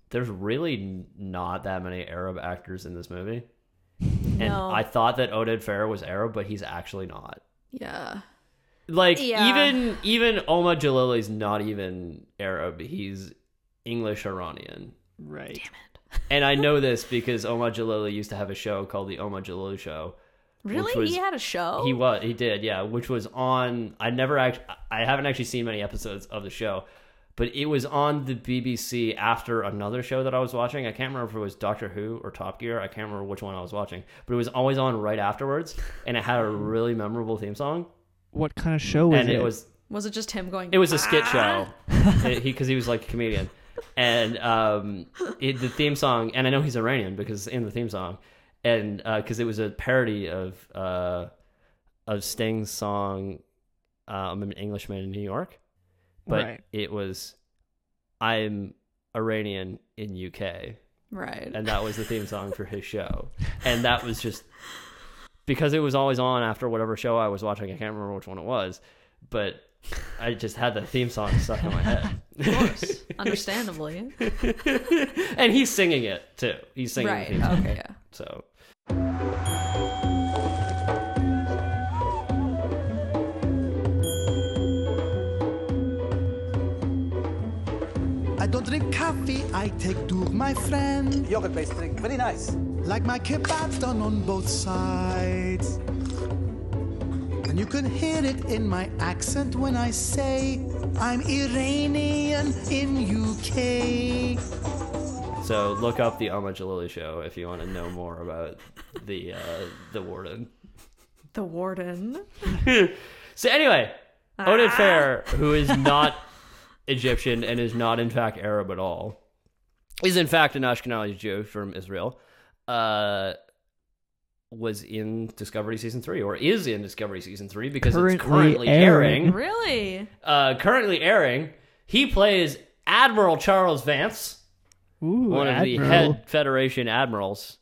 A: there's really n- not that many Arab actors in this movie. And
C: No.
A: I thought that Oded Fair was Arab, but he's actually not.
C: yeah,
A: Like
C: Yeah.
A: even even Oma Jalili's not even Arab. He's English Iranian.
B: Right.
A: And I know this because Omar Jalili used to have a show called the Omar Jalili Show.
C: really,
A: was-
C: he had a show.
A: He was, he did, yeah, which was on. I never act. I haven't actually seen many episodes of the show, but it was on the BBC after another show that I was watching. I can't remember if it was Doctor Who or Top Gear. I can't remember which one I was watching, but it was always on right afterwards, and it had a really memorable theme song.
B: What kind of show was
A: and it was
C: was it just him going?
A: it was a skit show because he, 'cause he was like a comedian and um, it, the theme song and i know he's iranian because it's in the theme song and because it was a parody of uh, of sting's song um, i'm an englishman in new york but
B: Right.
A: it was i'm iranian in uk
C: right?
A: and that was the theme song for his show. And that was just because it was always on after whatever show I was watching. I can't remember which one it was, but I just had the theme song stuck in my head.
C: Understandably,
A: and he's singing it too. He's singing
C: right?
A: the theme song.
C: Okay, yeah.
A: So
E: I don't drink coffee, I take Dour, my friend.
I: Yogurt based drink, very nice.
E: Like my kebab done on both sides. And you can hear it in my accent when I say I'm Iranian in UK.
A: so look up the Ahmad Jalili show if you want to know more about the uh, the warden.
C: The warden.
A: So anyway, Odin Fair, who is not Egyptian and is not in fact Arab at all, is in fact an Ashkenazi Jew from Israel, uh, was in Discovery season three or is in Discovery season three because it's
B: Currently
A: currently
B: airing.
A: airing.
C: Really?
A: Uh, currently airing, he plays Admiral Charles Vance,
B: Ooh,
A: one of the
B: Admiral.
A: head Federation admirals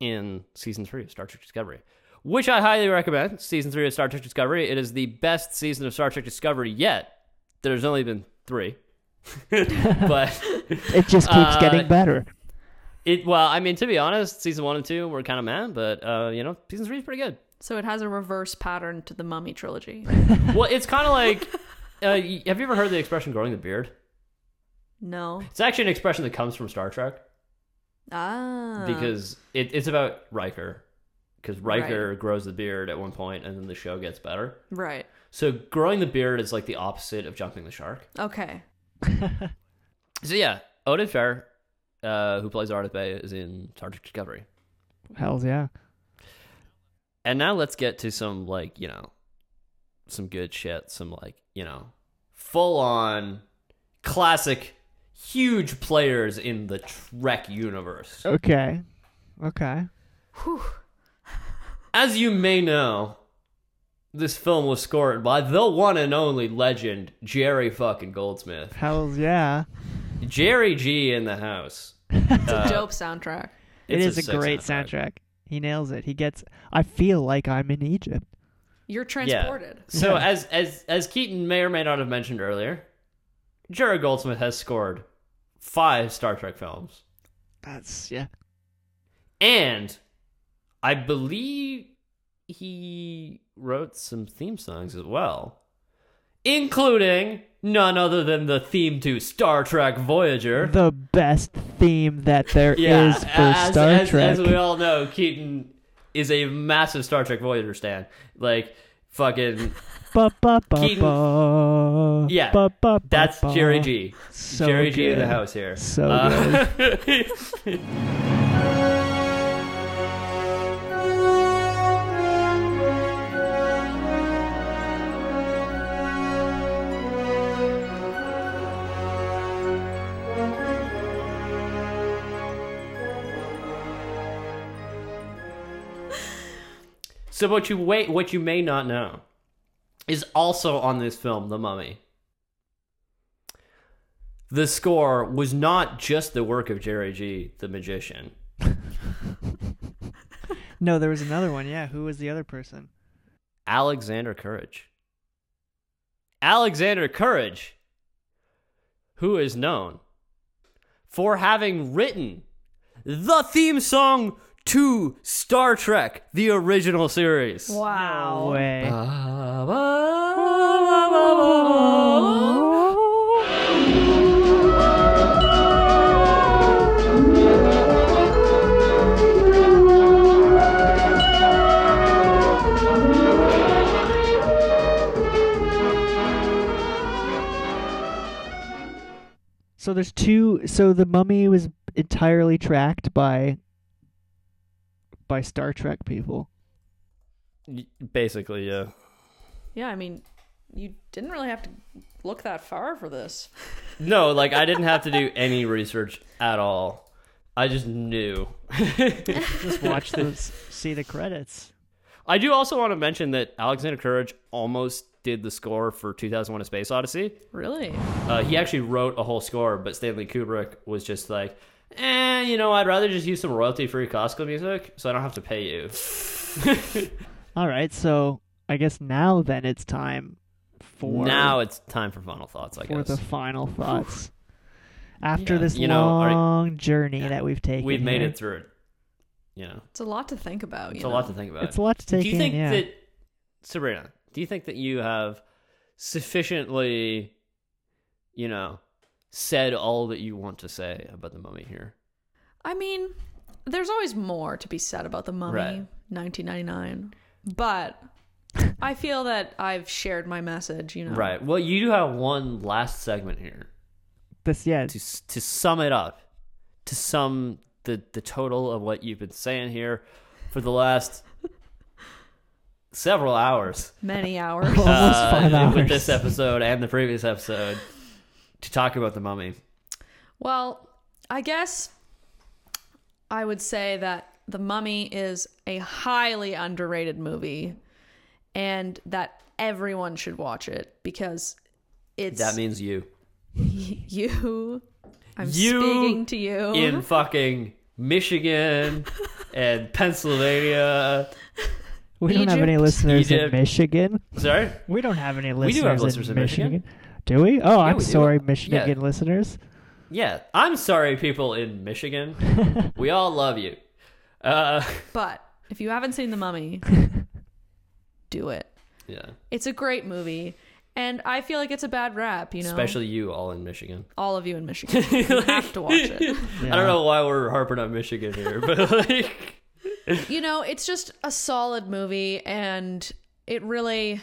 A: in season three of Star Trek Discovery, which I highly recommend. Season three of Star Trek Discovery. It is the best season of Star Trek Discovery yet. There's only been three, but
B: It just keeps
A: uh,
B: getting better.
A: it. Well, I mean, to be honest, season one and two were kind of mad, but uh, you know, season three is pretty good.
C: So it has a reverse pattern to the Mummy trilogy.
A: Well, it's kind of like uh, y- have you ever heard the expression "growing the beard"?
C: No.
A: It's actually an expression that comes from Star Trek
B: Uh.
C: Ah.
A: because it, it's about Riker. Because Riker grows the beard at one point, and then the show gets better.
C: Right.
A: So growing the beard is like the opposite of jumping the shark.
C: Okay.
A: So yeah, Odin Fair, uh, who plays Artith Bay, is in Star Trek Discovery.
B: Hells yeah.
A: And now let's get to some like you know, some good shit. Some like you know, full on classic, huge players in the Trek universe.
C: Oh.
B: Okay. Okay.
A: As you may know, this film was scored by the one and only legend Jerry fucking Goldsmith.
B: Hells yeah.
A: Jerry G in the house. Uh,
C: It's a dope soundtrack.
B: It's
A: It's
B: a,
A: six
B: great
A: out of five.
B: soundtrack. He nails it. He gets I feel like I'm in Egypt.
C: You're transported.
A: So as as as Keaton may or may not have mentioned earlier, Jerry Goldsmith has scored five Star Trek films,
B: That's yeah.
A: and I believe he wrote some theme songs as well, including none other than the theme to Star Trek Voyager.
B: The best theme that there is
A: yeah,
B: for
A: as,
B: Star
A: as,
B: Trek.
A: As we all know, Keaton is a massive Star Trek Voyager stan. Like fucking
B: Ba, ba, ba,
A: Keaton-
B: ba.
A: Yeah,
B: Ba, ba, ba,
A: that's
B: ba.
A: Jerry G.
B: So
A: Jerry G in the
B: good.
A: house here. Uh,
B: So
A: good. so what you wait what you may not know is also on this film, The Mummy the score was not just the work of Jerry G, the magician.
B: No, there was another one. Yeah, who was the other person?
A: Alexander Courage. Alexander Courage, who is known for having written the theme song to Star Trek, the original series.
B: No
A: Oh.
C: Wow.
B: way.
A: Ba, ba, ba, ba, ba.
B: So there's two. So the mummy was entirely tracked by by Star Trek people.
A: Basically, yeah.
C: Yeah, I mean, you didn't really have to look that far for this.
A: No, like I didn't have to do any research at all. I just knew.
B: Just watch those. See the credits.
A: I do also want to mention that Alexander Courage almost did the score for 2001: A Space Odyssey.
C: Really?
A: Uh, he actually wrote a whole score, but Stanley Kubrick was just like, "Eh, you know, I'd rather just use some royalty-free classical music, so I don't have to pay you."
B: All right. So I guess now then it's time for
A: now it's time for final thoughts. I
B: for
A: guess
B: the final thoughts. After
A: Yeah,
B: this
A: you know, all right.
B: long journey that we've taken,
A: we've made
B: here.
A: it through it. You know,
C: It's a lot to think about. You
A: it's
C: know?
A: a lot to think about.
B: Oh, It's a lot to take
A: do you
B: in,
A: think
B: yeah.
A: that Sabrina? Do you think that you have sufficiently, you know, said all that you want to say about the mummy here?
C: I mean, there's always more to be said about the mummy,
A: Right.
C: 1999, but I feel that I've shared my message. You know,
A: Right. Well, you do have one last segment here
B: This yeah,
A: to s- to sum it up, to sum the the total of what you've been saying here for the last several hours.
C: Many hours.
B: almost five
A: uh,
B: hours.
A: with this episode and the previous episode to talk about the mummy.
C: Well, I guess I would say that The Mummy is a highly underrated movie and that everyone should watch it because it's
A: That means you.
C: you. I'm
A: You
C: speaking to you.
A: in fucking Michigan and Pennsylvania.
B: we don't have any
C: Egypt.
B: listeners in
A: Egypt.
B: Michigan.
A: Sorry?
B: We don't have any listeners,
A: We do have listeners in Michigan.
B: Do we? Oh, I'm
A: we do.
B: sorry,
A: Yeah.
B: Michigan listeners.
A: Yeah, I'm sorry, people in Michigan. we all love you. Uh,
C: But if you haven't seen The Mummy, do it.
A: yeah.
C: It's a great movie And I feel like it's a bad rap, you know.
A: Especially you, all in Michigan.
C: all of you in Michigan, you have to watch it.
A: I don't know why we're harping on Michigan here, but like,
C: You know, it's just a solid movie, and it really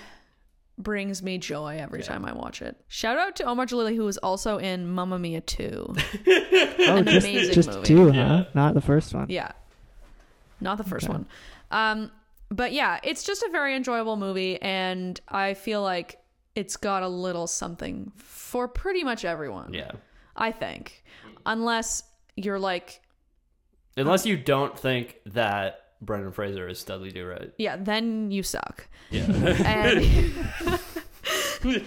C: brings me joy every time I watch it. Shout out to Omar Jalili, who was also in Mamma Mia 2.
B: Oh,
C: An
B: just
C: amazing
B: just
C: movie.
B: two, huh? Not the first one.
C: Yeah. Not the first one. Um but yeah, it's just a very enjoyable movie and I feel like it's got a little something for pretty much everyone.
A: yeah.
C: I think. Unless you're like,
A: Unless you don't think that Brendan Fraser is Dudley Do Right.
C: yeah, then you suck.
A: Yeah.
C: and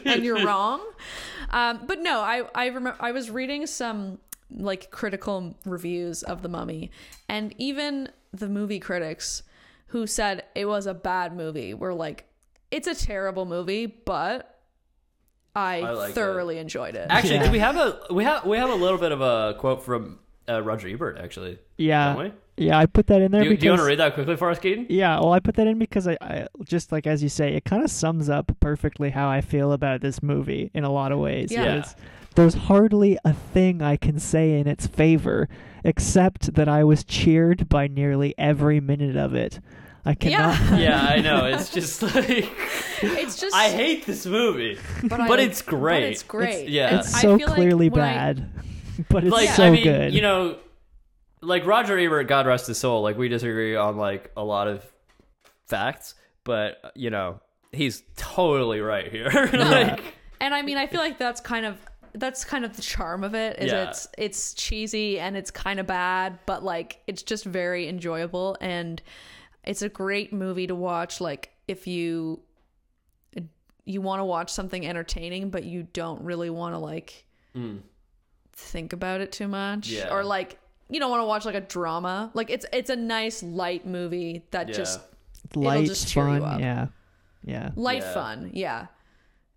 C: and you're wrong. Um, but no, I I remember I was reading some like critical reviews of the Mummy, and even the movie critics who said it was a bad movie were like, it's a terrible movie, but I,
A: I liked
C: thoroughly enjoyed it.
A: actually, do we have a we have we have a little bit of a quote from uh, Roger Ebert actually.
B: Uh, Yeah,
A: Don't
B: yeah. I put that in there
A: Do you,
B: because
A: do you want to read that quickly for us, Keaton?
B: yeah. Well, I put that in because I, I just like as you say, it kind of sums up perfectly how I feel about this movie in a lot of ways.
C: Yeah.
B: But it's- There's hardly a thing I can say in its favor, except that I was cheered by nearly every minute of it. I cannot.
C: yeah,
A: Yeah, I know. It's just like
C: it's just
A: I hate this movie, but,
C: I-
A: it's great.
C: but it's great.
A: yeah,
B: It's
C: I
B: so
C: feel like
B: clearly
C: when I-
B: bad, but it's
A: like
B: so
A: I mean,
B: good.
A: you know, like Roger Ebert, God rest his soul. Like we disagree on like a lot of facts, but you know, he's totally right here. like,
C: And I mean, I feel like that's kind of that's kind of the charm of it. Is
A: Yeah.
C: it's it's cheesy and it's kind of bad, but like it's just very enjoyable and it's a great movie to watch. Like if you you want to watch something entertaining, but you don't really want to like think about it too much,
A: Hmm. Yeah.
C: or like you don't want to watch like a drama. Like it's it's a nice light movie that
A: Yeah.
C: just
B: light,
C: just cheer you
B: fun,
C: up.
B: yeah, yeah.
C: light
A: Yeah.
C: fun yeah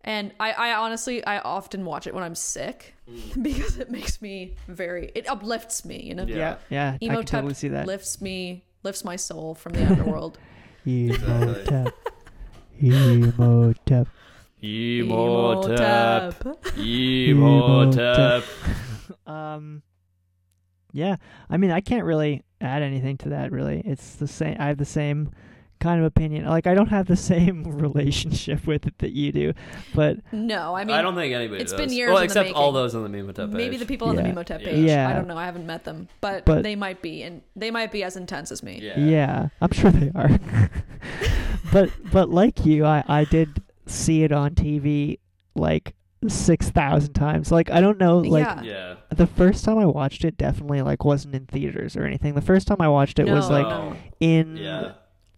C: and I, I honestly i often watch it when i'm sick because it makes me very it uplifts me you know
A: Mm. Yeah.
B: Yeah, I can
C: Emotep
B: totally see that.
C: lifts me lifts my soul from the underworld
B: Emotep. Emotep.
A: Emotep,
C: Emotep.
A: Emotep.
B: Um, yeah, I mean, I can't really add anything to that. Really, it's the same. I have the same kind of opinion. Like, I don't have the same relationship with it that you do, but
C: no i mean
A: I don't think anybody.
C: it's
A: does.
C: been years
A: Well,
C: in the
A: except all
C: making.
A: those on the Emotep.
C: maybe
A: page.
C: the people on
B: Yeah.
C: the memotep
A: Yeah.
C: page
B: Yeah.
C: i don't know i haven't met them but,
B: But-
C: they might be and they might be as intense as me
A: Yeah.
B: yeah, I'm sure they are. but but like you, I I did see it on TV like six thousand times. Like, I don't know, like.
C: Yeah.
A: Yeah.
B: The first time I watched it definitely like wasn't in theaters or anything. The first time I watched it was
C: No.
B: like
A: Oh,
B: in
A: yeah.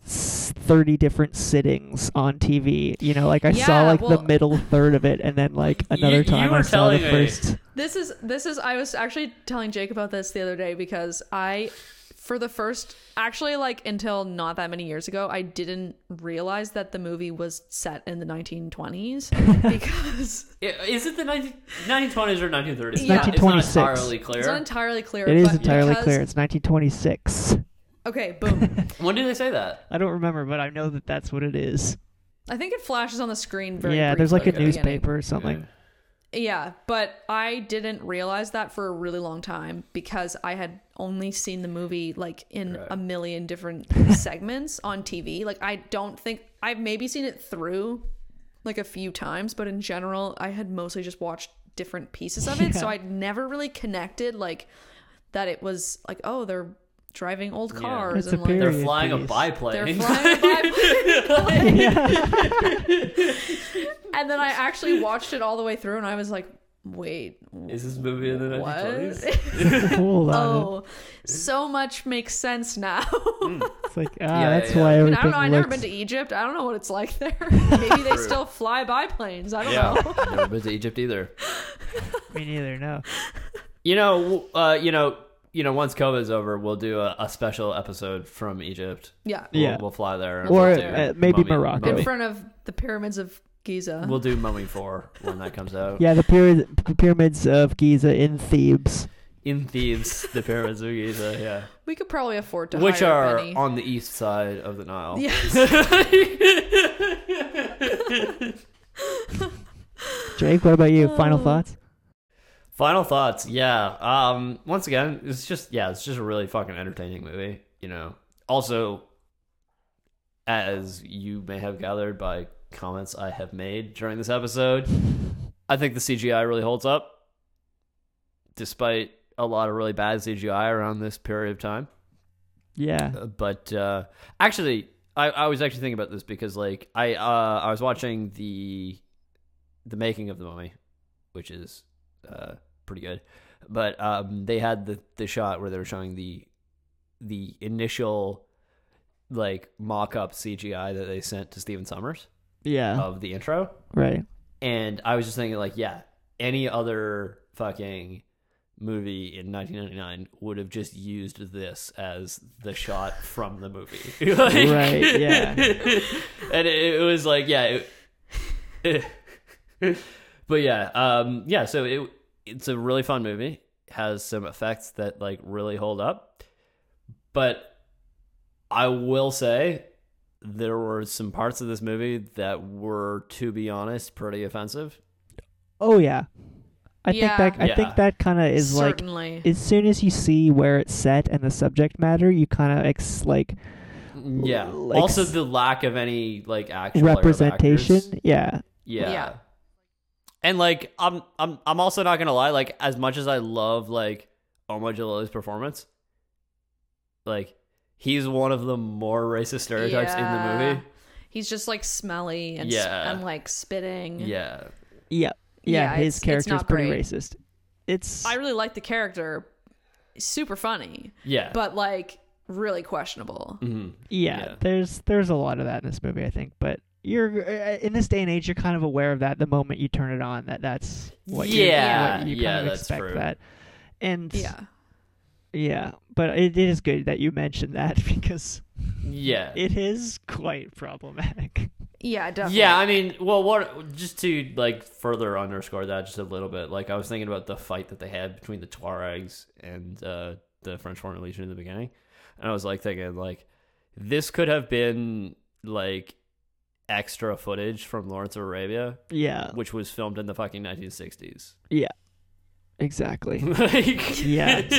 B: s- 30 different sittings on TV. You know, like I saw
C: Yeah,
B: like
C: well-
B: the middle third of it and then like another
A: you
B: time
A: were
B: I saw the
A: telling me.
B: first.
C: This is this is I was actually telling Jake about this the other day because I for the first actually like until not that many years ago I didn't realize that the movie was set in the 1920s because
A: Yeah, Is it the 19, 1920s or 1930s? It's
C: Yeah.
A: not- It's
B: 1926.
A: not entirely clear.
C: it's not entirely clear
B: It is
C: but
B: entirely
C: because-
B: clear. It's 1926.
C: Okay, boom.
A: when do they say that?
B: I don't remember, but I know that that's what it is.
C: I think it flashes on the screen very
B: yeah, there's like
C: briefly
B: a
C: at the beginning.
B: newspaper or something.
C: Yeah, but I didn't realize that for a really long time because I had only seen the movie like in a million different segments on TV. Like I don't think I've maybe seen it through like a few times, but in general, I had mostly just watched different pieces of it, so I'd never really connected like that it was like oh, they're driving old
B: It's
C: cars
B: a
C: and like
A: They're
B: Period
A: flying a
B: piece.
A: biplane.
C: they're flying by. and then I actually watched it all the way through, and I was like, "Wait,
A: Is this movie in the
C: what?
A: 1920s?
B: Hold on.
C: oh, so much makes sense now."
A: Hmm.
B: It's like, ah,
A: yeah,
B: that's
A: yeah.
B: why
A: I
C: I, mean,
B: everything
C: I don't know. I've never
B: looks-
C: been to Egypt. I don't know what it's like there. Maybe they still fly biplanes. I don't know.
A: Never been to Egypt either.
B: Me neither, no.
A: You know, w- uh, you know, you know. Once COVID's over, we'll do a, a special episode from Egypt.
C: Yeah,
A: We'll,
B: Yeah.
A: we'll fly there, and
B: Or,
A: we'll do
B: uh, maybe
A: Mummy-
B: Morocco.
A: Mummy.
C: in front of the pyramids of Giza.
A: We'll do Mummy Four when that comes out.
B: Yeah, the pyramid, the pyramids of Giza in Thebes.
A: In Thebes, the pyramids of Giza, yeah,
C: we could probably afford to
A: which
C: hire
A: are
C: Benny.
A: on the east side of the Nile.
C: Yes.
B: Drake, what about you?
C: Oh.
B: Final thoughts?
A: Final thoughts. Yeah. Um. Once again, it's just yeah, it's just a really fucking entertaining movie. You know. Also, as you may have gathered by comments I have made during this episode, I think the CGI really holds up, despite a lot of really bad CGI around this period of time.
B: Yeah.
A: Uh, But uh, actually, I, I was actually thinking about this because like I uh, I was watching the the making of the mummy, which is uh, pretty good. But um, they had the the shot where they were showing the the initial like mock up CGI that they sent to Steven Summers
B: Yeah.
A: of the intro,
B: right.
A: and I was just thinking like, yeah, any other fucking movie in 1999 would have just used this as the shot from the movie, Like-
B: Right, yeah.
A: and it, it was like, yeah, it, but yeah, um, yeah. So it it's a really fun movie. Has some effects that like really hold up, but I will say there were some parts of this movie that were, to be honest, pretty offensive.
B: Oh yeah. I
C: Yeah.
B: think that I
A: Yeah.
B: think that kind of is like
C: Certainly.
B: as soon as you see where it's set and the subject matter, you kind of ex- like
A: Yeah.
B: Like-
A: also, the lack of any like actual layer of
B: representation.
A: actors.
B: Yeah.
A: Yeah.
C: Yeah.
A: And like, I'm I'm I'm also not gonna lie. Like, as much as I love like Omajalolo's performance, like he's one of the more racist stereotypes in the
C: Yeah.
A: movie.
C: He's just like smelly and, s-
A: Yeah.
C: and like spitting.
A: Yeah.
B: Yeah.
C: Yeah,
B: Yeah,
C: it's-
B: his
C: it's
B: character is
C: not
B: pretty
C: great.
B: racist. It's
C: I really like the character. Super funny,
A: Yeah.
C: but like really questionable.
A: Mhm.
B: yeah,
A: yeah.
B: there's there's a lot of that in this movie, I think, but you're uh, in this day and age you're kind of aware of that the moment you turn it on that that's what you-
A: Yeah,
B: what you,
A: yeah,
B: kind of
A: that's
B: expect
A: true.
B: that. And
C: Yeah.
B: yeah, but it, it is good that you mentioned that because
A: Yeah.
B: it is quite problematic.
C: Yeah, definitely.
A: Yeah, I mean, well, what just to like further underscore that just a little bit. Like, I was thinking about the fight that they had between the Tuaregs and uh, the French Foreign Legion in the beginning, and I was like thinking like this could have been like extra footage from Lawrence of Arabia,
B: Yeah,
A: which was filmed in the fucking 1960s.
B: exactly.
A: like,
B: Yeah.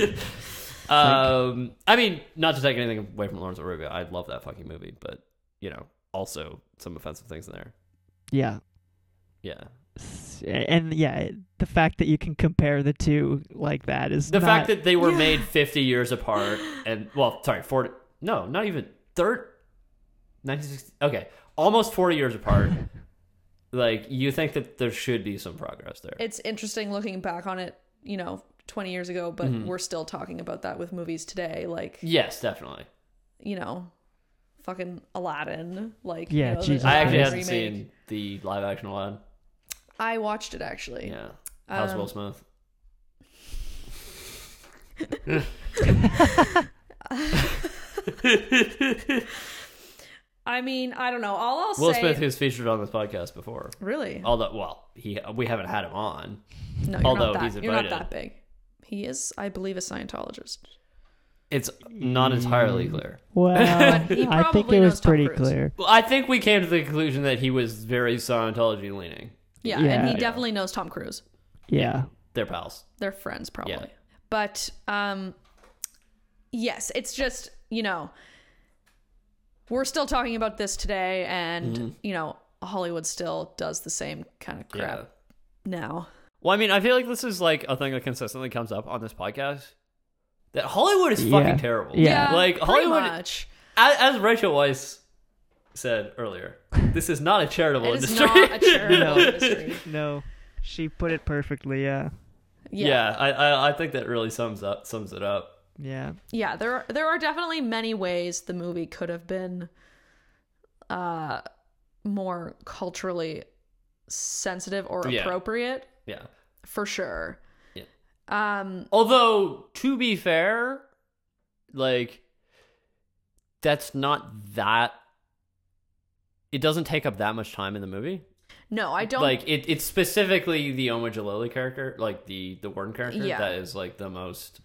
A: um, I mean, not to take anything away from Lawrence of Arabia, I love that fucking movie, but you know, also some offensive things in there.
B: Yeah.
A: Yeah.
B: S- And yeah, the fact that you can compare the two like that is
A: the
B: not-
A: fact that they were
C: Yeah.
A: made 50 years apart and well sorry 40 no not even third 1960 okay almost 40 years apart like you think that there should be some progress there
C: It's interesting looking back on it, you know, 20 years ago, but
A: Mm-hmm.
C: we're still talking about that with movies today. Like,
A: yes definitely
C: you know, fucking Aladdin. Like,
B: Yeah,
C: you know, the
B: Jesus
A: i actually
C: Aladdin
A: haven't
C: remake.
A: seen the live action one
C: I watched it actually.
A: yeah how's
C: Um,
A: will smith
C: I mean, I don't know. All I'll
A: will
C: say.
A: smith who's featured on this podcast before
C: really?
A: although well he we haven't had him on
C: No, you're
A: although
C: not that.
A: he's
C: you're not
A: invited.
C: that big. He is, I believe, a Scientologist.
A: it's not
C: Mm.
A: entirely clear
B: well,
C: But he
B: I think
C: probably
B: it was
C: knows Tom
B: pretty
C: Cruise.
B: clear.
A: well, i think we came to the conclusion that he was very scientology leaning
C: Yeah,
B: Yeah.
C: and he
B: Yeah.
C: definitely knows Tom Cruise.
B: Yeah.
A: they're pals
C: They're friends probably.
A: Yeah.
C: But um yes, it's just, you know, we're still talking about this today and,
A: Mm-hmm.
C: you know, Hollywood still does the same kind of crap
A: Yeah.
C: now.
A: Well, I mean, I feel like this is like a thing that consistently comes up on this podcast. That Hollywood is fucking
B: Yeah.
A: terrible.
B: Yeah.
A: like
C: pretty
A: Hollywood,
C: much.
A: as, as Rachel Weisz said earlier, this is not a charitable
C: It is
A: industry.
C: not a charitable
B: No.
C: industry.
B: No, she put it perfectly. Yeah.
A: yeah,
C: Yeah. yeah.
A: I, I I think that really sums up sums it up.
B: Yeah.
C: there are there are definitely many ways the movie could have been uh more culturally sensitive or
A: Yeah.
C: appropriate
A: Yeah.
C: for sure.
A: Yeah.
C: Um
A: Although to be fair, like that's not that. It doesn't take up that much time in the movie.
C: no, I don't
A: like it, it's specifically the Oma Jalili character, like the the Warden character,
C: Yeah.
A: that is like the most.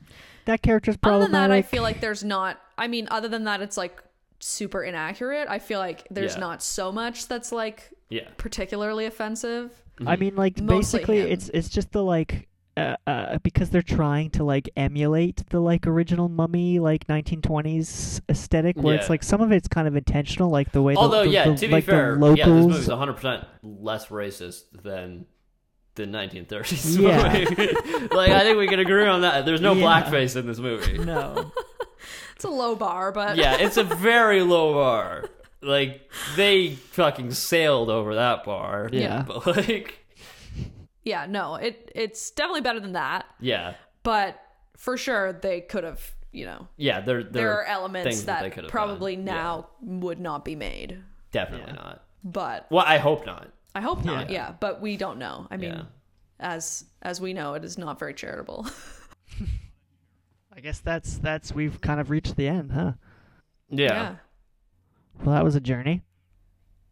B: That character's
C: other
B: problematic.
C: than that i feel like there's not i mean other than that it's like super inaccurate. I feel like there's
A: Yeah.
C: not so much that's like
A: Yeah.
C: particularly offensive.
B: I mean, like
C: Mostly
B: basically,
C: him.
B: it's it's just the like. Uh, uh, because they're trying to like emulate the like original mummy like 1920s aesthetic where it's
A: Yeah.
B: like some of it's kind of intentional like the way the-
A: Mm-hmm. Although,
B: the,
A: yeah,
B: the-
A: to be
B: like
A: fair,
B: the
A: yeah, this
B: locals
A: movie's 100 percent less racist than the 1930s
B: Yeah.
A: movie. like, I think we can agree on that. There's no
B: Yeah.
A: blackface in this movie.
B: no
C: It's a low bar, but
A: Yeah, it's a very low bar. Like, they fucking sailed over that bar.
B: Yeah.
A: but like,
C: yeah, no, it it's definitely better than that.
A: yeah,
C: But for sure, they could have, you know,
A: yeah. There, there,
C: there are elements
A: things that
C: that,
A: they could have
C: probably
A: done.
C: now would not be made.
A: definitely not.
C: But
A: Well, I hope not.
C: I hope not. Yeah, but we don't know. I mean,
A: Yeah.
C: as as we know, it is not very charitable.
B: i guess that's that's we've kind of reached the end huh
A: Yeah,
B: well that was a journey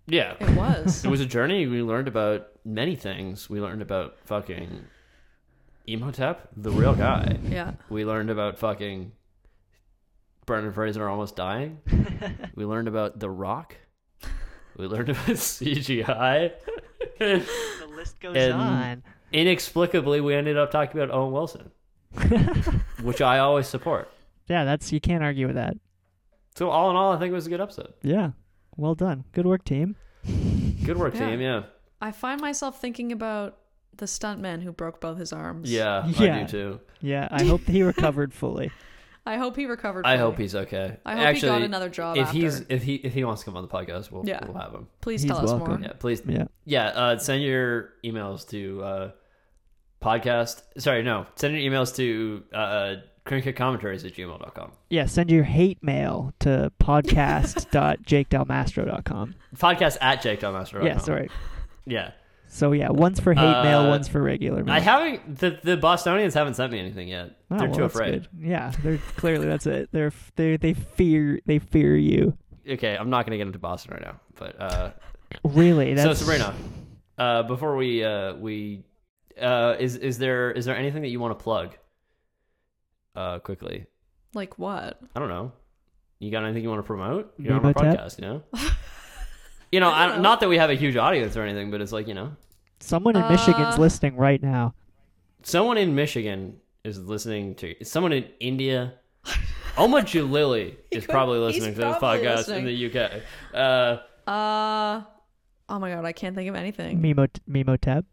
A: yeah.
C: Yeah, it was.
A: it was a journey. We learned about many things. We learned about fucking Imhotep, the real guy.
C: yeah.
A: We learned about fucking Brendan Fraser almost dying. we learned about The Rock. We learned about CGI.
B: the list goes
A: And-
B: on
A: Inexplicably, we ended up talking about Owen Wilson, which I always support.
B: yeah that's you can't argue with that
A: So all in all, I think it was a good episode.
B: yeah well done good work team
A: Good work,
C: Yeah.
A: team. Yeah,
C: I find myself thinking about the stuntman who broke both his arms.
A: yeah, I
B: Yeah.
A: do too.
B: yeah i hope he recovered fully
C: I hope he recovered.
A: I
C: fully.
A: hope he's okay.
C: I hope he
A: Actually,
C: got another job
A: If he's
C: after.
A: if he if he wants to come on the podcast, we'll
C: Yeah.
A: we'll have him.
C: Please
B: He's
C: tell us more.
B: welcome.
A: Yeah, please.
B: yeah
A: Yeah, uh, send your emails to uh, podcast. Sorry, no. Send your emails to uh, crinketcommentaries at gmail.com.
B: yeah send your hate mail to podcast.jakedelmastro.com
A: Podcast at jake.master.com.
B: yeah sorry
A: Yeah.
B: So yeah, one's for hate mail,
A: Uh,
B: one's for regular mail.
A: I haven't, the, the Bostonians haven't sent me anything yet.
B: Mm. Oh,
A: They're
B: well,
A: too
B: that's
A: afraid.
B: good. Yeah, they're clearly that's it. They're f- they they fear they fear you.
A: Okay, I'm not going to get into Boston right now. But uh,
B: Really?
A: so
B: That's,
A: Sabrina, uh, before we uh, we uh, is is there is there anything that you want to plug? Uh, quickly,
C: Like what?
A: I don't know. You got anything you want to promote? You're on our
B: Mimotep?
A: podcast, you know. you know, I not that we have a huge audience or anything, but it's like you know,
B: Someone in
A: Uh,
B: Michigan's listening right now.
A: someone in Michigan is listening to someone in India. Oma Jalili is probably listening to this
C: probably
A: podcast in
C: listening.
A: the UK. Uh,
C: Uh oh my god, I can't think of anything.
B: Mimo Mimotep.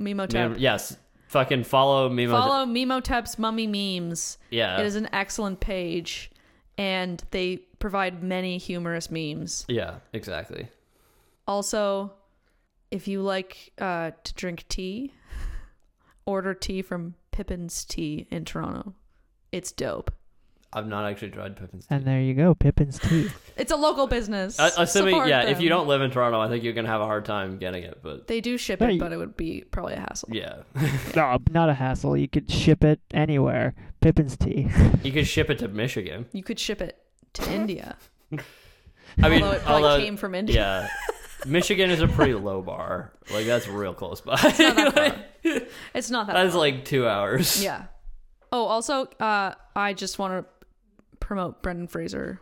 C: Memotep.
A: Mim- yes, fucking follow Mimo.
C: Follow Memotep's Mummy Memes.
A: Yeah.
C: It is an excellent page, and they provide many humorous memes.
A: Yeah, exactly.
C: Also, if you like uh, to drink tea, order tea from Pippin's Tea in Toronto. It's dope.
A: I've not actually tried Pippin's.
B: And there you go, Pippin's tea.
C: It's a local business.
A: Uh, assuming,
C: Support
A: yeah, if you
C: them.
A: don't live in Toronto, I think you're gonna have a hard time getting it. But
C: they do ship
B: No,
C: it,
B: you-
C: but it would be probably a hassle.
A: yeah,
B: no, not a hassle. You could ship it anywhere. Pippin's tea.
A: you could ship it to Michigan.
C: You could ship it to India.
A: I mean,
C: Although it probably came from India.
A: Yeah, Michigan is a pretty low bar. Like that's real close by.
C: It's not that.
A: that's
C: far.
A: like two hours.
C: yeah. Oh, also, uh, I just want to promote Brendan Fraser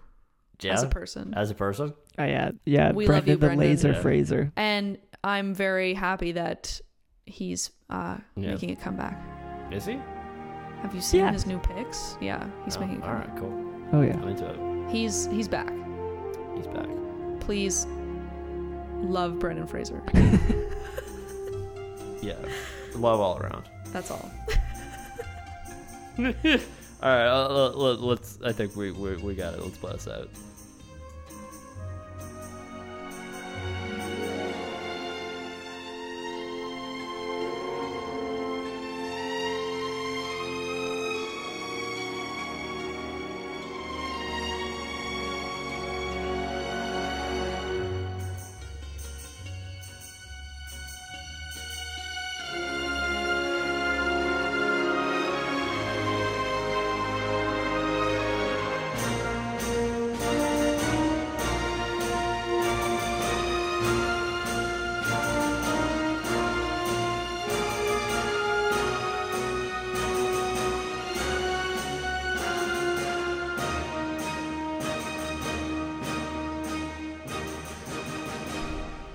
A: Yeah?
C: as a person,
A: As a person?
B: Oh yeah, yeah.
C: We love
B: Brendan
C: you,
B: the
C: Brendan.
B: Laser
A: Yeah.
B: Fraser.
C: and I'm very happy that he's uh,
A: Yeah.
C: making a comeback.
A: Is he?
C: Have you seen
B: Yeah.
C: his new pics? Yeah, he's
A: Oh,
C: making. A
A: all
C: comeback.
A: right, cool.
B: Oh yeah.
A: I'm into it.
C: He's he's back.
A: He's back.
C: Please, love Brendan Fraser.
A: Yeah, love all around.
C: That's all.
A: All right, uh, let- let- let's. I think we, we we got it. Let's blast out.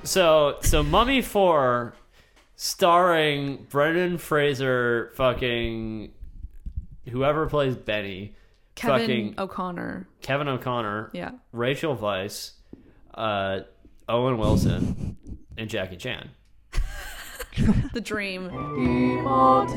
A: so so Mummy Four, starring Brendan Fraser, fucking whoever plays Benny,
C: Kevin
A: fucking
C: O'Connor.
A: Kevin O'Connor,
C: Yeah.
A: Rachel Weisz, uh, Owen Wilson, and Jackie Chan.
C: The Dream.
G: Imhotep.